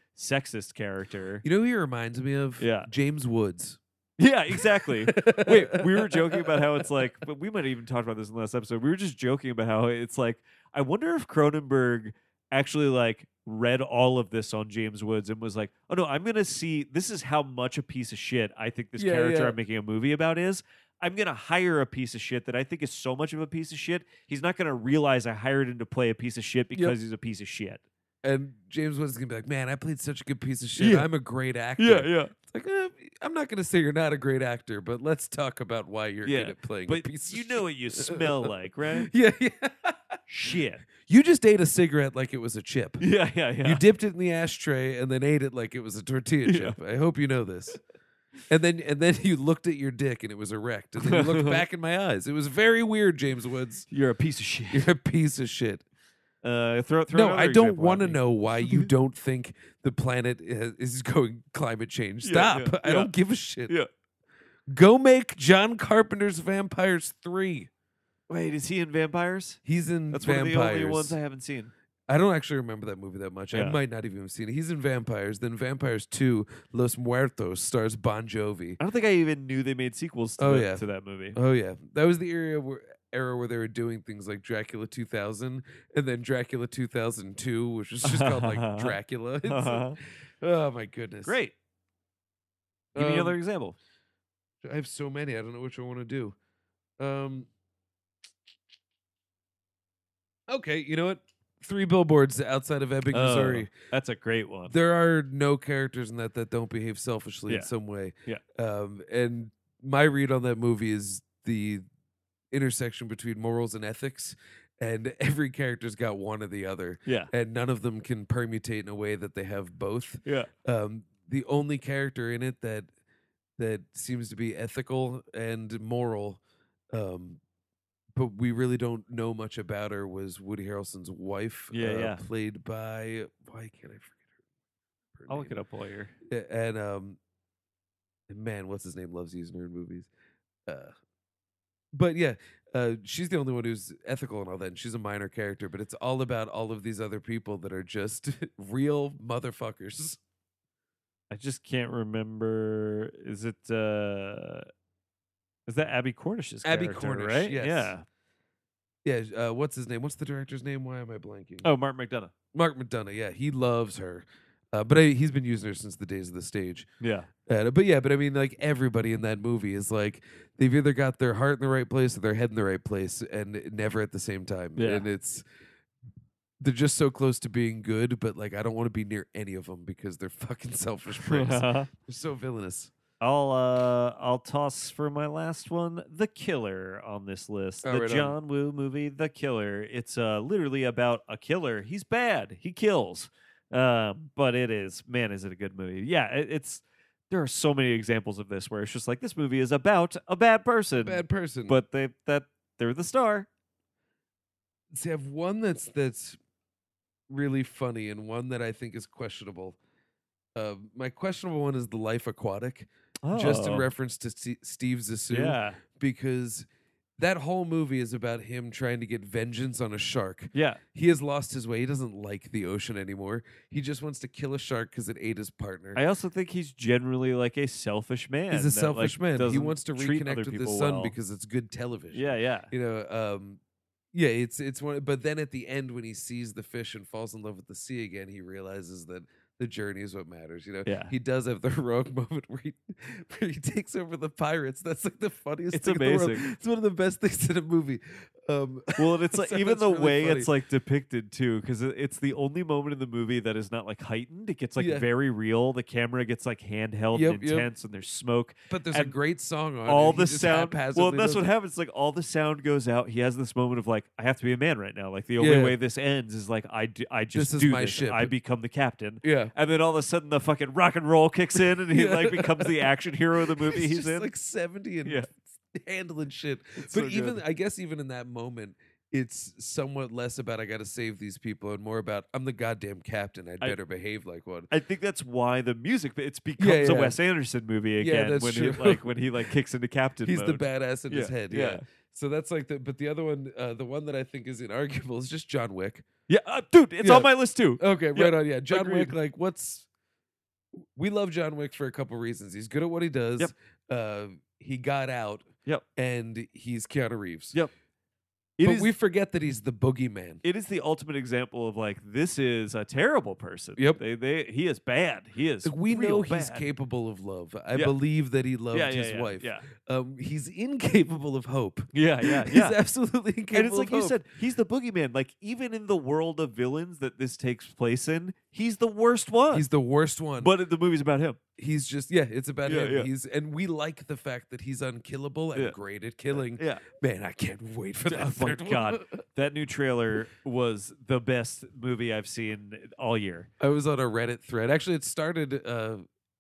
sexist character.
You know who he reminds me of?
Yeah.
James Woods.
Yeah, exactly. Wait, we were joking about how it's like, but we might have even talked about this in the last episode. We were just joking about how it's like, I wonder if Cronenberg actually like read all of this on James Woods and was like, oh no, I'm gonna see this is how much a piece of shit I think this
Yeah,
character
yeah.
I'm making a movie about is. I'm gonna hire a piece of shit that I think is so much of a piece of shit. He's not gonna realize I hired him to play a piece of shit because he's a piece of shit.
And James Woods is gonna be like, "Man, I played such a good piece of shit.
Yeah.
I'm a great actor."
yeah.
It's like, eh, I'm not gonna say you're not a great actor, but let's talk about why you're
Yeah,
good at playing. a
But
piece
you
of
know
shit.
what you smell like, right?
Yeah, yeah.
shit.
You just ate a cigarette like it was a chip.
Yeah, yeah, yeah.
You dipped it in the ashtray and then ate it like it was a tortilla
Yeah.
chip. I hope you know this. and then and then you looked at your dick and it was erect, and then you looked back in my eyes. It was very weird, James Woods.
You're a piece of shit.
You're a piece of shit.
Uh, throw, throw
No,
another
I don't
example at
want to
me.
know why you don't think the planet is is going climate change.
Yeah,
Stop.
yeah,
I
yeah.
don't give a shit.
Yeah.
Go make John Carpenter's Vampires 3.
Wait, is he in Vampires?
He's in
That's
Vampires.
one of the only ones I haven't seen.
I don't actually remember that movie that much. I
Yeah.
might not even have seen it. He's in Vampires. Then Vampires 2, Los Muertos, stars Bon Jovi.
I don't think I even knew they made sequels to,
Oh,
the-
yeah.
to that movie.
Oh, yeah. That was the era where, era where they were doing things like Dracula 2000 and then Dracula 2002, which was just called like Dracula. It's like-
Uh-huh.
oh, my goodness.
Great. Give me
Um,
another example.
I have so many. I don't know which I want to do. Um, okay, you know what? Three billboards outside of Ebbing,
Oh,
Missouri.
That's a great one.
There are no characters in that that don't behave selfishly in
Yeah.
some way.
Yeah.
Um, and my read on that movie is the intersection between morals and ethics, and every character's got one or the other,
yeah.
and none of them can permutate in a way that they have both.
Yeah.
Um, the only character in it that that seems to be ethical and moral, um, but we really don't know much about her was Woody Harrelson's wife, uh,
Yeah, yeah.
played by why can't I forget her? her
I'll look
name?
it up while you're.
A- and um and man what's his name loves using her in movies uh but yeah uh she's the only one who's ethical and all that and she's a minor character but it's all about all of these other people that are just real motherfuckers
I just can't remember. Is it? uh Is that Abby Cornish's
Abby
character?
Cornish,
right?
yes.
Yeah.
yeah uh what's his name what's the director's name why am i blanking
Oh, Mark McDonough.
mark mcdonough yeah he loves her uh, but I, he's been using her since the days of the stage
Yeah.
And, uh, but yeah, but I mean, like everybody in that movie is like they've either got their heart in the right place or their head in the right place, and never at the same time.
Yeah.
And it's they're just so close to being good, but like I don't want to be near any of them because they're fucking selfish pricks. they're so villainous.
I'll uh I'll toss for my last one The Killer on this list.
Oh,
the
right on.
John Woo movie The Killer. It's uh literally about a killer. He's bad. He kills. Um but it is man is it a good movie. Yeah, it, it's there are so many examples of this where it's just like this movie is about a bad person.
Bad person.
But they that they're the star.
see, I have one that's that's really funny and one that I think is questionable. Uh, my questionable one is the Life Aquatic, just in
Oh,
reference to Ste Steve Zissou.
Yeah.
because that whole movie is about him trying to get vengeance on a shark.
Yeah.
He has lost his way. He doesn't like the ocean anymore. He just wants to kill a shark because it ate his partner.
I also think he's generally like a selfish man.
He's
that,
a
like,
selfish man. He
doesn't
wants to
treat other
reconnect with his
people
son
well.
because it's good television.
Yeah, yeah.
You know, um, yeah, it's it's one but then at the end when he sees the fish and falls in love with the sea again, he realizes that the journey is what matters, you know.
Yeah.
He does have the heroic moment where he, where he takes over the pirates. That's like the funniest
It's
thing in the world.
amazing.
It's one of the best things in a movie. Um,
Well, and it's like
So
even
that's
the
really
way
funny.
it's like depicted too, because it's the only moment in the movie that is not like heightened. It gets like
Yeah.
very real. The camera gets like handheld
Yep,
and
yep.
intense, and there's smoke.
But there's a
And
great song on
all
it. He
the
just
sound. Well,
haphazardly
that's
does
what
it.
happens. Like all the sound goes out. He has this moment of like, I have to be a man right now. Like the only
Yeah.
way this ends is like I d- I
This
just
is
do
my
this.
ship.
I become the captain.
Yeah.
And then all of a sudden, the fucking rock and roll kicks in, and he
Yeah.
like becomes the action hero of the movie
He's
he's,
just
in.
like 70 and
Yeah.
handling shit. But
so
even
good.
I guess even in that moment it's somewhat less about I got to save these people and more about I'm the goddamn captain. I'd
I-
better behave like one.
I think that's why the music it's becomes
yeah.
a Wes Anderson movie
Yeah,
again
that's
when he
true.
like when he like kicks into captain
He's
mode.
the badass in his head. Yeah. So that's like the but the other one uh, the one that I think is inarguable is just John Wick.
Yeah, uh, dude, it's
Yeah.
on my list too.
Okay,
Yeah,
right on. Yeah, John Wick.
agreed.
Like, what's we love John Wick for a couple reasons. He's good at what he does.
Yep.
Uh, he got out.
Yep.
And he's Keanu Reeves.
Yep. It
but
is
we forget that he's the boogeyman.
it is the ultimate example of like this is a terrible person.
Yep.
They they he is bad. He is
Like, we
real
know he's
bad.
capable of love. I
Yeah.
believe that he loved
yeah, yeah,
his
yeah,
wife.
Yeah.
Um, he's incapable of hope.
Yeah, yeah,
he's
yeah.
absolutely incapable.
and it's like
of
you
hope.
said, he's the boogeyman. Like even in the world of villains that this takes place in, he's the worst one.
He's the worst one.
but the movie's about him.
he's just yeah, it's about
Yeah,
him.
yeah.
He's and we like the fact that he's unkillable and
Yeah.
great at killing.
Yeah.
Man, I can't wait for that.
Oh my
third one.
God. That new trailer was the best movie I've seen all year.
I was on a Reddit thread. Actually, it started uh,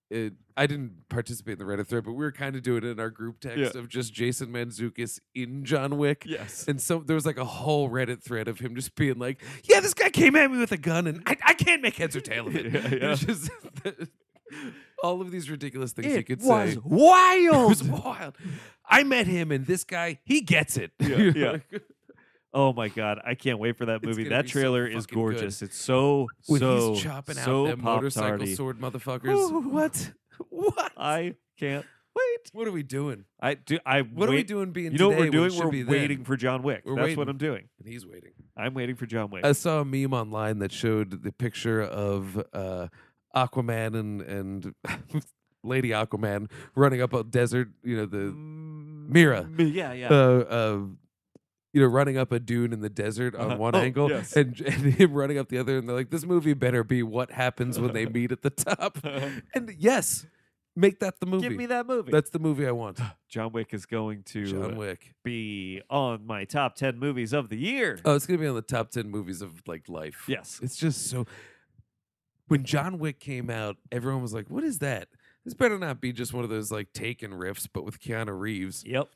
it, I didn't participate in the Reddit thread, but we were kind of doing it in our group text of just Jason Manzukis in John Wick.
Yes.
And so there was like a whole Reddit thread of him just being like, "Yeah, this guy came at me with a gun, and I, I can't make heads or tail of it."
Yeah, yeah.
It's just all of these ridiculous things you
It
could
was
say. It
wild.
was wild. I met him, and this guy, he gets it.
Yeah,
You
yeah.
know, like,
Oh my god, I can't wait for that movie.
gonna
That
be so
trailer is
fucking good.
gorgeous. It's so
When
so
he's chopping
so
out them motorcycle
pop-tarty.
sword motherfuckers.
Ooh,
what? What?
I can't wait.
what are we doing?
I do. I
What
wait,
are we doing? Being
You know what
today
we're
when it
doing?
should be
We're
then?
waiting for John Wick.
We're
That's
waiting.
what
Uh,
I'm doing.
and he's waiting.
I'm waiting for John Wick.
I saw a meme online that showed the picture of uh, Aquaman and and Lady Aquaman running up a desert. You know the Mira.
Mm, Yeah, yeah.
uh, uh, you know running up a dune in the desert on
Uh-huh.
one
Oh,
angle,
yes.
and and him running up the other. And they're like, "This movie better be what happens when they meet at the top." and yes, make that the movie.
Uh-huh. Give me that movie.
That's the movie I want.
John Wick is going to
John Wick.
be on my top ten movies of the year.
Oh, it's gonna be on the top ten movies of like life.
yes.
It's just so. When John Wick came out, everyone was like, "What is that?" This better not be just one of those like taken riffs, but with Keanu Reeves.
Yep.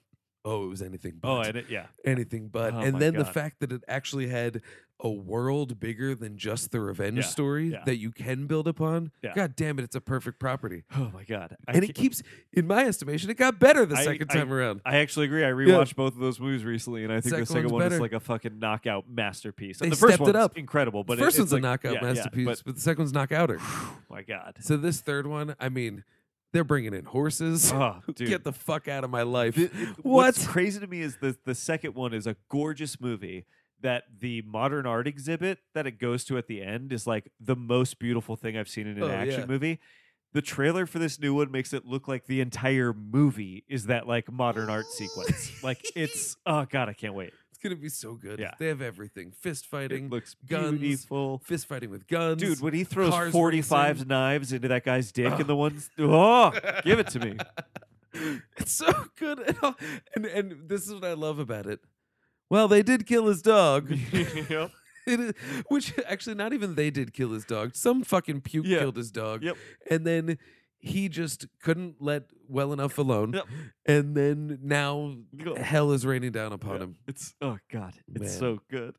Oh, it was anything but.
Oh, and it, yeah.
anything but.
Oh my
and then the
God.
fact that it actually had a world bigger than just the revenge
Yeah,
story
yeah.
that you can build upon.
Yeah.
God damn it, it's a perfect property.
Oh my god. I
and
ca-
it keeps, in my estimation, it got better the
I-
second
I-
time around.
I actually agree. I rewatched both of those movies recently, and I think the
Second
second
one's
one is
better.
like a fucking knockout masterpiece. And
They
the first
stepped it
one's
up.
incredible, but
the first
it,
one's
it's like,
a knockout
yeah, yeah,
masterpiece, but, the second one's knockouter.
but my god,
So this third one, I mean, they're bringing in horses.
oh, dude,
Get the fuck out of my life.
The- it-
what?
What's crazy to me is the the second one is a gorgeous movie that the modern art exhibit that it goes to at the end is like the most beautiful thing I've seen in an
Oh,
action
yeah.
movie. The trailer for this new one makes it look like the entire movie is that like modern art sequence. Like it's oh god, I can't wait.
It's gonna be so good.
Yeah.
They have everything: fist
It
fighting,
looks
guns,
beautiful.
fist fighting with guns.
Dude, when he throws
cars
45
racing.
knives into that guy's dick
Ugh.
and the ones oh, give it to me.
it's so good. And, all- and and this is what I love about it. Well, they did kill his dog.
Yep.
It is, which actually, not even they did kill his dog. Some fucking puke
Yeah.
killed his dog.
Yep.
And then he just couldn't let well enough alone.
Yep.
And then now
Go.
hell is raining down upon
Yeah.
him.
It's oh god, it's
Man.
so good.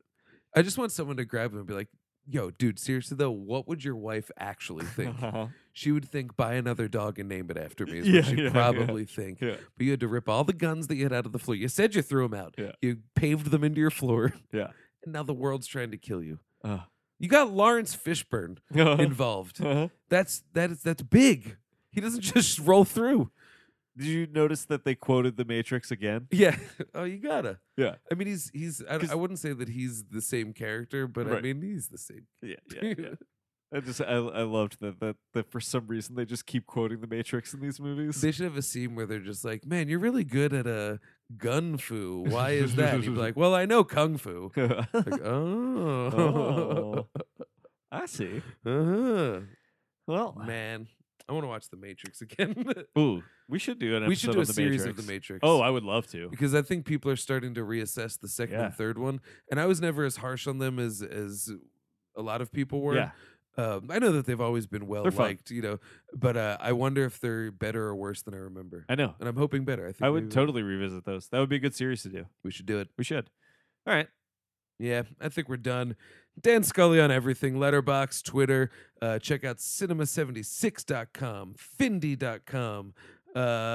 I just want someone to grab him and be like, yo, dude, seriously though, what would your wife actually think?
Uh-huh.
she would think, buy another dog and name it after me, is
Yeah,
what she'd
yeah, yeah.
probably think.
Yeah.
But you had to rip all the guns that you had out of the floor. You said you threw them out.
Yeah.
You paved them into your floor.
Yeah.
And now the world's trying to kill you.
Uh.
You got Lawrence Fishburne involved.
Uh-huh.
That's that is that's big. He doesn't just roll through.
Did you notice that they quoted The Matrix again?
Yeah. Oh, you gotta.
Yeah.
I mean, he's he's. I,
'Cause-
I wouldn't say that he's the same character, but I
Right.
mean, he's the same.
Yeah, yeah, yeah. I just I, I loved that, that that for some reason they just keep quoting The Matrix in these movies.
They should have a scene where they're just like, "Man, you're really good at a gun fu. Why is that?" And He'd be like, "Well, I know kung fu." Like, oh,
oh, I see.
Uh-huh.
Well,
man, I want to watch The Matrix again.
ooh, we should do an episode
we should do
on
a
The
series
Matrix.
of The Matrix.
Oh, I would love to.
because I think people are starting to reassess the second
Yeah.
and third one, and I was never as harsh on them as as a lot of people were.
Yeah,
Um, I know that they've always been well
They're fun.
liked, you know, but uh, I wonder if they're better or worse than I remember.
I know.
And I'm hoping better. I think
I
maybe
would totally revisit those. That would be a good series to do.
we should do it.
We should. All right.
Yeah, I think we're done. Dan Scully on everything Letterbox, Twitter. Uh, check out cinema76.com, findy.com.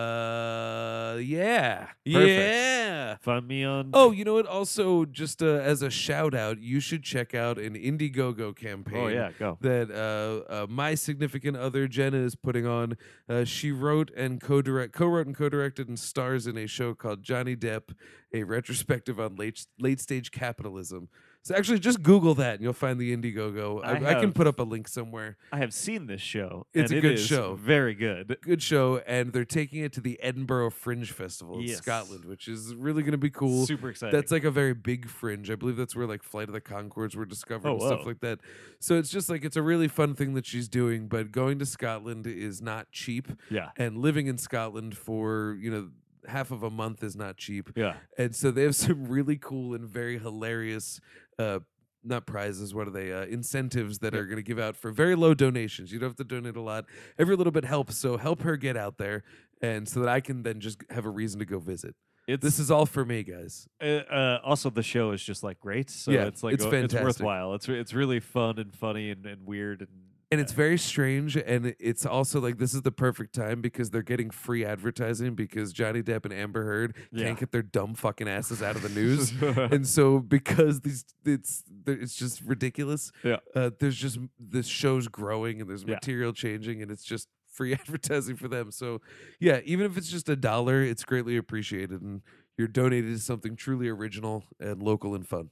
Uh, yeah. Yeah.
Find me on.
Oh, you know what? Also, just uh, as a shout out, you should check out an Indiegogo campaign.
oh yeah, go.
That uh, uh, my significant other Jenna is putting on. Uh, she wrote and co-direct, co-wrote and co-directed, and stars in a show called Johnny Depp, a retrospective on late late stage capitalism. So actually, just Google that, and you'll find the Indiegogo. I,
I
I, can
have.
put up a link somewhere.
I have seen this show.
It's
and
a
it
good
is
show.
Very good.
Good show, and they're taking it to the Edinburgh Fringe Festival in
Yes.
Scotland, which is really going to be cool.
Super exciting.
That's like a very big fringe. I believe that's where like Flight of the Concords were discovered
Oh,
and stuff
whoa.
like that. So it's just like it's a really fun thing that she's doing, but going to Scotland is not cheap.
yeah,
And living in Scotland for, you know, half of a month is not cheap.
yeah.
And so they have some really cool and very hilarious uh not prizes what are they uh, incentives that are going to give out for very low donations you don't have to donate a lot every little bit helps so help her get out there and so that i can then just have a reason to go visit
It's
this is all for me guys
uh, uh, also the show is just like great, so
Yeah,
it's like
it's
uh,
fantastic.
worthwhile. It's re- it's really fun and funny and, and weird and
and it's very strange and it's also like this is the perfect time because they're getting free advertising because johnny depp and amber heard
Yeah.
can't get their dumb fucking asses out of the news and so because these it's there- it's just ridiculous
Yeah.
uh, there's just this show's growing and there's
Yeah.
material changing and it's just free advertising for them so yeah even if it's just a dollar it's greatly appreciated and you're donated to something truly original and local and fun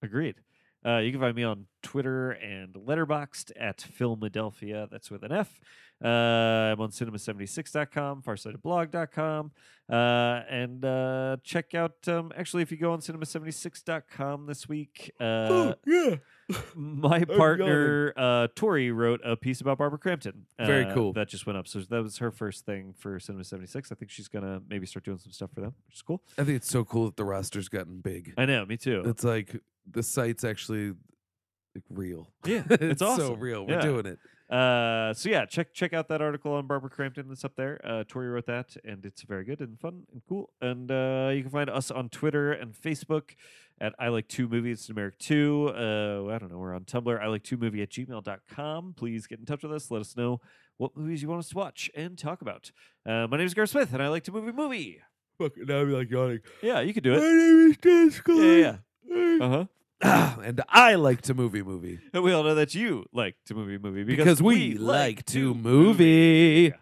Agreed. Uh, you can find me on Twitter and Letterboxd at Philadelphia. That's with an F. Uh, I'm on cinema76.com, farsightedblog.com, uh, and uh, check out. Um, actually, if you go on cinema76.com this week, uh,
yeah
my
yawning.
partner uh, Tori wrote a piece about Barbara Crampton.
Very
uh,
cool.
That just went up. So that was her first thing for Cinema 76. I think she's gonna maybe start doing some stuff for them, which is cool.
i think it's so cool that the roster's gotten big
I know, me too.
it's like the site's actually like real
yeah,
it's,
it's
so
awesome.
real we're
Yeah.
doing it
Uh, so yeah, check check out that article on Barbara Crampton that's up there. Uh, Tori wrote that, and it's very good and fun and cool. And uh, you can find us on Twitter and Facebook at I Like Two Movie. It's numeric two. Uh, I don't know. We're on Tumblr. I Like Two Movie at gmail.com. Please get in touch with us. Let us know what movies you want us to watch and talk about. Uh, my name is Gareth Smith, and I like to movie movie.
Fuck, now i'm like yawning
Yeah, you can do
my
it.
name is dan
Yeah,
Scully.
yeah. Uh
Ah, and I like to movie movie
huh. We all know that you like to movie movie
because, we, like to movie.